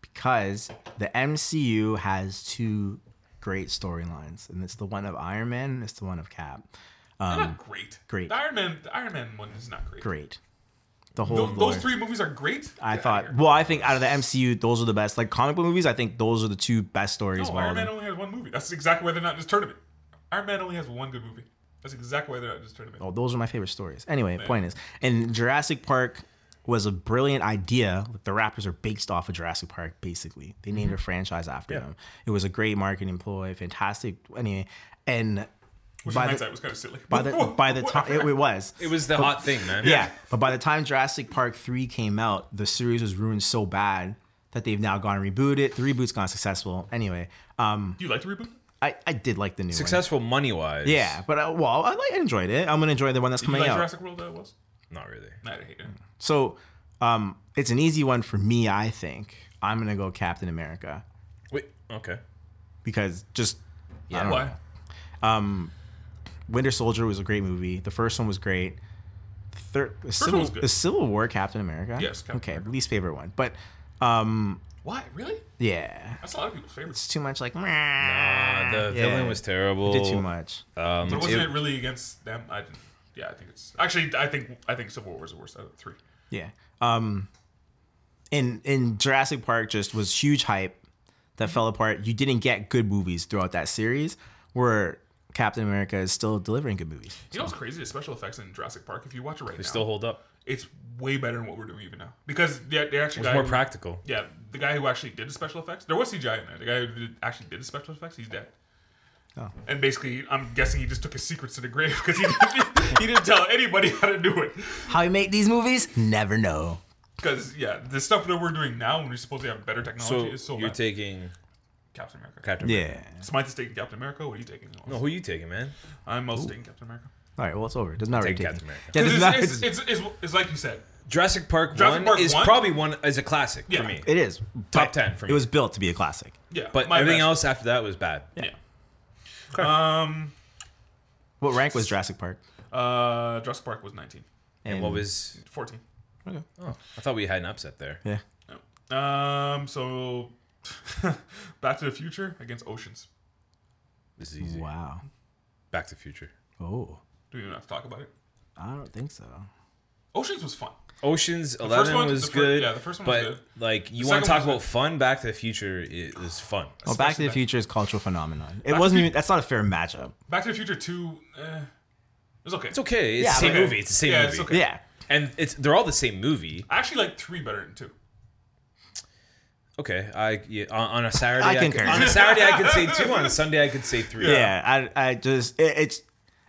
[SPEAKER 4] because the MCU has two great storylines, and it's the one of Iron Man, and it's the one of Cap.
[SPEAKER 3] They're
[SPEAKER 5] Um,
[SPEAKER 3] not great.
[SPEAKER 4] great.
[SPEAKER 3] The Iron Man. The Iron Man one is not great.
[SPEAKER 4] Great, the whole
[SPEAKER 3] Those,
[SPEAKER 4] lore.
[SPEAKER 3] those three movies are great.
[SPEAKER 4] I
[SPEAKER 3] Get outta
[SPEAKER 4] thought.
[SPEAKER 3] here.
[SPEAKER 4] Well, I think out of the MCU, those are the best. Like comic book movies, I think those are the two best stories.
[SPEAKER 3] No,
[SPEAKER 4] while
[SPEAKER 3] Iron Man
[SPEAKER 4] the-
[SPEAKER 3] only has one movie. That's exactly why they're not in this tournament. Iron Man only has one good movie. That's exactly why they're not in this tournament.
[SPEAKER 4] Oh, those are my favorite stories. Anyway, point is, and Jurassic Park was a brilliant idea. Like, The Raptors are based off of Jurassic Park, basically. They named
[SPEAKER 3] Mm-hmm.
[SPEAKER 4] a franchise after them. It was a great marketing ploy, fantastic. Anyway, and
[SPEAKER 3] Which in
[SPEAKER 4] by
[SPEAKER 3] hindsight
[SPEAKER 4] the,
[SPEAKER 3] was kind of silly.
[SPEAKER 4] by the by the time it, it was,
[SPEAKER 5] It was the hot thing, man.
[SPEAKER 4] yeah. But by the time Jurassic Park three came out, the series was ruined so bad that they've now gone and rebooted it. The reboot's gone successful. Anyway, um,
[SPEAKER 3] Do you like the reboot?
[SPEAKER 4] I, I did like the new one.
[SPEAKER 5] Successful money wise.
[SPEAKER 4] Yeah, but I, well, I, like, I enjoyed it. I'm gonna enjoy the one that's
[SPEAKER 3] Do you
[SPEAKER 4] coming
[SPEAKER 3] like
[SPEAKER 4] out.
[SPEAKER 3] Jurassic World? That was.
[SPEAKER 5] Not really.
[SPEAKER 3] Nah, I hate it.
[SPEAKER 4] So um, it's an easy one for me, I think. I'm gonna go Captain America
[SPEAKER 5] Wait, okay.
[SPEAKER 4] because just I don't
[SPEAKER 3] Why?
[SPEAKER 4] know. Winter Soldier was a great movie. The first one was great. The third the Civil
[SPEAKER 3] was good.
[SPEAKER 4] the Civil War Captain America.
[SPEAKER 3] Yes, Captain
[SPEAKER 4] okay, least favorite one, but um,
[SPEAKER 3] Why? Really?
[SPEAKER 4] yeah,
[SPEAKER 3] That's a lot of people's favorites.
[SPEAKER 4] it's too much. Like
[SPEAKER 3] Ah,
[SPEAKER 5] Uh, the villain was terrible.
[SPEAKER 4] did too much.
[SPEAKER 5] Um,
[SPEAKER 3] But wasn't
[SPEAKER 5] it-
[SPEAKER 3] it really against them? I didn't. Yeah, I think it's actually. I think I think Civil War was the worst out of the three.
[SPEAKER 4] Yeah. Um in in Jurassic Park just was huge hype that fell apart. You didn't get good movies throughout that series where Captain America is still delivering good movies.
[SPEAKER 3] You know what's crazy? The special effects in Jurassic Park. If you watch it right
[SPEAKER 5] they
[SPEAKER 3] now,
[SPEAKER 5] still hold up.
[SPEAKER 3] it's way better than what we're doing even now because they, they actually
[SPEAKER 5] It's
[SPEAKER 3] got
[SPEAKER 5] more practical.
[SPEAKER 3] Yeah, the guy who actually did the special effects. There was CGI in there. The guy who did, actually did the special effects, he's dead.
[SPEAKER 4] Oh.
[SPEAKER 3] And basically, I'm guessing he just took his secrets to the grave because he didn't, he didn't tell anybody how to do it.
[SPEAKER 4] How we make these movies? Never know.
[SPEAKER 3] Because yeah, the stuff that we're doing now, when we're supposed to have better
[SPEAKER 5] So,
[SPEAKER 3] technology, is so
[SPEAKER 5] you're
[SPEAKER 3] bad.
[SPEAKER 5] taking
[SPEAKER 3] Captain America.
[SPEAKER 5] Captain. America.
[SPEAKER 4] Yeah.
[SPEAKER 3] Smythe is taking Captain America. What are you taking?
[SPEAKER 5] No, who are you taking, man?
[SPEAKER 3] I'm also taking Captain America.
[SPEAKER 4] All right, well it's over. It doesn't matter.
[SPEAKER 5] Take
[SPEAKER 4] taking-
[SPEAKER 5] Captain America.
[SPEAKER 4] Yeah, it doesn't
[SPEAKER 3] Because
[SPEAKER 4] matter.
[SPEAKER 3] it's, it's, it's, it's, it's like you said.
[SPEAKER 5] Jurassic Park
[SPEAKER 3] Jurassic
[SPEAKER 5] one
[SPEAKER 3] Park
[SPEAKER 5] is
[SPEAKER 3] one?
[SPEAKER 5] probably one is a classic
[SPEAKER 3] Yeah.
[SPEAKER 5] for me.
[SPEAKER 4] It is.
[SPEAKER 5] Top 10 for
[SPEAKER 4] It
[SPEAKER 5] me.
[SPEAKER 4] was built to be a classic.
[SPEAKER 3] Yeah,
[SPEAKER 5] But
[SPEAKER 3] my
[SPEAKER 5] everything
[SPEAKER 3] bad.
[SPEAKER 5] else after that was bad.
[SPEAKER 3] Yeah. Um.
[SPEAKER 4] What rank was Jurassic Park?
[SPEAKER 3] Uh. Jurassic Park was 19,
[SPEAKER 5] And what was?
[SPEAKER 3] 14.
[SPEAKER 5] Oh, I thought we had an upset there.
[SPEAKER 4] Yeah.
[SPEAKER 3] No. Um. So, Back to the Future against Oceans.
[SPEAKER 5] This is easy.
[SPEAKER 4] Wow.
[SPEAKER 5] Back to Future.
[SPEAKER 4] Oh.
[SPEAKER 3] Do we even have to talk about it?
[SPEAKER 4] I don't think so.
[SPEAKER 3] Oceans was fun.
[SPEAKER 5] Ocean's
[SPEAKER 3] first
[SPEAKER 5] Eleven
[SPEAKER 3] one-
[SPEAKER 5] was
[SPEAKER 3] the fir-
[SPEAKER 5] good.
[SPEAKER 3] yeah, the first one was
[SPEAKER 5] but
[SPEAKER 3] good.
[SPEAKER 5] like you
[SPEAKER 3] The
[SPEAKER 5] want to
[SPEAKER 3] second
[SPEAKER 5] talk
[SPEAKER 3] one
[SPEAKER 5] about
[SPEAKER 3] was
[SPEAKER 5] fun, Back to the Future is, is
[SPEAKER 4] Well,
[SPEAKER 5] fun.
[SPEAKER 4] Back to
[SPEAKER 3] Especially
[SPEAKER 4] the
[SPEAKER 3] that-
[SPEAKER 4] Future is cultural phenomenon. It wasn't even. That's not a fair matchup.
[SPEAKER 3] Back to the Future Two, eh, it was okay.
[SPEAKER 5] It's okay. It's
[SPEAKER 4] Yeah,
[SPEAKER 5] the same
[SPEAKER 4] but-
[SPEAKER 5] movie. It's the same
[SPEAKER 3] Yeah,
[SPEAKER 5] movie.
[SPEAKER 3] it's okay.
[SPEAKER 4] Yeah.
[SPEAKER 5] And it's they're all the same movie.
[SPEAKER 3] I actually like three better than two.
[SPEAKER 5] Okay, I yeah, on, on a Saturday
[SPEAKER 4] I
[SPEAKER 5] I could-
[SPEAKER 4] concur.
[SPEAKER 5] on a Saturday I could say two. On a Sunday I could say three.
[SPEAKER 4] Yeah. I, I just it, it's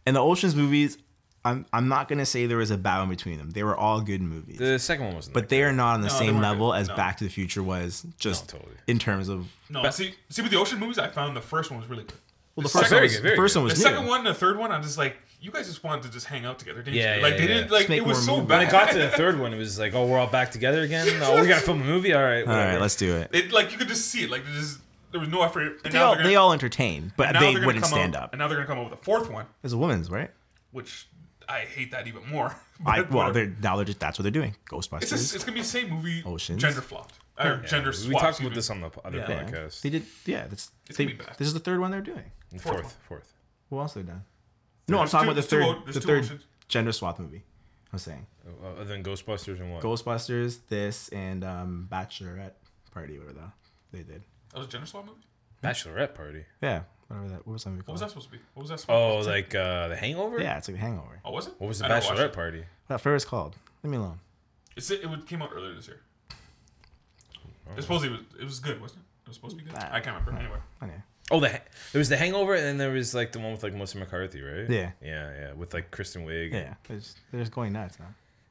[SPEAKER 4] in the Ocean's movies. I'm I'm not gonna say there was a battle between them. They were all good movies,
[SPEAKER 5] The second one wasn't.
[SPEAKER 4] but they are not on the
[SPEAKER 3] they
[SPEAKER 4] same
[SPEAKER 3] weren't
[SPEAKER 4] level
[SPEAKER 3] good.
[SPEAKER 4] as
[SPEAKER 3] No.
[SPEAKER 4] Back to the Future was. Just
[SPEAKER 5] totally.
[SPEAKER 4] in terms of
[SPEAKER 3] No, see, see with the ocean movies, I found the first one was really good.
[SPEAKER 4] well, the
[SPEAKER 3] second-
[SPEAKER 4] first one
[SPEAKER 3] very
[SPEAKER 4] was
[SPEAKER 5] good, very
[SPEAKER 4] the first
[SPEAKER 5] good.
[SPEAKER 4] one
[SPEAKER 3] The
[SPEAKER 4] was new.
[SPEAKER 3] second one, and the third one, I'm just like, you guys just wanted to just hang out together, didn't
[SPEAKER 5] Yeah,
[SPEAKER 3] you?
[SPEAKER 5] yeah,
[SPEAKER 3] Like they
[SPEAKER 5] yeah.
[SPEAKER 3] didn't like
[SPEAKER 4] Let's make
[SPEAKER 3] it was
[SPEAKER 4] more
[SPEAKER 3] so
[SPEAKER 4] movies.
[SPEAKER 5] When
[SPEAKER 3] bad.
[SPEAKER 5] it got to the third one, it was like, oh, we're all back together again. Oh, we gotta film a movie. All right,
[SPEAKER 4] All right,
[SPEAKER 5] whatever.
[SPEAKER 4] let's do it.
[SPEAKER 3] it like you could just see it. Like there's just there was no effort. And
[SPEAKER 4] They
[SPEAKER 3] now
[SPEAKER 4] all
[SPEAKER 3] they're gonna-
[SPEAKER 4] they all entertained, but
[SPEAKER 3] now
[SPEAKER 4] they
[SPEAKER 3] they're gonna
[SPEAKER 4] wouldn't
[SPEAKER 3] come
[SPEAKER 4] stand
[SPEAKER 3] out-
[SPEAKER 4] up.
[SPEAKER 3] And now they're gonna come up with a fourth one,
[SPEAKER 4] It's a woman's right.
[SPEAKER 3] which I hate that even more.
[SPEAKER 4] I,
[SPEAKER 3] But
[SPEAKER 4] well,
[SPEAKER 3] whatever.
[SPEAKER 4] they're now they're just that's what they're doing.
[SPEAKER 3] it's, just,
[SPEAKER 4] Ghostbusters.
[SPEAKER 3] it's gonna be the same movie.
[SPEAKER 4] Oceans.
[SPEAKER 3] Gender flopped or gender
[SPEAKER 5] We
[SPEAKER 3] swapped.
[SPEAKER 5] talked
[SPEAKER 3] excuse
[SPEAKER 5] about
[SPEAKER 3] me.
[SPEAKER 5] this on the p- other
[SPEAKER 4] Yeah.
[SPEAKER 5] podcast.
[SPEAKER 4] They did. Yeah, that's
[SPEAKER 3] It's
[SPEAKER 4] they,
[SPEAKER 3] gonna be bad.
[SPEAKER 4] this is the third one they're doing.
[SPEAKER 5] Fourth,
[SPEAKER 3] one.
[SPEAKER 5] fourth.
[SPEAKER 4] Who else they done? No, I'm
[SPEAKER 3] There's
[SPEAKER 4] talking
[SPEAKER 3] two-
[SPEAKER 4] about the
[SPEAKER 3] there's two
[SPEAKER 4] third
[SPEAKER 3] o- there's
[SPEAKER 4] the
[SPEAKER 3] two
[SPEAKER 4] third
[SPEAKER 3] oceans.
[SPEAKER 4] gender swap movie. I'm saying
[SPEAKER 5] Uh, Other than Ghostbusters and what?
[SPEAKER 4] Ghostbusters, this, and um, Bachelorette Party, whatever that they did.
[SPEAKER 3] That was a gender swap movie.
[SPEAKER 5] Bachelorette party.
[SPEAKER 4] Yeah, whatever that. What was that movie
[SPEAKER 3] What
[SPEAKER 4] called?
[SPEAKER 3] was that supposed to be? What was that? Supposed
[SPEAKER 5] Oh,
[SPEAKER 3] to be?
[SPEAKER 5] like uh, the Hangover.
[SPEAKER 4] Yeah, it's like a Hangover.
[SPEAKER 3] oh, was it?
[SPEAKER 5] What was the
[SPEAKER 3] I didn't watch
[SPEAKER 5] Bachelorette
[SPEAKER 3] it.
[SPEAKER 5] party?
[SPEAKER 4] That first called. Leave me alone.
[SPEAKER 3] It's, it would- came out earlier this year. It supposedly was, it was good, wasn't it? It was supposed to be good.
[SPEAKER 4] Nah.
[SPEAKER 3] I can't remember. Anyway,
[SPEAKER 4] I know.
[SPEAKER 5] Oh, the ha- there was the Hangover, and then there was like the one with like Melissa McCarthy, right?
[SPEAKER 4] Yeah.
[SPEAKER 5] yeah, yeah, with like Kristen Wiig.
[SPEAKER 4] Yeah, they're just, they're just going nuts now.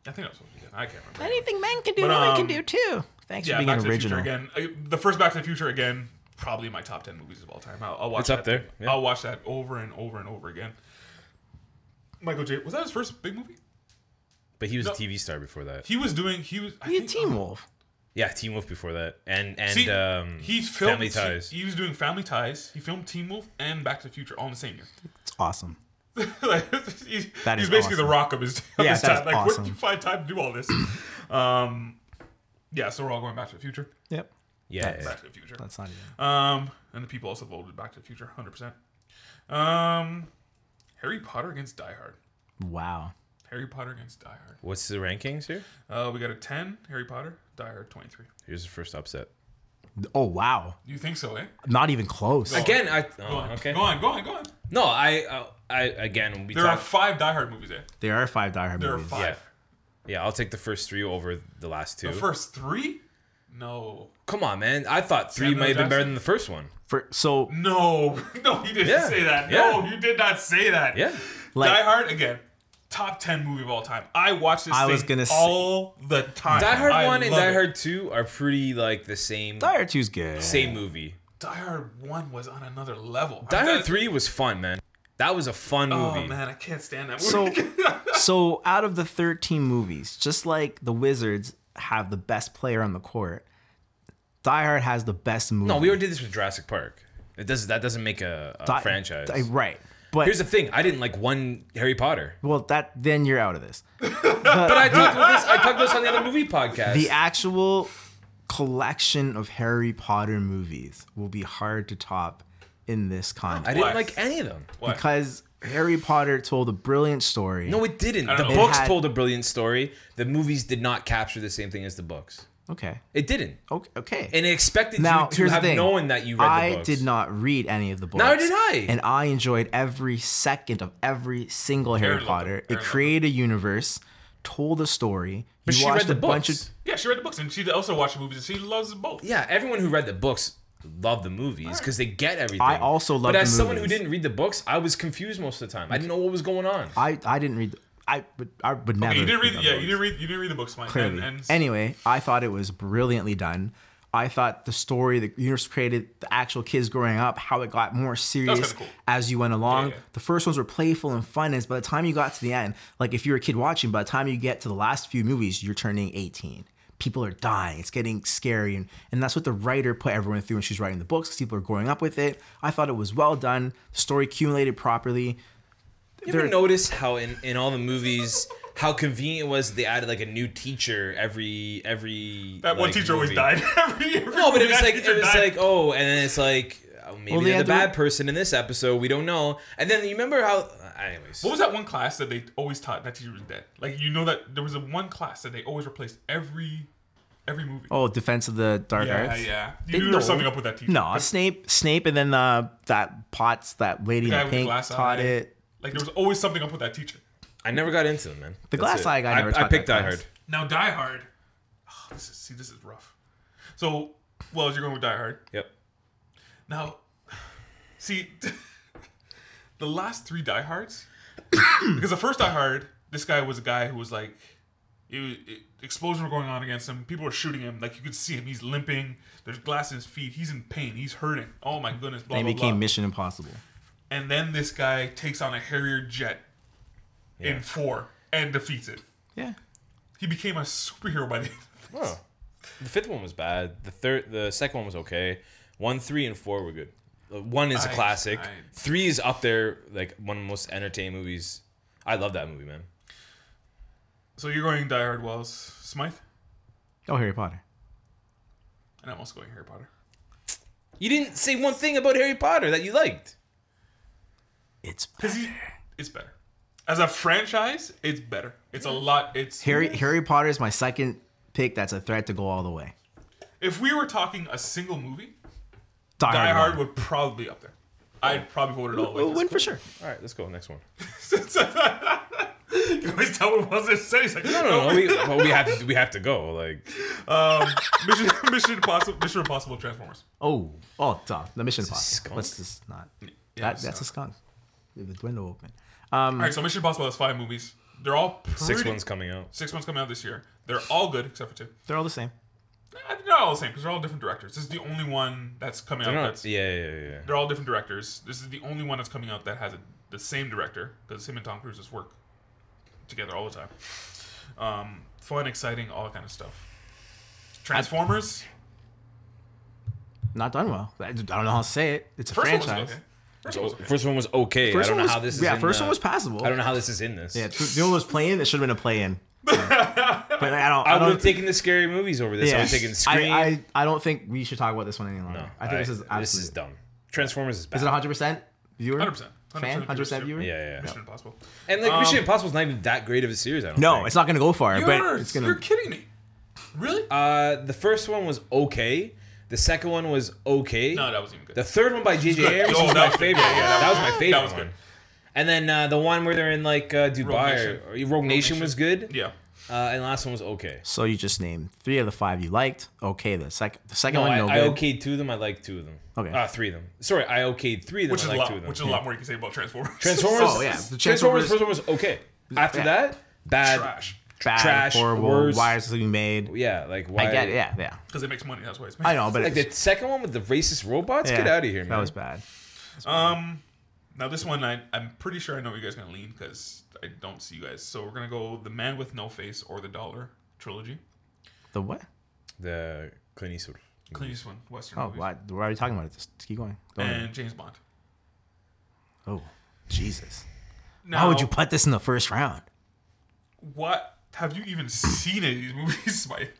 [SPEAKER 3] I think that was supposed to be good. I can't remember.
[SPEAKER 4] Anything men can do,
[SPEAKER 3] But, women
[SPEAKER 4] women
[SPEAKER 3] can um,
[SPEAKER 4] can
[SPEAKER 3] do
[SPEAKER 4] do too. Thanks
[SPEAKER 3] Yeah,
[SPEAKER 4] for
[SPEAKER 3] Back to
[SPEAKER 4] being
[SPEAKER 3] the Future
[SPEAKER 4] original.
[SPEAKER 3] again. I, the first Back to the Future again, probably my top ten movies of all time. I'll, I'll watch.
[SPEAKER 5] It's up
[SPEAKER 3] that-
[SPEAKER 5] there, yeah.
[SPEAKER 3] I'll watch that over and over and over again. Michael J. Was that his first big movie?
[SPEAKER 5] But he was
[SPEAKER 3] No.
[SPEAKER 5] a TV star before that.
[SPEAKER 3] He was doing. He was. I
[SPEAKER 4] Be a
[SPEAKER 3] think- uh-huh.
[SPEAKER 4] Teen Wolf.
[SPEAKER 5] Yeah, Team Wolf before that, and and
[SPEAKER 3] See,
[SPEAKER 5] um,
[SPEAKER 3] he filmed.
[SPEAKER 5] Family Ties.
[SPEAKER 3] He, was doing Family Ties. He filmed Teen Wolf and Back to the Future all in the same year.
[SPEAKER 4] It's awesome.
[SPEAKER 3] like, he's,
[SPEAKER 4] That
[SPEAKER 3] he's
[SPEAKER 4] is
[SPEAKER 3] basically the
[SPEAKER 4] awesome.
[SPEAKER 3] rock of his, of
[SPEAKER 4] Yeah,
[SPEAKER 3] his
[SPEAKER 4] that
[SPEAKER 3] time.
[SPEAKER 4] is
[SPEAKER 3] Like, where
[SPEAKER 4] awesome.
[SPEAKER 3] did you find time to do all this? um, yeah, so we're all going Back to the Future.
[SPEAKER 4] Yep.
[SPEAKER 5] yeah, yeah.
[SPEAKER 3] Back to the Future.
[SPEAKER 4] That's not even.
[SPEAKER 3] Um, and the people also voted Back to the Future, hundred percent. Um, Harry Potter against Die Hard.
[SPEAKER 4] Wow.
[SPEAKER 3] Harry Potter against Die Hard.
[SPEAKER 5] What's the rankings here?
[SPEAKER 3] Uh, we got a ten. Harry Potter. Die Hard twenty three.
[SPEAKER 5] Here's the first upset.
[SPEAKER 4] Oh wow.
[SPEAKER 3] You think so, eh?
[SPEAKER 4] Not even close.
[SPEAKER 3] Go on.
[SPEAKER 5] Again, I
[SPEAKER 3] Go
[SPEAKER 5] oh,
[SPEAKER 3] on.
[SPEAKER 5] okay.
[SPEAKER 3] Go on. Go on. Go on.
[SPEAKER 5] No, I, I, I again. We
[SPEAKER 3] There are
[SPEAKER 5] talked,
[SPEAKER 3] five Die Hard movies, eh?
[SPEAKER 4] There are five Die Hard
[SPEAKER 3] There are
[SPEAKER 4] movies.
[SPEAKER 3] five.
[SPEAKER 5] yeah, I'll take the first three over the last two.
[SPEAKER 3] The first three? No.
[SPEAKER 5] Come on, man. I thought three
[SPEAKER 3] Samuel
[SPEAKER 5] might have been better
[SPEAKER 3] Jackson?
[SPEAKER 5] than the first one.
[SPEAKER 4] For, so
[SPEAKER 3] Mm. No. No, you didn't
[SPEAKER 5] Yeah.
[SPEAKER 3] say that. No,
[SPEAKER 5] Yeah.
[SPEAKER 3] you did not say that.
[SPEAKER 5] Yeah.
[SPEAKER 3] Die
[SPEAKER 4] Like-
[SPEAKER 3] Hard again. Top ten movie of all time. I watch this
[SPEAKER 4] I
[SPEAKER 3] thing
[SPEAKER 4] was gonna say-
[SPEAKER 3] all the time.
[SPEAKER 5] Die Hard
[SPEAKER 3] I
[SPEAKER 5] one and
[SPEAKER 3] love
[SPEAKER 5] Die
[SPEAKER 3] it.
[SPEAKER 5] Hard two are pretty like the same.
[SPEAKER 4] Die Hard Two's good.
[SPEAKER 5] Same movie.
[SPEAKER 3] Die Hard one was on another level.
[SPEAKER 5] Die
[SPEAKER 3] I'm
[SPEAKER 5] Hard
[SPEAKER 3] not-
[SPEAKER 5] three was fun, man. That was a fun movie.
[SPEAKER 3] Oh man, I can't stand that.
[SPEAKER 4] So
[SPEAKER 3] movie.
[SPEAKER 4] so out of the 13 movies, just like the Wizards have the best player on the court, Die Hard has the best movie.
[SPEAKER 5] No, we already did this with Jurassic Park. It does that doesn't make a, a
[SPEAKER 4] Die-
[SPEAKER 5] franchise.
[SPEAKER 4] Die- right. But
[SPEAKER 5] Here's the thing: I didn't like one Harry Potter,
[SPEAKER 4] well that then you're out of this.
[SPEAKER 5] but I talked about this. I talked about this on the other movie podcast.
[SPEAKER 4] The actual collection of Harry Potter movies will be hard to top in this
[SPEAKER 5] I
[SPEAKER 4] contest
[SPEAKER 5] didn't
[SPEAKER 3] Why?
[SPEAKER 5] like any of them.
[SPEAKER 3] Why?
[SPEAKER 4] because Harry Potter told a brilliant story.
[SPEAKER 5] No, it didn't. The
[SPEAKER 3] don't know.
[SPEAKER 5] books
[SPEAKER 4] It had-
[SPEAKER 5] told a brilliant story. The movies did not capture the same thing as the books.
[SPEAKER 4] okay.
[SPEAKER 5] It didn't,
[SPEAKER 4] Okay. Okay.
[SPEAKER 5] and it expected
[SPEAKER 4] Now,
[SPEAKER 5] you to
[SPEAKER 4] here's
[SPEAKER 5] have
[SPEAKER 4] the thing.
[SPEAKER 5] known that you read
[SPEAKER 4] I
[SPEAKER 5] the books.
[SPEAKER 4] did not read any of the books.
[SPEAKER 5] Neither did I.
[SPEAKER 4] And I enjoyed every second of every single Harry
[SPEAKER 3] loved it.
[SPEAKER 4] Potter.
[SPEAKER 3] Aaron
[SPEAKER 4] It
[SPEAKER 3] loved
[SPEAKER 4] created a universe, told a story.
[SPEAKER 5] But
[SPEAKER 4] you
[SPEAKER 5] she
[SPEAKER 4] watched
[SPEAKER 5] read the
[SPEAKER 4] a bunch
[SPEAKER 5] books.
[SPEAKER 4] of.
[SPEAKER 3] yeah, she read the books and she also watched the movies and she loves them both.
[SPEAKER 5] Yeah, everyone who read the books loved the movies because they get everything.
[SPEAKER 4] I also
[SPEAKER 5] But
[SPEAKER 4] loved
[SPEAKER 5] as
[SPEAKER 4] the
[SPEAKER 5] someone who
[SPEAKER 4] movies.
[SPEAKER 5] didn't read the books, I was confused most of the time. I didn't know what was going on.
[SPEAKER 4] I, I didn't read. I would, I would never.
[SPEAKER 3] Okay, you didn't read.
[SPEAKER 4] the
[SPEAKER 3] Yeah,
[SPEAKER 4] books,
[SPEAKER 3] you didn't read. You didn't read the books, Mike.
[SPEAKER 4] Clearly.
[SPEAKER 3] And, and
[SPEAKER 4] anyway, I thought it was brilliantly done. I thought the story, the universe created, the actual kids growing up, how it got more serious
[SPEAKER 3] kinda cool.
[SPEAKER 4] as you went along.
[SPEAKER 3] Yeah, yeah.
[SPEAKER 4] The first ones were playful and fun. As by the time you got to the end, like if you're a kid watching, by the time you get to the last few movies, you're turning 18. People are dying. It's getting scary, and, and that's what the writer put everyone through when she's writing the books. 'cause people are growing up with it. I thought it was well done. The story accumulated properly.
[SPEAKER 5] You ever
[SPEAKER 4] They're-
[SPEAKER 5] notice how in, in all the movies how convenient it was they added like a new teacher every every
[SPEAKER 3] that one
[SPEAKER 5] like,
[SPEAKER 3] teacher always
[SPEAKER 5] movie.
[SPEAKER 3] died every year.
[SPEAKER 5] No, but it
[SPEAKER 3] That
[SPEAKER 5] was like
[SPEAKER 3] teacher
[SPEAKER 5] it was
[SPEAKER 3] died.
[SPEAKER 5] like oh, and then it's like oh, maybe
[SPEAKER 4] Well, they
[SPEAKER 5] they're the
[SPEAKER 4] had to-
[SPEAKER 5] bad person in this episode. We don't know. And then you remember how anyways.
[SPEAKER 3] What was that one class that they always taught that teacher was dead? Like you know that there was a one class that they always replaced every every movie.
[SPEAKER 4] Oh, Defense of the Dark
[SPEAKER 3] yeah,
[SPEAKER 4] Arts.
[SPEAKER 3] yeah.
[SPEAKER 4] They
[SPEAKER 3] You knew there was
[SPEAKER 4] know.
[SPEAKER 3] something up with that teacher.
[SPEAKER 4] No, Snape, Snape, and then uh, that Potts, that lady
[SPEAKER 3] guy
[SPEAKER 4] in
[SPEAKER 3] with
[SPEAKER 4] the
[SPEAKER 3] the
[SPEAKER 4] pink
[SPEAKER 3] glass
[SPEAKER 4] taught
[SPEAKER 3] eye.
[SPEAKER 4] it.
[SPEAKER 3] Like there was always something up with that teacher.
[SPEAKER 5] I never got into them, man.
[SPEAKER 4] The glass
[SPEAKER 5] it.
[SPEAKER 4] eye guy never
[SPEAKER 5] I, I
[SPEAKER 4] taught
[SPEAKER 5] picked
[SPEAKER 4] that
[SPEAKER 5] Die Hard.
[SPEAKER 4] class.
[SPEAKER 3] Now Die Hard. Oh, this is see this is rough. So, well, you're going with Die Hard.
[SPEAKER 5] Yep.
[SPEAKER 3] Now, see, the last three Die Hards, because the first Die Hard, this guy was a guy who was like, it, was- it, explosions were going on against him. People were shooting him. Like you could see him. He's limping. There's glass in his feet. He's in pain. He's hurting. Oh my goodness. Blah,
[SPEAKER 4] They
[SPEAKER 3] blah,
[SPEAKER 4] became
[SPEAKER 3] blah.
[SPEAKER 4] Mission Impossible.
[SPEAKER 3] and then this guy takes on a Harrier jet in four and defeats it.
[SPEAKER 4] Yeah.
[SPEAKER 3] He became a superhero by the end.
[SPEAKER 5] Oh. The fifth one was bad. The third, the second one was okay. One, three, and four were good. Uh, One is a
[SPEAKER 3] I-
[SPEAKER 5] classic.
[SPEAKER 3] I-
[SPEAKER 5] Three is up there, like one of the most entertaining movies. I love that movie, man.
[SPEAKER 3] So you're going Die Hard Wells Smythe,
[SPEAKER 4] Oh, Harry Potter.
[SPEAKER 3] and I'm also going Harry Potter.
[SPEAKER 5] You didn't say one thing about Harry Potter that you liked.
[SPEAKER 4] It's
[SPEAKER 3] Because it's better. As a franchise, it's better. It's a lot. It's
[SPEAKER 4] Harry. Harry Potter is my second pick. That's a threat to go all the way.
[SPEAKER 3] If we were talking a single movie,
[SPEAKER 4] Die,
[SPEAKER 3] Die
[SPEAKER 4] Hard.
[SPEAKER 3] Hard
[SPEAKER 4] won.
[SPEAKER 3] would probably be up there. I'd probably vote it all the
[SPEAKER 4] Would
[SPEAKER 3] way.
[SPEAKER 4] win for sure.
[SPEAKER 5] All right, let's go next one.
[SPEAKER 3] You always tell what was it say. He's like, no,
[SPEAKER 5] No, no, no, we, well, we have to, we have to go. Like,
[SPEAKER 3] Mission, Mission Impossible, Mission Impossible, Transformers.
[SPEAKER 4] Oh, oh, duh. The Mission Impossible.
[SPEAKER 5] skunk?
[SPEAKER 4] Let's just not.
[SPEAKER 3] Yeah,
[SPEAKER 4] that, that's a skunk. Leave the window open.
[SPEAKER 3] All right, so Mission Impossible has five movies. They're all pretty,
[SPEAKER 5] six one's coming out.
[SPEAKER 3] six ones coming out this year. They're all good except for two.
[SPEAKER 4] They're all the same.
[SPEAKER 3] Eh, They're not all the same because they're all different directors. This is the only one that's coming
[SPEAKER 5] They're
[SPEAKER 3] out.
[SPEAKER 5] not-
[SPEAKER 3] that's,
[SPEAKER 5] yeah, yeah, yeah, yeah.
[SPEAKER 3] They're all different directors. This is the only one that's coming out that has a, the same director because him and Tom Cruise just work together all the time. Um, fun, exciting, all that kind of stuff. Transformers.
[SPEAKER 4] Not done well. I I don't know how to say it. It's a
[SPEAKER 3] first
[SPEAKER 4] franchise.
[SPEAKER 3] one was okay. First one was
[SPEAKER 5] So,
[SPEAKER 3] okay.
[SPEAKER 4] First
[SPEAKER 5] First one was okay. I don't
[SPEAKER 4] one
[SPEAKER 5] know
[SPEAKER 4] was-
[SPEAKER 5] how this is.
[SPEAKER 4] yeah,
[SPEAKER 5] in
[SPEAKER 4] first
[SPEAKER 5] the-
[SPEAKER 4] one was passable.
[SPEAKER 5] I don't know how this is in this.
[SPEAKER 4] Yeah, the one was playing. It should have been a play-in. but I don't.
[SPEAKER 5] I
[SPEAKER 4] I
[SPEAKER 5] would have
[SPEAKER 4] don't.
[SPEAKER 5] taken the scary movies over this. I would have taken Scream.
[SPEAKER 4] I, I, I don't think we should talk about this one any longer.
[SPEAKER 5] No,
[SPEAKER 4] I think this is absolutely.
[SPEAKER 5] this is dumb. Transformers is bad.
[SPEAKER 4] Is it 100 percent viewer?
[SPEAKER 3] 100%.
[SPEAKER 4] fan. 100 percent viewer.
[SPEAKER 5] yeah, yeah, yeah.
[SPEAKER 3] Mission Impossible.
[SPEAKER 5] And like
[SPEAKER 3] Um,
[SPEAKER 5] Mission Impossible is not even that great of a series. I don't
[SPEAKER 4] No,
[SPEAKER 5] think.
[SPEAKER 4] it's not gonna go far,
[SPEAKER 3] You're,
[SPEAKER 4] Eh, but it's
[SPEAKER 3] you're
[SPEAKER 4] gonna.
[SPEAKER 3] kidding me. Really?
[SPEAKER 5] Uh, the first one was okay. The second one was okay.
[SPEAKER 3] no, that wasn't even
[SPEAKER 5] The
[SPEAKER 3] good.
[SPEAKER 5] third one by J.J.
[SPEAKER 3] good.
[SPEAKER 5] Abrams
[SPEAKER 3] Oh,
[SPEAKER 5] was
[SPEAKER 3] that
[SPEAKER 5] my
[SPEAKER 3] was good.
[SPEAKER 5] favorite.
[SPEAKER 3] Yeah, yeah,
[SPEAKER 5] that was my favorite
[SPEAKER 3] that was
[SPEAKER 5] one.
[SPEAKER 3] good.
[SPEAKER 5] And then uh, the one where they're in like uh, Dubai
[SPEAKER 3] Nation.
[SPEAKER 5] or- or Rogue, Nation was good.
[SPEAKER 3] yeah.
[SPEAKER 5] Uh, and the last one was okay.
[SPEAKER 4] So you just named three of the five you liked. Okay, the second the second
[SPEAKER 5] No,
[SPEAKER 4] one
[SPEAKER 5] I,
[SPEAKER 4] no
[SPEAKER 5] I
[SPEAKER 4] good.
[SPEAKER 5] okayed two of them. I liked two of them.
[SPEAKER 4] Okay.
[SPEAKER 5] Uh, three of them. Sorry, I okayed three of them.
[SPEAKER 3] Which is
[SPEAKER 5] I
[SPEAKER 3] a
[SPEAKER 5] liked two
[SPEAKER 3] lot.
[SPEAKER 5] of them.
[SPEAKER 3] Which is a lot more you can say about Transformers.
[SPEAKER 5] Transformers.
[SPEAKER 4] Oh, yeah, the
[SPEAKER 5] Transformers.
[SPEAKER 4] Transformers-
[SPEAKER 5] First one was okay. After
[SPEAKER 4] Yeah.
[SPEAKER 5] that, bad.
[SPEAKER 3] trash
[SPEAKER 4] Bad,
[SPEAKER 5] trash,
[SPEAKER 4] horrible.
[SPEAKER 5] worse.
[SPEAKER 4] Why is it being made?
[SPEAKER 5] Yeah, like why?
[SPEAKER 4] I get it. Yeah, yeah.
[SPEAKER 3] because it makes money. That's why it's made.
[SPEAKER 4] I know, but
[SPEAKER 5] Like
[SPEAKER 4] it's,
[SPEAKER 5] the second one with the racist robots.
[SPEAKER 4] yeah,
[SPEAKER 5] Get out of here, man.
[SPEAKER 4] That was bad.
[SPEAKER 3] Um, now this one, I, I'm pretty sure I know where you guys are gonna lean because I don't see you guys. So we're gonna go the Man with No Face or the Dollar trilogy.
[SPEAKER 4] The what?
[SPEAKER 5] the Clint Eastwood.
[SPEAKER 3] Clint Eastwood, Western
[SPEAKER 4] Oh,
[SPEAKER 3] movies,
[SPEAKER 4] why, why are you talking about it? Just keep going. Go ahead.
[SPEAKER 3] and James Bond.
[SPEAKER 4] Oh, Jesus.
[SPEAKER 3] Now,
[SPEAKER 4] How would you put this in the first round?
[SPEAKER 3] What have you even seen any of these movies, Mike?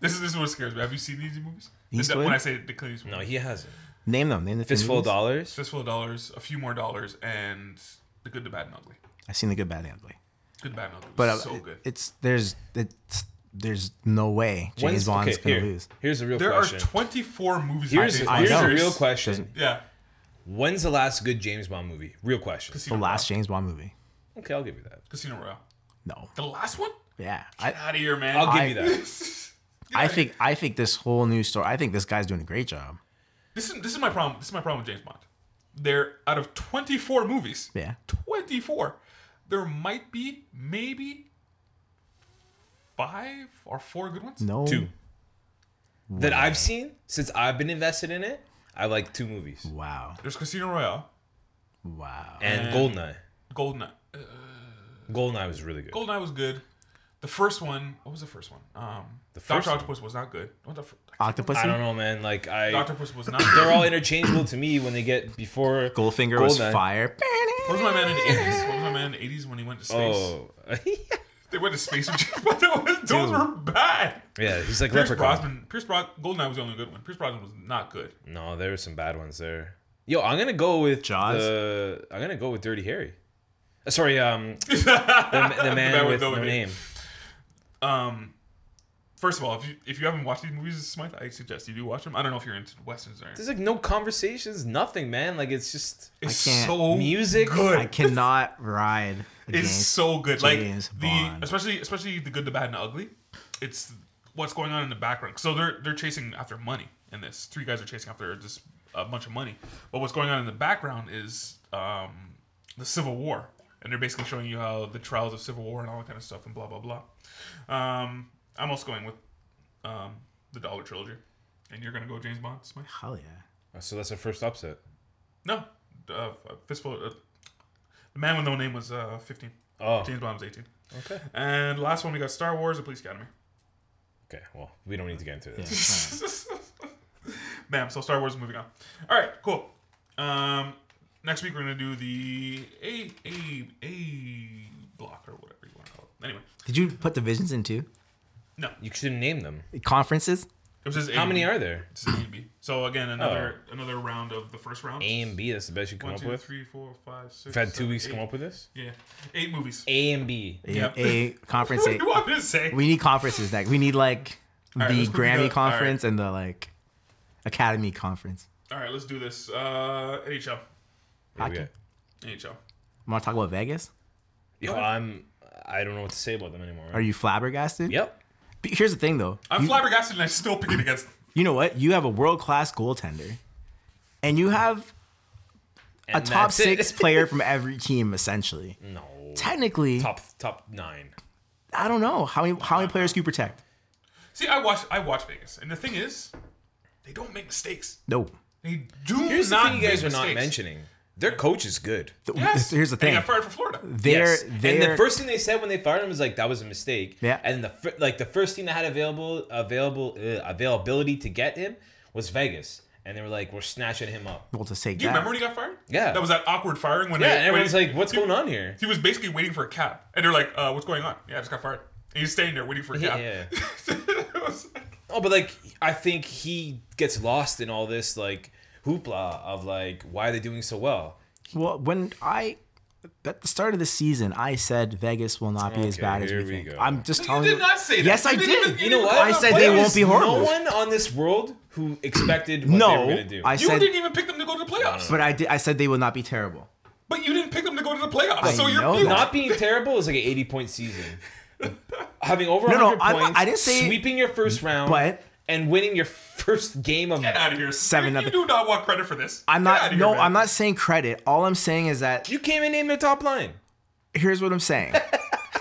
[SPEAKER 3] This is this is what scares me. Have you seen these movies? Is that
[SPEAKER 4] Eastwood?
[SPEAKER 3] when I say the Clint Eastwood,
[SPEAKER 5] No,
[SPEAKER 3] no,
[SPEAKER 5] he hasn't.
[SPEAKER 4] Name them. Name the three
[SPEAKER 5] Fistful of
[SPEAKER 4] movies.
[SPEAKER 5] Dollars.
[SPEAKER 3] Fistful of Dollars, a few more dollars, and The Good, the Bad, and Ugly.
[SPEAKER 4] I've seen the good, bad, and ugly.
[SPEAKER 3] Good, the Bad, and Ugly.
[SPEAKER 4] But
[SPEAKER 3] But
[SPEAKER 4] uh,
[SPEAKER 3] so
[SPEAKER 4] it-
[SPEAKER 3] good.
[SPEAKER 4] it's there's it's there's no way James
[SPEAKER 5] When's-
[SPEAKER 4] Bond's
[SPEAKER 5] okay,
[SPEAKER 4] gonna
[SPEAKER 5] here,
[SPEAKER 4] lose.
[SPEAKER 5] Here's a real
[SPEAKER 3] There
[SPEAKER 5] question.
[SPEAKER 3] are 24 movies.
[SPEAKER 5] here's
[SPEAKER 3] in
[SPEAKER 4] I
[SPEAKER 5] here's
[SPEAKER 4] know.
[SPEAKER 5] a real question.
[SPEAKER 3] Yeah.
[SPEAKER 5] When's the last good James Bond movie? Real question.
[SPEAKER 4] The
[SPEAKER 3] Casino
[SPEAKER 4] last
[SPEAKER 3] Royale.
[SPEAKER 4] James Bond movie.
[SPEAKER 5] Okay, I'll give you that.
[SPEAKER 3] Casino Royale.
[SPEAKER 4] No.
[SPEAKER 3] The last one?
[SPEAKER 4] Yeah. I,
[SPEAKER 3] Out of here, man.
[SPEAKER 5] I'll
[SPEAKER 4] I-
[SPEAKER 5] give you that.
[SPEAKER 4] I think I think this whole new story. I think this guy's doing a great job.
[SPEAKER 3] This is this is my problem. This is my problem with James Bond. There, out of twenty four movies,
[SPEAKER 4] Yeah.
[SPEAKER 3] twenty four, there might be maybe five or four good ones.
[SPEAKER 4] No.
[SPEAKER 5] Two that I've seen since I've been invested in it. I like two movies
[SPEAKER 4] Wow.
[SPEAKER 3] There's Casino Royale,
[SPEAKER 4] Wow.
[SPEAKER 5] and Goldeneye.
[SPEAKER 3] Goldeneye. Uh,
[SPEAKER 5] Goldeneye was really good.
[SPEAKER 3] Goldeneye was good. The first one, what was the first one? Um, the
[SPEAKER 5] first
[SPEAKER 3] Doctor
[SPEAKER 5] one.
[SPEAKER 3] Octopus was not good. What the fr-
[SPEAKER 4] Octopus.
[SPEAKER 5] I don't know, man. Like I,
[SPEAKER 3] Doctor Octopus was not.
[SPEAKER 5] they're
[SPEAKER 3] good.
[SPEAKER 5] all interchangeable to me when they get before
[SPEAKER 4] Goldfinger was
[SPEAKER 5] Goldeneye.
[SPEAKER 4] fire.
[SPEAKER 3] What was my man in the eighties? What was my man in the eighties when he went to space?
[SPEAKER 5] Oh,
[SPEAKER 3] They went to space with James Bond. That was- Those
[SPEAKER 4] Dude.
[SPEAKER 3] were bad.
[SPEAKER 5] yeah, he's like
[SPEAKER 3] Pierce
[SPEAKER 5] Leprechaun.
[SPEAKER 3] Brosnan. Pierce Brosnan. Goldeneye was the only good one. Pierce Brosnan was not good.
[SPEAKER 5] No, there were some bad ones there. Yo, I'm gonna go with
[SPEAKER 4] Jaws?
[SPEAKER 5] the- I'm gonna go with Dirty Harry. Uh, sorry, um, the, the man
[SPEAKER 3] man with
[SPEAKER 5] with
[SPEAKER 3] no
[SPEAKER 5] no
[SPEAKER 3] name.
[SPEAKER 5] name.
[SPEAKER 3] Um, first of all, if you if you haven't watched these movies, Smythe, I suggest you do watch them. I don't know if you're into westerns or anything.
[SPEAKER 5] There's like no conversations, nothing, man. Like it's just
[SPEAKER 3] It's
[SPEAKER 4] can't.
[SPEAKER 3] so
[SPEAKER 5] Music?
[SPEAKER 3] Oh, good.
[SPEAKER 4] I cannot ride.
[SPEAKER 3] It's
[SPEAKER 4] against-
[SPEAKER 3] so good. Like
[SPEAKER 4] James
[SPEAKER 3] the
[SPEAKER 4] Bond.
[SPEAKER 3] especially especially the good, the bad, and the ugly. It's what's going on in the background. So they're they're chasing after money in this. Three guys are chasing after just a bunch of money. But what's going on in the background is um, the Civil War, and they're basically showing you how the trials of Civil War and all that kind of stuff and blah blah blah. Um, I'm also going with um, the Dollar Trilogy, and you're gonna go James Bond, Smith?
[SPEAKER 4] Hell yeah.
[SPEAKER 5] Uh, so that's the first upset.
[SPEAKER 3] No, uh, fistful. Uh, the man with no name was uh, 15.
[SPEAKER 5] Oh.
[SPEAKER 3] James Bond was 18.
[SPEAKER 5] Okay.
[SPEAKER 3] And last one we got Star Wars: The Police Academy.
[SPEAKER 5] Okay. Well, we don't need to get into this.
[SPEAKER 4] Yeah.
[SPEAKER 3] Bam. So Star Wars moving on. All right, cool. Um, next week we're gonna do the A A A block or whatever you want to call it. Anyway,
[SPEAKER 4] Did you put divisions in too?
[SPEAKER 5] You shouldn't name them.
[SPEAKER 4] Conferences?
[SPEAKER 3] it was just
[SPEAKER 5] How many are there?
[SPEAKER 3] It's A and B. So again, another another round of the first round.
[SPEAKER 5] A and B. That's the best you come
[SPEAKER 3] One,
[SPEAKER 5] up
[SPEAKER 3] two,
[SPEAKER 5] with.
[SPEAKER 3] three, four, five, six.
[SPEAKER 5] You've had two
[SPEAKER 3] seven,
[SPEAKER 5] weeks to come
[SPEAKER 3] eight.
[SPEAKER 5] up with this.
[SPEAKER 3] Yeah, eight movies.
[SPEAKER 5] A and B.
[SPEAKER 4] A,
[SPEAKER 3] Yep.
[SPEAKER 4] a conference.
[SPEAKER 3] What do
[SPEAKER 4] A.
[SPEAKER 3] you want me to say?
[SPEAKER 4] We need conferences next. We need like
[SPEAKER 3] right,
[SPEAKER 4] the
[SPEAKER 3] let's put
[SPEAKER 4] Grammy
[SPEAKER 3] the- all
[SPEAKER 4] conference and the like Academy conference.
[SPEAKER 3] All right, let's do this. Uh, NHL.
[SPEAKER 5] What do we
[SPEAKER 4] Hockey.
[SPEAKER 5] got?
[SPEAKER 3] NHL.
[SPEAKER 4] Want to talk about Vegas?
[SPEAKER 5] Yo, I'm. I don't know what to say about them anymore.
[SPEAKER 4] Are you flabbergasted?
[SPEAKER 5] Yep.
[SPEAKER 4] But Here's the thing though.
[SPEAKER 3] I'm
[SPEAKER 4] You-
[SPEAKER 3] flabbergasted and I'm still picking against.
[SPEAKER 4] you know what? You have a world class goaltender, and you have a
[SPEAKER 5] And
[SPEAKER 4] top
[SPEAKER 5] that's it.
[SPEAKER 4] six player from every team essentially.
[SPEAKER 5] No.
[SPEAKER 4] Technically,
[SPEAKER 5] Top top nine.
[SPEAKER 4] I don't know how many how many players can you protect?
[SPEAKER 3] See, I watch I watch Vegas, and the thing is, they don't make mistakes.
[SPEAKER 4] No.
[SPEAKER 3] They do
[SPEAKER 5] Here's
[SPEAKER 3] not.
[SPEAKER 5] the thing you guys
[SPEAKER 3] make
[SPEAKER 5] are not
[SPEAKER 3] mistakes.
[SPEAKER 5] mentioning. Their coach is good.
[SPEAKER 4] Th-
[SPEAKER 3] Yes.
[SPEAKER 4] Here's the
[SPEAKER 3] And They
[SPEAKER 4] thing.
[SPEAKER 3] got fired from Florida.
[SPEAKER 4] They're
[SPEAKER 5] Yes.
[SPEAKER 4] they're
[SPEAKER 5] and the first thing they said when they fired him was like that was a mistake.
[SPEAKER 4] Yeah.
[SPEAKER 5] And the fir- like the first thing they had available available uh, availability to get him was Vegas, and they were like we're snatching him up.
[SPEAKER 4] well to say
[SPEAKER 3] Do you remember when he got fired?
[SPEAKER 5] Yeah.
[SPEAKER 3] That was that awkward firing when
[SPEAKER 5] Yeah.
[SPEAKER 3] they,
[SPEAKER 5] And everyone's
[SPEAKER 3] when-
[SPEAKER 5] like, what's going on here?
[SPEAKER 3] He was basically waiting for a cab, and they're like, uh, "What's going on?" Yeah, I just got fired. And he's staying there waiting for a cab.
[SPEAKER 5] Yeah.
[SPEAKER 3] It was like-
[SPEAKER 5] Oh, but like I think he gets lost in all this like hoopla of like why are they doing so well.
[SPEAKER 4] Well, when I at the start of the season, I said Vegas will not be as
[SPEAKER 5] Okay,
[SPEAKER 4] bad as
[SPEAKER 5] here
[SPEAKER 4] we,
[SPEAKER 5] we
[SPEAKER 4] think.
[SPEAKER 5] go.
[SPEAKER 4] I'm just
[SPEAKER 3] you
[SPEAKER 4] telling
[SPEAKER 3] did not say that.
[SPEAKER 4] Yes, I
[SPEAKER 3] didn't
[SPEAKER 4] did.
[SPEAKER 3] even-
[SPEAKER 5] You know what?
[SPEAKER 4] I said they
[SPEAKER 5] There
[SPEAKER 4] won't
[SPEAKER 5] was
[SPEAKER 4] be horrible.
[SPEAKER 5] No one on this world who expected what they
[SPEAKER 4] no,
[SPEAKER 5] were gonna do.
[SPEAKER 4] I
[SPEAKER 3] You
[SPEAKER 4] said,
[SPEAKER 3] didn't even pick them to go to the playoffs.
[SPEAKER 4] but I did. I said they will not be terrible.
[SPEAKER 3] But you didn't pick them to go to the playoffs.
[SPEAKER 4] I
[SPEAKER 3] so you're
[SPEAKER 4] know
[SPEAKER 3] mute.
[SPEAKER 4] that.
[SPEAKER 5] Not being terrible is like an 80 point season. Having over
[SPEAKER 4] No, no,
[SPEAKER 5] 100
[SPEAKER 4] I'm-
[SPEAKER 5] points,
[SPEAKER 4] I didn't say-
[SPEAKER 5] sweeping your first round,
[SPEAKER 4] but-
[SPEAKER 5] and winning your first game of.
[SPEAKER 3] Get out of here.
[SPEAKER 4] Seven
[SPEAKER 3] you, you
[SPEAKER 4] nothing.
[SPEAKER 3] do not want credit for this.
[SPEAKER 4] I'm
[SPEAKER 3] Get
[SPEAKER 4] not.
[SPEAKER 3] outta here,
[SPEAKER 4] no,
[SPEAKER 3] man.
[SPEAKER 4] I'm not saying credit. All I'm saying is that
[SPEAKER 5] You came in in the top line.
[SPEAKER 4] here's what I'm saying.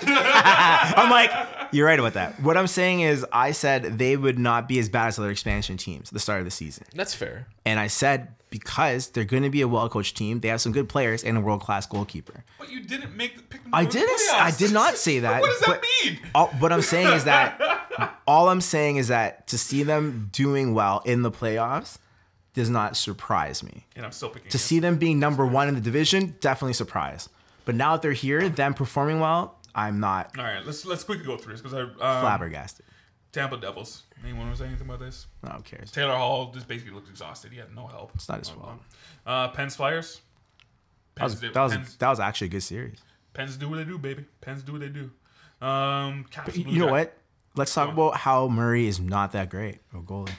[SPEAKER 4] I'm like, you're right about that. What I'm saying is, I said they would not be as bad as other expansion teams at the start of the season,
[SPEAKER 5] That's fair.
[SPEAKER 4] and I said because they're going to be a well-coached team. They have some good players and a world-class goalkeeper.
[SPEAKER 3] But you didn't make the pick. Them to
[SPEAKER 4] I
[SPEAKER 3] go to the
[SPEAKER 4] didn't. s- I
[SPEAKER 3] playoffs.
[SPEAKER 4] did not say that.
[SPEAKER 3] what does that
[SPEAKER 4] but
[SPEAKER 3] mean?
[SPEAKER 4] All, what I'm saying is that all I'm saying is that to see them doing well in the playoffs does not surprise me.
[SPEAKER 3] And I'm still picking.
[SPEAKER 4] To see them being number one in the division, definitely surprise. But now that they're here, them performing well, I'm not
[SPEAKER 3] All right, let's let's quickly go through this because I um,
[SPEAKER 4] flabbergasted.
[SPEAKER 3] Tampa Devils. Anyone was anything about this?
[SPEAKER 4] I don't care. It's
[SPEAKER 3] Taylor Hall just basically looked exhausted. He had no help. It's
[SPEAKER 4] not his fault.
[SPEAKER 3] Uh, Pens Flyers.
[SPEAKER 4] That was,
[SPEAKER 3] Pens, do,
[SPEAKER 4] that, was,
[SPEAKER 3] Pens,
[SPEAKER 4] that was actually a good series.
[SPEAKER 3] Pens do what they do, baby. Pens do what they do. Um, Caps,
[SPEAKER 4] You,
[SPEAKER 3] Blue
[SPEAKER 4] you know
[SPEAKER 3] Jack-
[SPEAKER 4] what? Let's talk about how Murray is not that great of a goalie.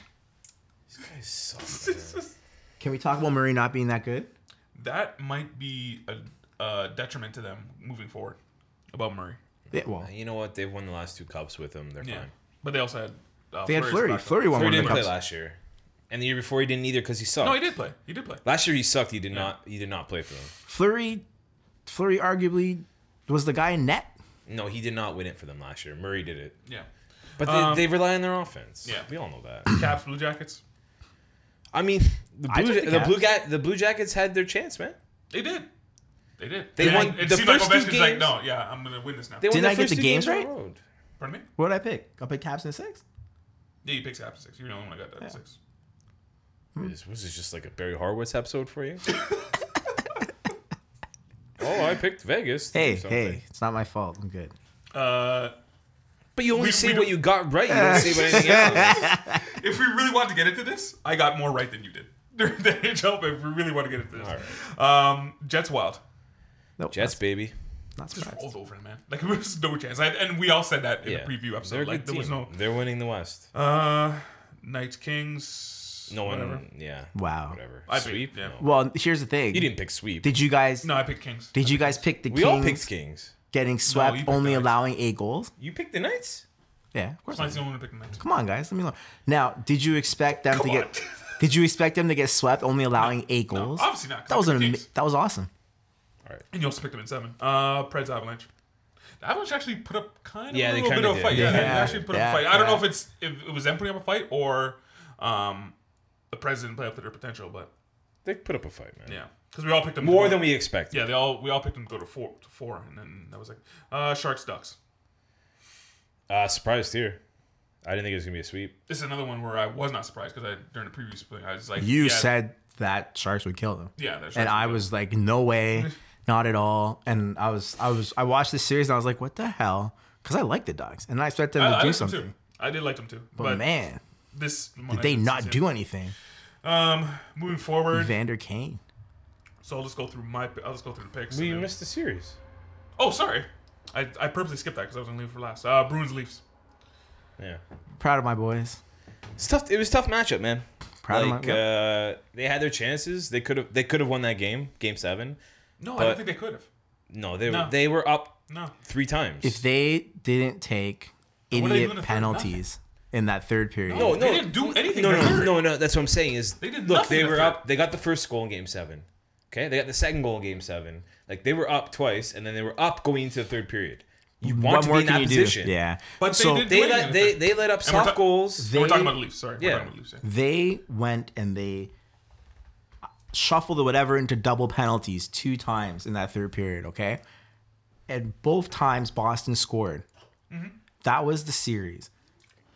[SPEAKER 4] Can we talk about Murray not being that good?
[SPEAKER 3] That might be a, a detriment to them moving forward. About Murray,
[SPEAKER 4] Yeah, well,
[SPEAKER 5] You know what? They've won the last two cups with him. They're
[SPEAKER 3] yeah,
[SPEAKER 5] fine.
[SPEAKER 3] but they also had uh,
[SPEAKER 4] they had
[SPEAKER 3] Fleury's
[SPEAKER 4] Flurry.
[SPEAKER 3] backup.
[SPEAKER 4] Flurry won
[SPEAKER 5] Or he
[SPEAKER 4] one of
[SPEAKER 5] didn't
[SPEAKER 4] the
[SPEAKER 5] play
[SPEAKER 4] cups.
[SPEAKER 5] last year, and the year before he didn't either because he sucked.
[SPEAKER 3] No, he did play. He did play.
[SPEAKER 5] Last year he sucked. He did not. He did not play for them.
[SPEAKER 4] Flurry, Flurry arguably was the guy in net.
[SPEAKER 5] No, he did not win it for them last year. Murray did it,
[SPEAKER 3] Yeah.
[SPEAKER 5] but they,
[SPEAKER 3] Um,
[SPEAKER 5] they rely on their offense.
[SPEAKER 3] yeah.
[SPEAKER 5] we all know that.
[SPEAKER 3] Caps, Blue Jackets.
[SPEAKER 5] I mean, the
[SPEAKER 4] I
[SPEAKER 5] blue,
[SPEAKER 4] took
[SPEAKER 5] Ja-
[SPEAKER 4] the
[SPEAKER 5] the, blue
[SPEAKER 4] Caps.
[SPEAKER 5] guy, the blue jackets had their chance, man.
[SPEAKER 3] They did. They did.
[SPEAKER 5] They
[SPEAKER 3] And
[SPEAKER 5] won
[SPEAKER 3] it
[SPEAKER 5] the
[SPEAKER 3] seemed
[SPEAKER 5] first two
[SPEAKER 3] like Ovechkin's like,
[SPEAKER 5] games.
[SPEAKER 3] no, yeah, I'm gonna win this now.
[SPEAKER 5] They won
[SPEAKER 4] Didn't
[SPEAKER 5] their
[SPEAKER 4] I get the
[SPEAKER 5] first two
[SPEAKER 4] games
[SPEAKER 5] on
[SPEAKER 4] right?
[SPEAKER 5] the road.
[SPEAKER 3] Pardon me?
[SPEAKER 4] What did I pick? I picked Caps in six.
[SPEAKER 3] Yeah, you picked Caps at six. You're the only one I got that at six.
[SPEAKER 5] This was this just like a Barry Horowitz episode for you? oh, I picked Vegas. to do
[SPEAKER 4] Hey,
[SPEAKER 5] something.
[SPEAKER 4] hey, it's not my fault. I'm good.
[SPEAKER 3] Uh,
[SPEAKER 5] But you only
[SPEAKER 3] We-
[SPEAKER 5] say
[SPEAKER 3] we
[SPEAKER 5] what
[SPEAKER 3] don't-
[SPEAKER 5] you got right. You don't say what anything else.
[SPEAKER 3] if we really want to get into this, I got more right than you did during the NHL. But if we really want to get into this, um, Jets Wild.
[SPEAKER 4] No,
[SPEAKER 5] Jets, baby.
[SPEAKER 4] Not
[SPEAKER 3] just
[SPEAKER 4] surprised.
[SPEAKER 3] rolled over him, man. Like there was no chance. I, and we all said that in
[SPEAKER 5] Yeah.
[SPEAKER 3] the preview
[SPEAKER 5] They're a
[SPEAKER 3] episode.
[SPEAKER 5] good
[SPEAKER 3] Like there was
[SPEAKER 5] team.
[SPEAKER 3] no
[SPEAKER 5] They're winning the West.
[SPEAKER 3] uh Knights Kings.
[SPEAKER 5] no one.
[SPEAKER 3] whatever.
[SPEAKER 5] Yeah.
[SPEAKER 4] Wow.
[SPEAKER 5] Whatever.
[SPEAKER 3] I picked-
[SPEAKER 5] sweep.
[SPEAKER 3] yeah.
[SPEAKER 5] No.
[SPEAKER 4] Well, here's the thing.
[SPEAKER 5] You didn't pick sweep.
[SPEAKER 4] Did you guys?
[SPEAKER 3] No, I picked Kings.
[SPEAKER 4] Did you guys pick the
[SPEAKER 5] we
[SPEAKER 4] Kings
[SPEAKER 5] all picked Kings.
[SPEAKER 4] getting swept,
[SPEAKER 3] you picked
[SPEAKER 4] only
[SPEAKER 3] the Knights.
[SPEAKER 4] allowing eight goals?
[SPEAKER 5] You picked the Knights.
[SPEAKER 4] Yeah, of course. I
[SPEAKER 3] Mine's the
[SPEAKER 4] did.
[SPEAKER 3] only one who picked the Knights.
[SPEAKER 4] Come on, guys, let me know. Now, did you expect them to
[SPEAKER 3] Come
[SPEAKER 4] get? Did you expect them to get swept, only allowing eight goals?
[SPEAKER 3] obviously not, 'cause
[SPEAKER 4] That
[SPEAKER 3] I
[SPEAKER 4] was
[SPEAKER 3] picked
[SPEAKER 4] an,
[SPEAKER 3] Kings.
[SPEAKER 4] that was awesome.
[SPEAKER 3] And you also picked them in seven. Uh, Preds Avalanche. The Avalanche actually put up kind of a
[SPEAKER 5] Yeah, they
[SPEAKER 3] little bit
[SPEAKER 5] kinda
[SPEAKER 3] of a
[SPEAKER 5] did.
[SPEAKER 3] fight. Yeah, they
[SPEAKER 4] Yeah,
[SPEAKER 3] actually put
[SPEAKER 4] yeah,
[SPEAKER 3] up a fight. I don't know
[SPEAKER 4] yeah.
[SPEAKER 3] if it's if it was them putting up a fight or um, the Preds didn't play up to their potential, but
[SPEAKER 5] They put up a fight, man.
[SPEAKER 3] yeah, because we all picked them to
[SPEAKER 5] More
[SPEAKER 3] go-
[SPEAKER 5] than we expected.
[SPEAKER 3] Yeah, they all we all picked them to go to four to four, and then that was like uh, Sharks Ducks.
[SPEAKER 5] Uh, surprised here. I didn't think it was gonna be a sweep.
[SPEAKER 3] This is another one where I was not surprised because I during the previous play I was like
[SPEAKER 4] You
[SPEAKER 3] yeah,
[SPEAKER 4] said that sharks would kill them.
[SPEAKER 3] yeah, they're Sharks
[SPEAKER 4] and I
[SPEAKER 3] would
[SPEAKER 4] was like, no way, not at all. And I was, I was, I watched the series and I was like, what the hell? Because I like the dogs and I expect them
[SPEAKER 3] kill them.
[SPEAKER 4] to
[SPEAKER 3] I, I
[SPEAKER 4] do
[SPEAKER 3] liked them too. I
[SPEAKER 4] something.
[SPEAKER 3] did like them too, but,
[SPEAKER 4] But, man,
[SPEAKER 3] this one I
[SPEAKER 4] did they
[SPEAKER 3] didn't
[SPEAKER 4] not
[SPEAKER 3] see.
[SPEAKER 4] do anything?
[SPEAKER 3] Um, moving forward,
[SPEAKER 4] Vander Kane.
[SPEAKER 3] so I'll just go through my I'll just go through the picks.
[SPEAKER 5] We
[SPEAKER 3] and then-
[SPEAKER 5] missed the series.
[SPEAKER 3] Oh, sorry. I, I purposely skipped that because I was gonna leave for last. Uh, Bruins Leafs.
[SPEAKER 5] Yeah.
[SPEAKER 4] Proud of my boys.
[SPEAKER 5] It's tough. It was a tough matchup, man.
[SPEAKER 4] Proud of my-
[SPEAKER 5] like uh, they had their chances. They could have. They could have won that game, game seven.
[SPEAKER 3] No, I
[SPEAKER 5] But-
[SPEAKER 3] don't think they could have.
[SPEAKER 5] No, they
[SPEAKER 3] No.
[SPEAKER 5] were they were up
[SPEAKER 3] No.
[SPEAKER 5] three times.
[SPEAKER 4] If they didn't take
[SPEAKER 3] what are they doing in
[SPEAKER 4] idiot
[SPEAKER 3] the third?
[SPEAKER 4] penalties in that third period,
[SPEAKER 5] Oh, no, no,
[SPEAKER 3] They didn't do anything
[SPEAKER 5] No,
[SPEAKER 3] in the
[SPEAKER 5] no,
[SPEAKER 3] third.
[SPEAKER 5] no, no. That's what I'm saying is
[SPEAKER 3] They did
[SPEAKER 5] look.
[SPEAKER 3] nothing
[SPEAKER 5] They
[SPEAKER 3] in the
[SPEAKER 5] were
[SPEAKER 3] third.
[SPEAKER 5] up. They got the first goal in game seven. Okay, they got the second goal in game seven. Like they were up twice, and then they were up going into the third period. You want
[SPEAKER 4] what
[SPEAKER 5] to
[SPEAKER 4] more
[SPEAKER 5] be in
[SPEAKER 4] can
[SPEAKER 5] that
[SPEAKER 4] you
[SPEAKER 5] position.
[SPEAKER 4] do? Yeah.
[SPEAKER 3] But they
[SPEAKER 4] so
[SPEAKER 3] did-
[SPEAKER 5] They
[SPEAKER 3] Wait a
[SPEAKER 5] let
[SPEAKER 3] minute.
[SPEAKER 5] they they let up
[SPEAKER 3] we're
[SPEAKER 5] soft
[SPEAKER 3] ta-
[SPEAKER 5] goals.
[SPEAKER 3] We're
[SPEAKER 4] They-
[SPEAKER 3] talking about the Leafs. Sorry.
[SPEAKER 5] Yeah.
[SPEAKER 3] We're talking about the Leafs. yeah.
[SPEAKER 4] they went and they shuffled the whatever into double penalties two times in that third period, okay? And both times Boston scored. That was the series.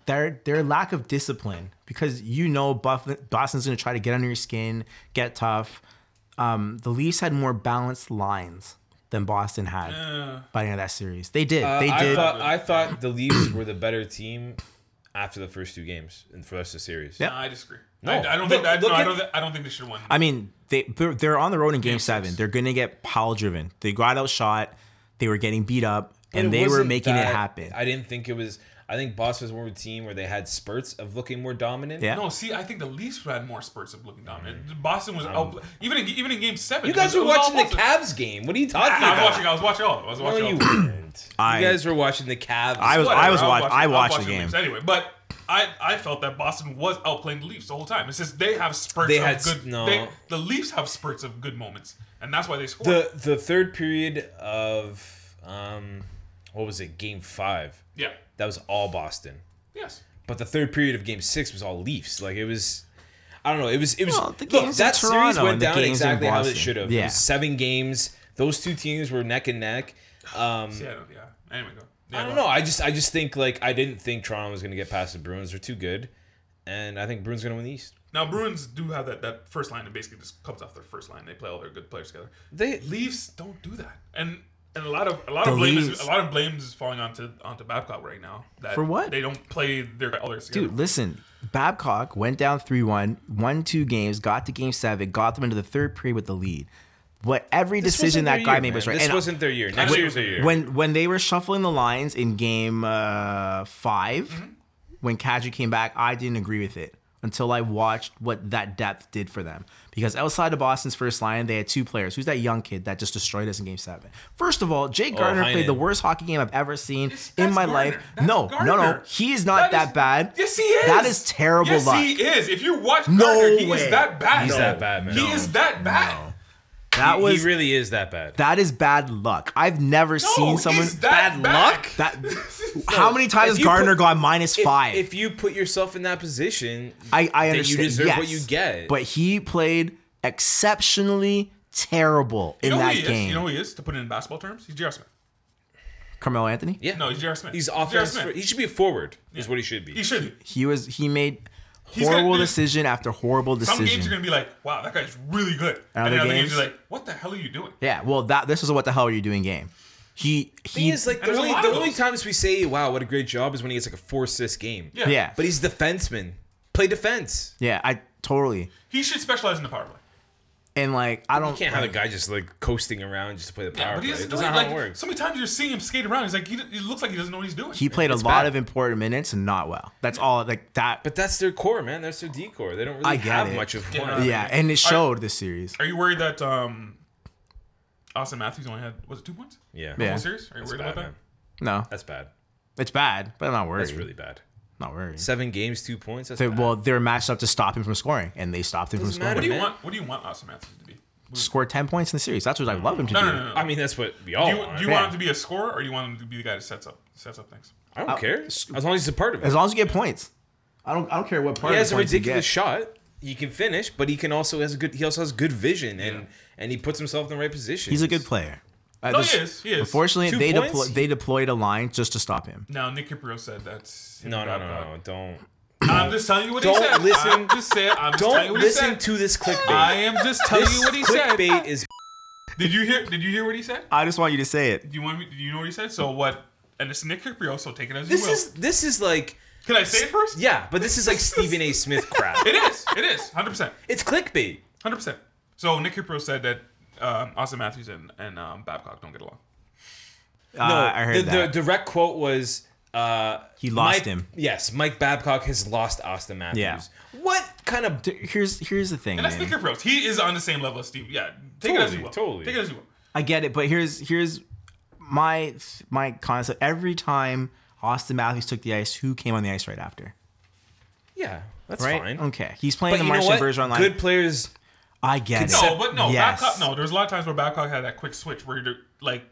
[SPEAKER 4] Their their lack of discipline because you know Buff- Boston's going to try to get under your skin, get tough. Um, the Leafs had more balanced lines than Boston had by the end of that series. They did.
[SPEAKER 5] Uh,
[SPEAKER 4] they
[SPEAKER 5] I
[SPEAKER 4] did.
[SPEAKER 5] thought I thought the Leafs were the better team after the first two games and for the rest of the series.
[SPEAKER 4] Yeah.
[SPEAKER 3] No, I disagree.
[SPEAKER 5] No.
[SPEAKER 3] I, I don't
[SPEAKER 5] Look-
[SPEAKER 3] think. I, no,
[SPEAKER 5] look
[SPEAKER 3] I
[SPEAKER 5] at-
[SPEAKER 3] don't. thi- I don't think they should have won.
[SPEAKER 4] I mean, they they're, they're on the road in Game Seven.
[SPEAKER 3] six.
[SPEAKER 4] They're gonna get pile driven. They got outshot. They were getting beat up, and, they were
[SPEAKER 5] wasn't
[SPEAKER 4] making
[SPEAKER 5] that-
[SPEAKER 4] it happen.
[SPEAKER 5] I didn't think it was. I think Boston was more of a team where they had spurts of looking more dominant.
[SPEAKER 4] Yeah.
[SPEAKER 3] no, see, I think the Leafs had more spurts of looking dominant. Boston was out. Even in, even in Game Seven,
[SPEAKER 5] Mm. Um. You
[SPEAKER 3] it was-
[SPEAKER 5] guys
[SPEAKER 3] it
[SPEAKER 5] were
[SPEAKER 3] was all
[SPEAKER 5] watching the
[SPEAKER 3] Boston.
[SPEAKER 5] Cavs game. What are you talking
[SPEAKER 3] I
[SPEAKER 5] about?
[SPEAKER 3] was watching. I was watching all. of it. I was watching.
[SPEAKER 5] No, you
[SPEAKER 3] all. of it.
[SPEAKER 5] weren't.
[SPEAKER 4] I-
[SPEAKER 5] you guys were watching the Cavs.
[SPEAKER 4] I was-
[SPEAKER 3] Whatever,
[SPEAKER 4] wa-
[SPEAKER 3] watching-
[SPEAKER 4] I
[SPEAKER 3] was
[SPEAKER 4] watched the
[SPEAKER 3] watching
[SPEAKER 4] game.
[SPEAKER 3] Leafs anyway, but. I, I felt that Boston was outplaying the Leafs the whole time. It's just they have spurts
[SPEAKER 5] They
[SPEAKER 3] of
[SPEAKER 5] had s-
[SPEAKER 3] good.
[SPEAKER 5] no.
[SPEAKER 3] They, the Leafs have spurts of good moments, and that's why they scored.
[SPEAKER 5] the the third period of um, what was it? Game five.
[SPEAKER 3] yeah.
[SPEAKER 5] That was all Boston.
[SPEAKER 3] Yes.
[SPEAKER 5] But the third period of Game Six was all Leafs. Like it was. I don't know. It was. It was.
[SPEAKER 4] Well, the
[SPEAKER 5] look,
[SPEAKER 4] games in
[SPEAKER 5] that series
[SPEAKER 4] Toronto
[SPEAKER 5] went
[SPEAKER 4] and the
[SPEAKER 5] down
[SPEAKER 4] games in
[SPEAKER 5] exactly how it
[SPEAKER 4] Boston.
[SPEAKER 5] should have. It
[SPEAKER 4] Yeah.
[SPEAKER 5] was seven games. Those two teams were neck and neck. Um,
[SPEAKER 3] Yeah. I don't- yeah. Anyway, go. Yeah,
[SPEAKER 5] I don't
[SPEAKER 3] go.
[SPEAKER 5] know. I just I just think like I didn't think Toronto was gonna get past the Bruins. They're too good, and I think Bruins are gonna win the East.
[SPEAKER 3] Now Bruins do have that that first line that basically just comes off their first line. They play all their good players together.
[SPEAKER 5] They-
[SPEAKER 3] Leafs don't do that, and and a lot of a lot
[SPEAKER 4] The
[SPEAKER 3] of blame
[SPEAKER 4] Leafs-
[SPEAKER 3] is a lot of blame is falling onto onto Babcock right now. That
[SPEAKER 4] For what?
[SPEAKER 3] they don't play their all their together.
[SPEAKER 4] Dude, listen. Babcock went down 3 1, won two games, got to game seven, got them into the third period with the lead. What every
[SPEAKER 5] This
[SPEAKER 4] decision
[SPEAKER 5] wasn't
[SPEAKER 4] that
[SPEAKER 5] their
[SPEAKER 4] guy
[SPEAKER 5] year,
[SPEAKER 4] made was
[SPEAKER 5] man.
[SPEAKER 4] right.
[SPEAKER 5] This
[SPEAKER 4] And
[SPEAKER 5] wasn't their year. Next
[SPEAKER 3] When-
[SPEAKER 5] year's their year.
[SPEAKER 4] when when they were shuffling the lines in game uh, 5
[SPEAKER 3] Mm-hmm.
[SPEAKER 4] when Kadri came back, I didn't agree with it until I watched what that depth did for them. Because outside of Boston's first line, they had two players. Who's that young kid that just destroyed us in game seven? First of all, Jake Gardner
[SPEAKER 5] Heinen.
[SPEAKER 4] played the worst hockey game I've ever seen
[SPEAKER 3] It's-
[SPEAKER 4] in
[SPEAKER 3] Oh, that's
[SPEAKER 4] my
[SPEAKER 3] Gardner.
[SPEAKER 4] life.
[SPEAKER 3] That's
[SPEAKER 4] no, no, no.
[SPEAKER 3] Gardner.
[SPEAKER 4] He is not that,
[SPEAKER 3] is-
[SPEAKER 4] bad.
[SPEAKER 3] Yes, he is.
[SPEAKER 4] That is terrible
[SPEAKER 3] Yes,
[SPEAKER 4] luck.
[SPEAKER 3] he is. If you watch
[SPEAKER 4] No
[SPEAKER 3] Gardner, he
[SPEAKER 4] way.
[SPEAKER 3] is that bad.
[SPEAKER 5] He's that bad, man.
[SPEAKER 3] He
[SPEAKER 5] No.
[SPEAKER 3] is that bad.
[SPEAKER 4] that
[SPEAKER 5] he,
[SPEAKER 4] was
[SPEAKER 5] he really is that bad.
[SPEAKER 4] that is bad luck. I've never
[SPEAKER 3] No,
[SPEAKER 4] seen someone
[SPEAKER 3] he's that
[SPEAKER 5] Bad luck?
[SPEAKER 4] that. how many times
[SPEAKER 5] if
[SPEAKER 4] has
[SPEAKER 5] you put-
[SPEAKER 4] Gardner got minus
[SPEAKER 5] If-
[SPEAKER 4] five?
[SPEAKER 5] If, you put yourself in that position,
[SPEAKER 4] I, I
[SPEAKER 5] That you
[SPEAKER 4] understand.
[SPEAKER 5] deserve
[SPEAKER 4] yes,
[SPEAKER 5] what you get.
[SPEAKER 4] But he played exceptionally terrible in
[SPEAKER 3] You know who
[SPEAKER 4] that
[SPEAKER 3] he is?
[SPEAKER 4] game.
[SPEAKER 3] You know who he is? To put it in basketball terms, he's J.R. Smith.
[SPEAKER 4] Carmelo Anthony.
[SPEAKER 5] yeah,
[SPEAKER 3] No, he's J.R. Smith.
[SPEAKER 5] he's
[SPEAKER 3] J.R.
[SPEAKER 5] offense.
[SPEAKER 3] Smith.
[SPEAKER 5] fir- he should be a forward. Is what he should be.
[SPEAKER 3] He should. be.
[SPEAKER 4] He was. He made
[SPEAKER 3] got
[SPEAKER 4] horrible
[SPEAKER 3] this-
[SPEAKER 4] decision after horrible
[SPEAKER 3] Some games
[SPEAKER 4] decision.
[SPEAKER 3] are gonna be like, "Wow, that guy's really good," and,
[SPEAKER 4] other
[SPEAKER 3] then other games
[SPEAKER 4] games-
[SPEAKER 3] you're like, "What the hell are you doing?"
[SPEAKER 4] yeah. Well, that this is a what the hell are you doing game. He
[SPEAKER 5] He
[SPEAKER 4] he
[SPEAKER 5] is like the
[SPEAKER 3] there's a
[SPEAKER 5] only
[SPEAKER 3] lot
[SPEAKER 5] the
[SPEAKER 3] of
[SPEAKER 5] only
[SPEAKER 3] those.
[SPEAKER 5] times we say, "Wow, what a great job!" is when he gets like a four assist game.
[SPEAKER 3] Yeah.
[SPEAKER 4] yeah
[SPEAKER 5] but he's defenseman. Play defense.
[SPEAKER 4] yeah. I totally
[SPEAKER 3] He should specialize in the power play.
[SPEAKER 4] And like I don't
[SPEAKER 5] You can't have a
[SPEAKER 4] like,
[SPEAKER 5] guy just like coasting around just to play the power
[SPEAKER 3] But he
[SPEAKER 5] play.
[SPEAKER 3] doesn't
[SPEAKER 5] That's
[SPEAKER 3] know.
[SPEAKER 5] not
[SPEAKER 3] He,
[SPEAKER 5] how
[SPEAKER 3] like,
[SPEAKER 5] it works.
[SPEAKER 3] so many times you're seeing him skate around. He's like, he, he looks like he doesn't know what he's doing.
[SPEAKER 4] he played a lot of important minutes and not well. That's all like that.
[SPEAKER 5] But that's their core, man. That's their decor. They don't really
[SPEAKER 4] I get
[SPEAKER 5] have
[SPEAKER 4] it.
[SPEAKER 5] much of
[SPEAKER 3] Yeah.
[SPEAKER 5] one.
[SPEAKER 4] yeah, and it showed this series.
[SPEAKER 3] Are you worried that um, Austin Matthews only had was it two points?
[SPEAKER 5] Yeah.
[SPEAKER 4] Yeah.
[SPEAKER 3] Are you serious? Are you
[SPEAKER 5] That's
[SPEAKER 3] worried
[SPEAKER 5] bad,
[SPEAKER 3] about that?
[SPEAKER 5] man.
[SPEAKER 4] No,
[SPEAKER 5] That's bad.
[SPEAKER 4] it's bad, but I'm not worried.
[SPEAKER 5] That's really bad.
[SPEAKER 4] not worried.
[SPEAKER 5] Seven games, two points. That's
[SPEAKER 4] They-
[SPEAKER 5] bad.
[SPEAKER 4] well, they were matched up to stop him from scoring, and they stopped him from
[SPEAKER 5] Doesn't
[SPEAKER 4] scoring.
[SPEAKER 3] What do you
[SPEAKER 5] Man.
[SPEAKER 3] want? What do you want Austin Matthews to be?
[SPEAKER 4] Scored ten points in the series. That's what I love him to
[SPEAKER 3] No,
[SPEAKER 4] do.
[SPEAKER 3] no, no. no.
[SPEAKER 5] I mean, that's what we
[SPEAKER 3] do
[SPEAKER 5] all
[SPEAKER 3] you,
[SPEAKER 5] want.
[SPEAKER 3] do you
[SPEAKER 4] man.
[SPEAKER 3] want him to be a scorer, or do you want him to be the guy that sets up sets up things?
[SPEAKER 5] I don't care. As long as he's a part of it.
[SPEAKER 4] Uh, As long as you get points, I don't. I don't care what part.
[SPEAKER 5] he
[SPEAKER 4] of
[SPEAKER 5] has
[SPEAKER 4] the
[SPEAKER 5] a
[SPEAKER 4] points you
[SPEAKER 5] ridiculous
[SPEAKER 4] get.
[SPEAKER 5] shot. He can finish, but he can also has a good. He also has good vision, and and he puts himself in the right position.
[SPEAKER 4] He's a good player. Uh,
[SPEAKER 3] No,
[SPEAKER 4] this-
[SPEAKER 3] he is. He is.
[SPEAKER 4] Unfortunately,
[SPEAKER 5] Two
[SPEAKER 4] they
[SPEAKER 5] points?
[SPEAKER 4] deplo- they deployed a line just to stop him.
[SPEAKER 3] Now Nick Kiprio said that's
[SPEAKER 5] No, no, no, no, don't
[SPEAKER 3] I'm just telling you what he
[SPEAKER 5] Don't
[SPEAKER 3] said.
[SPEAKER 5] listen-
[SPEAKER 3] I'm just saying. I'm just telling you
[SPEAKER 5] don't
[SPEAKER 3] what he
[SPEAKER 5] listen
[SPEAKER 3] said.
[SPEAKER 5] to this
[SPEAKER 3] I
[SPEAKER 5] clickbait.
[SPEAKER 3] am just telling you what he said.
[SPEAKER 5] clickbait is
[SPEAKER 3] Did you hear? Did you hear what he said?
[SPEAKER 4] I just want you to say it.
[SPEAKER 3] Do you want? Me, do you know what he said? So what? And it's Nick Kiprio, so take it as you
[SPEAKER 5] this
[SPEAKER 3] will.
[SPEAKER 5] is this is like
[SPEAKER 3] Can I say it first?
[SPEAKER 5] yeah, but this is like Stephen A. Smith crap.
[SPEAKER 3] It is. It is. Hundred percent.
[SPEAKER 5] It's clickbait.
[SPEAKER 3] Hundred percent. So Nick Kiprio said that um, Austin Matthews and, and um, Babcock don't get along.
[SPEAKER 4] No,
[SPEAKER 5] No,
[SPEAKER 4] Uh, I heard
[SPEAKER 5] the,
[SPEAKER 4] that.
[SPEAKER 5] the direct quote was. Uh,
[SPEAKER 4] He lost
[SPEAKER 5] Mike-
[SPEAKER 4] him.
[SPEAKER 5] Yes, Mike Babcock has lost Austin Matthews.
[SPEAKER 4] Yeah.
[SPEAKER 5] What kind of
[SPEAKER 4] D- here's here's the thing.
[SPEAKER 3] And that's
[SPEAKER 4] man.
[SPEAKER 3] Nick Kiprio. He is on the same level as Steve. Yeah. Take it as you
[SPEAKER 5] Totally,
[SPEAKER 3] will.
[SPEAKER 5] totally.
[SPEAKER 3] Take it as you will.
[SPEAKER 4] I get it, but here's here's my my concept. Every time Austin Matthews took the ice, who came on the ice right after?
[SPEAKER 5] yeah? That's
[SPEAKER 4] Right?
[SPEAKER 5] fine.
[SPEAKER 4] Okay, he's playing
[SPEAKER 5] But
[SPEAKER 4] the
[SPEAKER 5] you know
[SPEAKER 4] Martian
[SPEAKER 5] what?
[SPEAKER 4] Bergeron line.
[SPEAKER 5] Good players
[SPEAKER 4] I get it.
[SPEAKER 3] No, but no,
[SPEAKER 4] Yes.
[SPEAKER 3] Babcock. No, there was a lot of times where Babcock had that quick switch where you're like,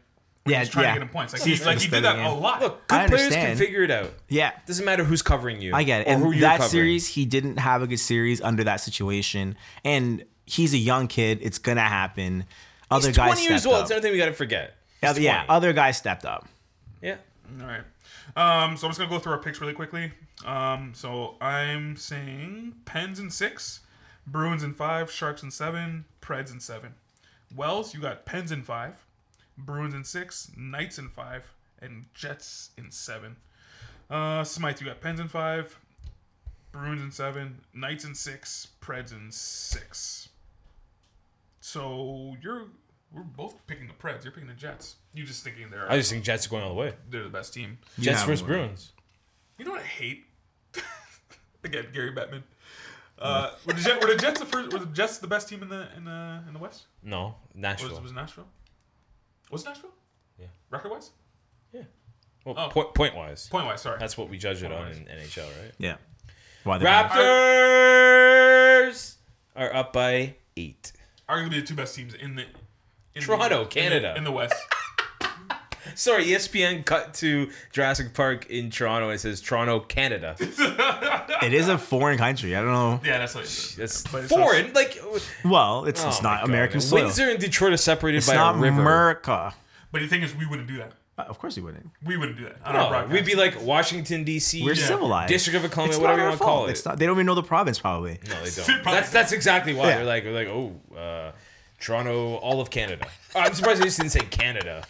[SPEAKER 4] yeah,
[SPEAKER 3] he's trying
[SPEAKER 4] yeah.
[SPEAKER 3] to get him points. Like, he,
[SPEAKER 4] System
[SPEAKER 3] like he did that
[SPEAKER 4] studying.
[SPEAKER 3] a lot.
[SPEAKER 5] Look,
[SPEAKER 4] I
[SPEAKER 5] good players can
[SPEAKER 4] understand.
[SPEAKER 5] figure it out.
[SPEAKER 4] Yeah,
[SPEAKER 5] Doesn't matter who's covering you.
[SPEAKER 4] I get it.
[SPEAKER 5] Or
[SPEAKER 4] And
[SPEAKER 5] who you're
[SPEAKER 4] that
[SPEAKER 5] covering.
[SPEAKER 4] series, he didn't have a good series under that situation, and he's a young kid. It's gonna happen. Other
[SPEAKER 5] He's
[SPEAKER 4] guys
[SPEAKER 5] 20 years
[SPEAKER 4] stepped
[SPEAKER 5] old.
[SPEAKER 4] up.
[SPEAKER 5] It's another thing we got to forget.
[SPEAKER 4] Yeah,
[SPEAKER 5] He's
[SPEAKER 4] yeah,
[SPEAKER 5] 20.
[SPEAKER 4] other guys stepped up.
[SPEAKER 5] yeah.
[SPEAKER 3] All right. Um, so I'm just gonna go through our picks really quickly. Um, so I'm saying Pens in six, Bruins in five, Sharks in seven, Preds in seven. Wells, you got Pens in five, Bruins in six, Knights in five, and Jets in seven. Uh, Smythe, you got Pens in five, Bruins in seven, Knights in six, Preds in six. So you're we're both picking the Preds. You're picking the Jets. You just thinking they're
[SPEAKER 5] I just think Jets are going all the way.
[SPEAKER 3] they're the best team.
[SPEAKER 5] Jets
[SPEAKER 4] Yeah,
[SPEAKER 5] versus
[SPEAKER 4] well.
[SPEAKER 5] Bruins.
[SPEAKER 3] You know what I hate? Again, Gary Bettman. Uh, were, the Jets, were the Jets the first? Were the Jets the best team in the in the in the West?
[SPEAKER 5] No,
[SPEAKER 3] Was
[SPEAKER 5] Nashville.
[SPEAKER 3] was Nashville? Was Nashville?
[SPEAKER 5] Yeah.
[SPEAKER 3] Record wise,
[SPEAKER 5] Well,
[SPEAKER 3] Oh.
[SPEAKER 5] point, point wise.
[SPEAKER 3] point wise. Sorry.
[SPEAKER 5] That's what we judge it on
[SPEAKER 3] wise.
[SPEAKER 5] in NHL, right?
[SPEAKER 4] Yeah. Why the
[SPEAKER 5] Raptors are up by eight.
[SPEAKER 3] arguably the two best teams in the in
[SPEAKER 5] Toronto,
[SPEAKER 3] the,
[SPEAKER 5] Canada.
[SPEAKER 3] in the, in the West.
[SPEAKER 5] Sorry, E ESPN cut to Jurassic Park in Toronto. It says Toronto, Canada.
[SPEAKER 4] It is a foreign country. I don't know.
[SPEAKER 3] Yeah, that's what. It is.
[SPEAKER 5] That's
[SPEAKER 3] But it's
[SPEAKER 5] foreign. Like,
[SPEAKER 4] Well, it's,
[SPEAKER 5] oh
[SPEAKER 4] it's
[SPEAKER 5] my
[SPEAKER 4] not
[SPEAKER 5] God,
[SPEAKER 4] American
[SPEAKER 5] man.
[SPEAKER 4] soil.
[SPEAKER 5] Windsor and Detroit are separated
[SPEAKER 4] it's
[SPEAKER 5] by
[SPEAKER 4] not
[SPEAKER 5] a river.
[SPEAKER 4] America.
[SPEAKER 3] But the thing is, we wouldn't do that.
[SPEAKER 4] Uh, Of course he wouldn't.
[SPEAKER 3] We wouldn't do that. On our
[SPEAKER 5] No,
[SPEAKER 3] broadcast.
[SPEAKER 5] we'd be like Washington D.C.
[SPEAKER 4] We're
[SPEAKER 5] yeah.
[SPEAKER 4] civilized.
[SPEAKER 5] District of Columbia,
[SPEAKER 4] It's
[SPEAKER 5] whatever
[SPEAKER 4] not
[SPEAKER 5] you
[SPEAKER 4] our
[SPEAKER 5] want to call
[SPEAKER 4] fault.
[SPEAKER 5] it.
[SPEAKER 4] It's not, they don't even know the province, probably.
[SPEAKER 5] No,
[SPEAKER 3] Probably
[SPEAKER 5] they don't. that's that's exactly why
[SPEAKER 4] Yeah.
[SPEAKER 5] they're like they're like oh, uh, Toronto, all of Canada. Oh, I'm surprised they just didn't say Canada.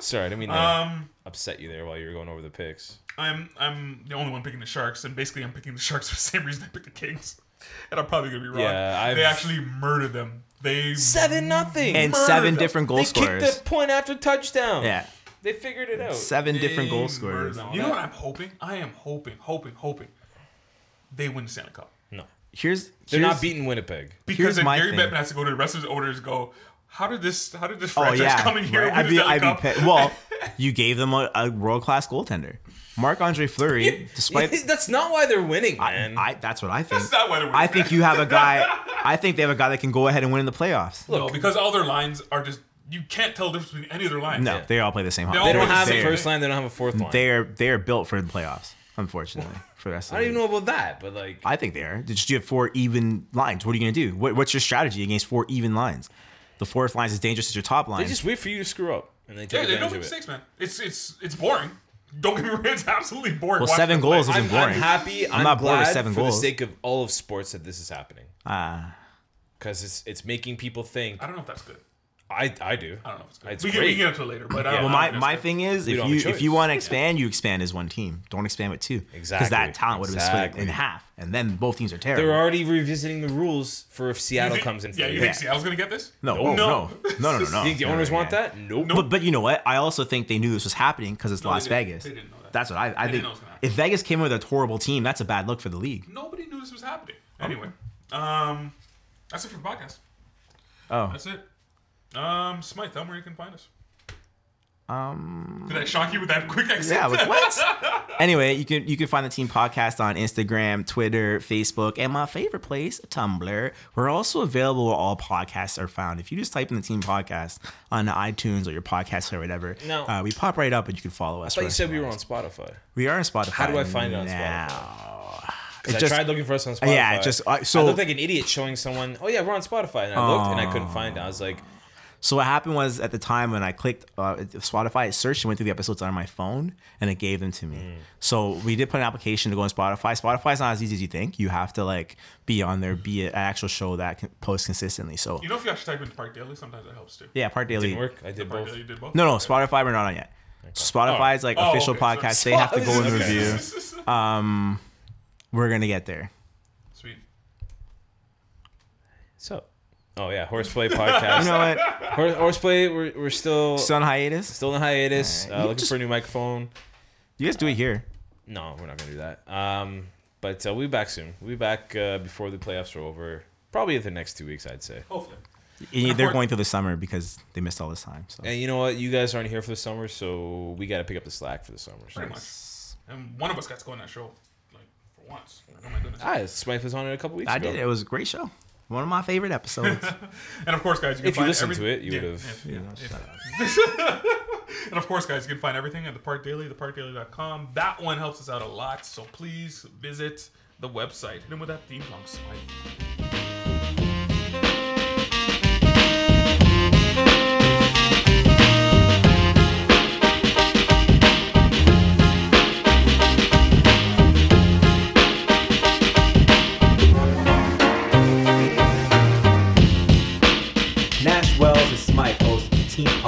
[SPEAKER 5] Sorry, I didn't mean to
[SPEAKER 4] Um,
[SPEAKER 5] upset you there while you were going over the picks.
[SPEAKER 3] I'm I'm the only one picking the Sharks, and basically I'm picking the Sharks for the same reason I picked the Kings. And I'm probably gonna be wrong.
[SPEAKER 5] Yeah, I've-
[SPEAKER 3] They actually murdered them. They
[SPEAKER 5] Seven nothing.
[SPEAKER 4] And
[SPEAKER 3] Murder
[SPEAKER 4] seven
[SPEAKER 3] them.
[SPEAKER 4] different goal
[SPEAKER 5] they
[SPEAKER 4] scorers.
[SPEAKER 5] kicked the point after touchdown.
[SPEAKER 4] yeah.
[SPEAKER 5] they figured it out.
[SPEAKER 4] Seven different
[SPEAKER 3] They
[SPEAKER 4] goal
[SPEAKER 3] murdered
[SPEAKER 4] scorers.
[SPEAKER 3] them. You know what I'm hoping? I am hoping, hoping, hoping they win the Stanley Cup
[SPEAKER 5] No,
[SPEAKER 4] Here's,
[SPEAKER 5] they're
[SPEAKER 4] here's-
[SPEAKER 5] not beating Winnipeg.
[SPEAKER 3] because
[SPEAKER 4] Here's
[SPEAKER 3] then
[SPEAKER 4] my
[SPEAKER 3] Gary
[SPEAKER 4] thing.
[SPEAKER 3] Bettman has to go to the rest of his owners. and Go, how did this? How did this
[SPEAKER 4] Oh,
[SPEAKER 3] franchise
[SPEAKER 4] yeah.
[SPEAKER 3] come in here?
[SPEAKER 4] right.
[SPEAKER 3] and
[SPEAKER 4] I'd
[SPEAKER 3] win
[SPEAKER 4] be,
[SPEAKER 3] the Stanley Cup?
[SPEAKER 4] I'd be pissed. Well, you gave them a, a world class goaltender. Marc Andre Fleury, despite.
[SPEAKER 5] that's not why they're winning,
[SPEAKER 4] I,
[SPEAKER 5] man.
[SPEAKER 4] I, that's what I think.
[SPEAKER 3] That's not why they're winning.
[SPEAKER 4] I think you have a guy. I think they have a guy that can go ahead and win in the playoffs.
[SPEAKER 3] No, because all their lines are just you can't tell the difference between any of their lines.
[SPEAKER 4] No, they all play the same hockey.
[SPEAKER 3] all
[SPEAKER 5] they
[SPEAKER 3] play
[SPEAKER 5] don't
[SPEAKER 3] the
[SPEAKER 5] have a
[SPEAKER 3] same.
[SPEAKER 4] They're-
[SPEAKER 5] first line. They don't have a fourth line.
[SPEAKER 4] They are they are built for the playoffs. Unfortunately, for the rest of
[SPEAKER 5] I
[SPEAKER 4] the
[SPEAKER 5] don't even
[SPEAKER 4] league.
[SPEAKER 5] know about that, but like
[SPEAKER 4] I think they are. They Just you have four even lines. What are you going to do? What, what's your strategy against four even lines? The fourth line is as dangerous as your top line.
[SPEAKER 5] they just wait for you to screw up and they
[SPEAKER 3] Yeah,
[SPEAKER 5] take
[SPEAKER 3] they don't
[SPEAKER 5] advantage
[SPEAKER 3] make
[SPEAKER 5] of it.
[SPEAKER 3] mistakes, man. It's it's it's boring. Don't get me wrong, it's absolutely boring.
[SPEAKER 4] well,
[SPEAKER 3] Watch
[SPEAKER 4] seven
[SPEAKER 3] them play.
[SPEAKER 4] goals isn't
[SPEAKER 5] I'm,
[SPEAKER 4] boring.
[SPEAKER 5] I'm happy. I'm,
[SPEAKER 4] not bored
[SPEAKER 5] glad
[SPEAKER 4] with seven
[SPEAKER 5] for
[SPEAKER 4] goals.
[SPEAKER 5] the sake of all of sports that this is happening
[SPEAKER 4] Ah,
[SPEAKER 5] because it's it's making people think.
[SPEAKER 3] I don't know if that's good.
[SPEAKER 5] I I do.
[SPEAKER 3] I don't know if it's good.
[SPEAKER 5] It's
[SPEAKER 3] we, Can, we
[SPEAKER 5] great.
[SPEAKER 3] can get into it later, but I don't
[SPEAKER 4] Well,
[SPEAKER 3] know
[SPEAKER 4] my,
[SPEAKER 3] if it's
[SPEAKER 4] my
[SPEAKER 3] good.
[SPEAKER 4] thing is,
[SPEAKER 5] We
[SPEAKER 4] if
[SPEAKER 5] don't have a
[SPEAKER 4] you if
[SPEAKER 5] choice.
[SPEAKER 4] you want to expand, you expand as one team. Don't expand with two, because
[SPEAKER 5] Exactly.
[SPEAKER 4] that talent would have been split
[SPEAKER 5] Exactly.
[SPEAKER 4] in half, and then both teams are terrible.
[SPEAKER 5] They're already revisiting the rules for if
[SPEAKER 3] You
[SPEAKER 5] Seattle
[SPEAKER 3] think-
[SPEAKER 5] comes in.
[SPEAKER 3] Yeah,
[SPEAKER 5] for
[SPEAKER 3] you
[SPEAKER 5] the-
[SPEAKER 3] think Seattle's gonna get this?
[SPEAKER 4] no, oh, no, no, no, no, no,
[SPEAKER 5] You think the
[SPEAKER 4] No, no,
[SPEAKER 5] owners
[SPEAKER 4] no,
[SPEAKER 5] want
[SPEAKER 4] yeah.
[SPEAKER 5] that? Nope.
[SPEAKER 4] But but you know what? I also think they knew this was happening because it's
[SPEAKER 3] No, they
[SPEAKER 4] Las
[SPEAKER 3] didn't.
[SPEAKER 4] Vegas.
[SPEAKER 3] They didn't know that.
[SPEAKER 4] That's what I, I
[SPEAKER 3] They didn't
[SPEAKER 4] think.
[SPEAKER 3] know it was gonna happen.
[SPEAKER 4] If Vegas came with a horrible team, that's a bad look for the league.
[SPEAKER 3] Nobody knew this was happening. Anyway, um, that's it for the podcast.
[SPEAKER 4] Oh,
[SPEAKER 3] That's it. Um, Smythe, tell me where you can find us.
[SPEAKER 4] um,
[SPEAKER 3] Did I shock you with that quick accent?
[SPEAKER 4] yeah, like, what? anyway, you can you can find the team podcast on Instagram, Twitter, Facebook, and my favorite place, Tumblr. We're also available where all podcasts are found. If you just type in the team podcast on iTunes or your podcast player, or whatever,
[SPEAKER 5] No.
[SPEAKER 4] uh, we pop right up and you can follow us.
[SPEAKER 5] I thought you
[SPEAKER 4] for-
[SPEAKER 5] said we were on Spotify.
[SPEAKER 4] We are on Spotify.
[SPEAKER 5] do I find it on Spotify?
[SPEAKER 4] now? It
[SPEAKER 5] 'Cause I
[SPEAKER 4] just-
[SPEAKER 5] tried looking for us on Spotify.
[SPEAKER 4] Yeah, it just- I- so-
[SPEAKER 5] I looked like an idiot showing someone. Oh yeah, we're on Spotify, and I looked and I couldn't find it. I was like,
[SPEAKER 4] So what happened was at the time when I clicked uh, Spotify, it searched and went through the episodes on my phone, and it gave them to me.
[SPEAKER 3] Mm.
[SPEAKER 4] So we did put an application to go on Spotify. Spotify's not as easy as you think. You have to like be on there, be an actual show that can post consistently. So
[SPEAKER 3] You know, if you actually type in Park Daily, sometimes it helps too.
[SPEAKER 4] yeah, part daily.
[SPEAKER 5] didn't work. I
[SPEAKER 3] Park
[SPEAKER 5] did both.
[SPEAKER 3] Daily, you did both.
[SPEAKER 4] No, no, Spotify we're not on yet. So Spotify's like
[SPEAKER 3] Oh,
[SPEAKER 4] official
[SPEAKER 3] okay, so-
[SPEAKER 4] podcast. they have to go and
[SPEAKER 5] Okay.
[SPEAKER 4] review. We're gonna get there.
[SPEAKER 3] Sweet.
[SPEAKER 5] So, oh yeah, horseplay podcast.
[SPEAKER 4] You know what?
[SPEAKER 5] Hor- horseplay. We're, we're still
[SPEAKER 4] Still on hiatus.
[SPEAKER 5] still in hiatus.
[SPEAKER 4] Alright.
[SPEAKER 5] Uh,
[SPEAKER 4] You
[SPEAKER 5] looking
[SPEAKER 4] just-
[SPEAKER 5] for a new microphone.
[SPEAKER 4] You guys do it here.
[SPEAKER 5] No, we're not gonna do that. Um, but uh, we'll be back soon. We'll be back uh, before the playoffs are over. Probably in the next two weeks, I'd say.
[SPEAKER 3] Hopefully.
[SPEAKER 4] And They're
[SPEAKER 3] course-
[SPEAKER 4] going through the summer because they missed all this time. So
[SPEAKER 5] And you know what? You guys aren't here for the summer, so we got to pick up the slack for the summer. So.
[SPEAKER 3] Pretty much. And one of us got to go on that show, like, for once. Oh my goodness.
[SPEAKER 5] Ah, Smythe was on it a couple weeks
[SPEAKER 4] I
[SPEAKER 5] ago.
[SPEAKER 4] did. It was a great show. One of my favorite episodes.
[SPEAKER 3] And of course, guys, you can
[SPEAKER 5] If you
[SPEAKER 3] find
[SPEAKER 5] listened
[SPEAKER 3] everything-
[SPEAKER 5] to it, you
[SPEAKER 3] Yeah,
[SPEAKER 5] would have.
[SPEAKER 3] yeah, yeah. And of course, guys, you can find everything at the Park Daily, theparkdaily.com. That one helps us out a lot, so please visit the website. Hit him with that theme song, Smythe.
[SPEAKER 2] Nash Wells is Smythe hosts the Team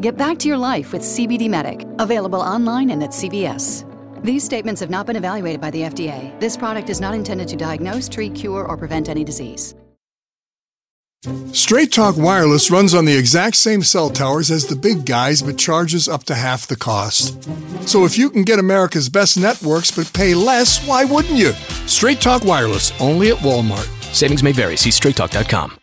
[SPEAKER 6] Get back to your life with CBD Medic, available online and at CVS. These statements have not been evaluated by the FDA. This product is not intended to diagnose, treat, cure, or prevent any disease.
[SPEAKER 7] Straight Talk Wireless runs on the exact same cell towers as the big guys, but charges up to half the cost. So if you can get America's best networks but pay less, why wouldn't you? Straight Talk Wireless, only at Walmart.
[SPEAKER 8] Savings may vary. See straighttalk.com.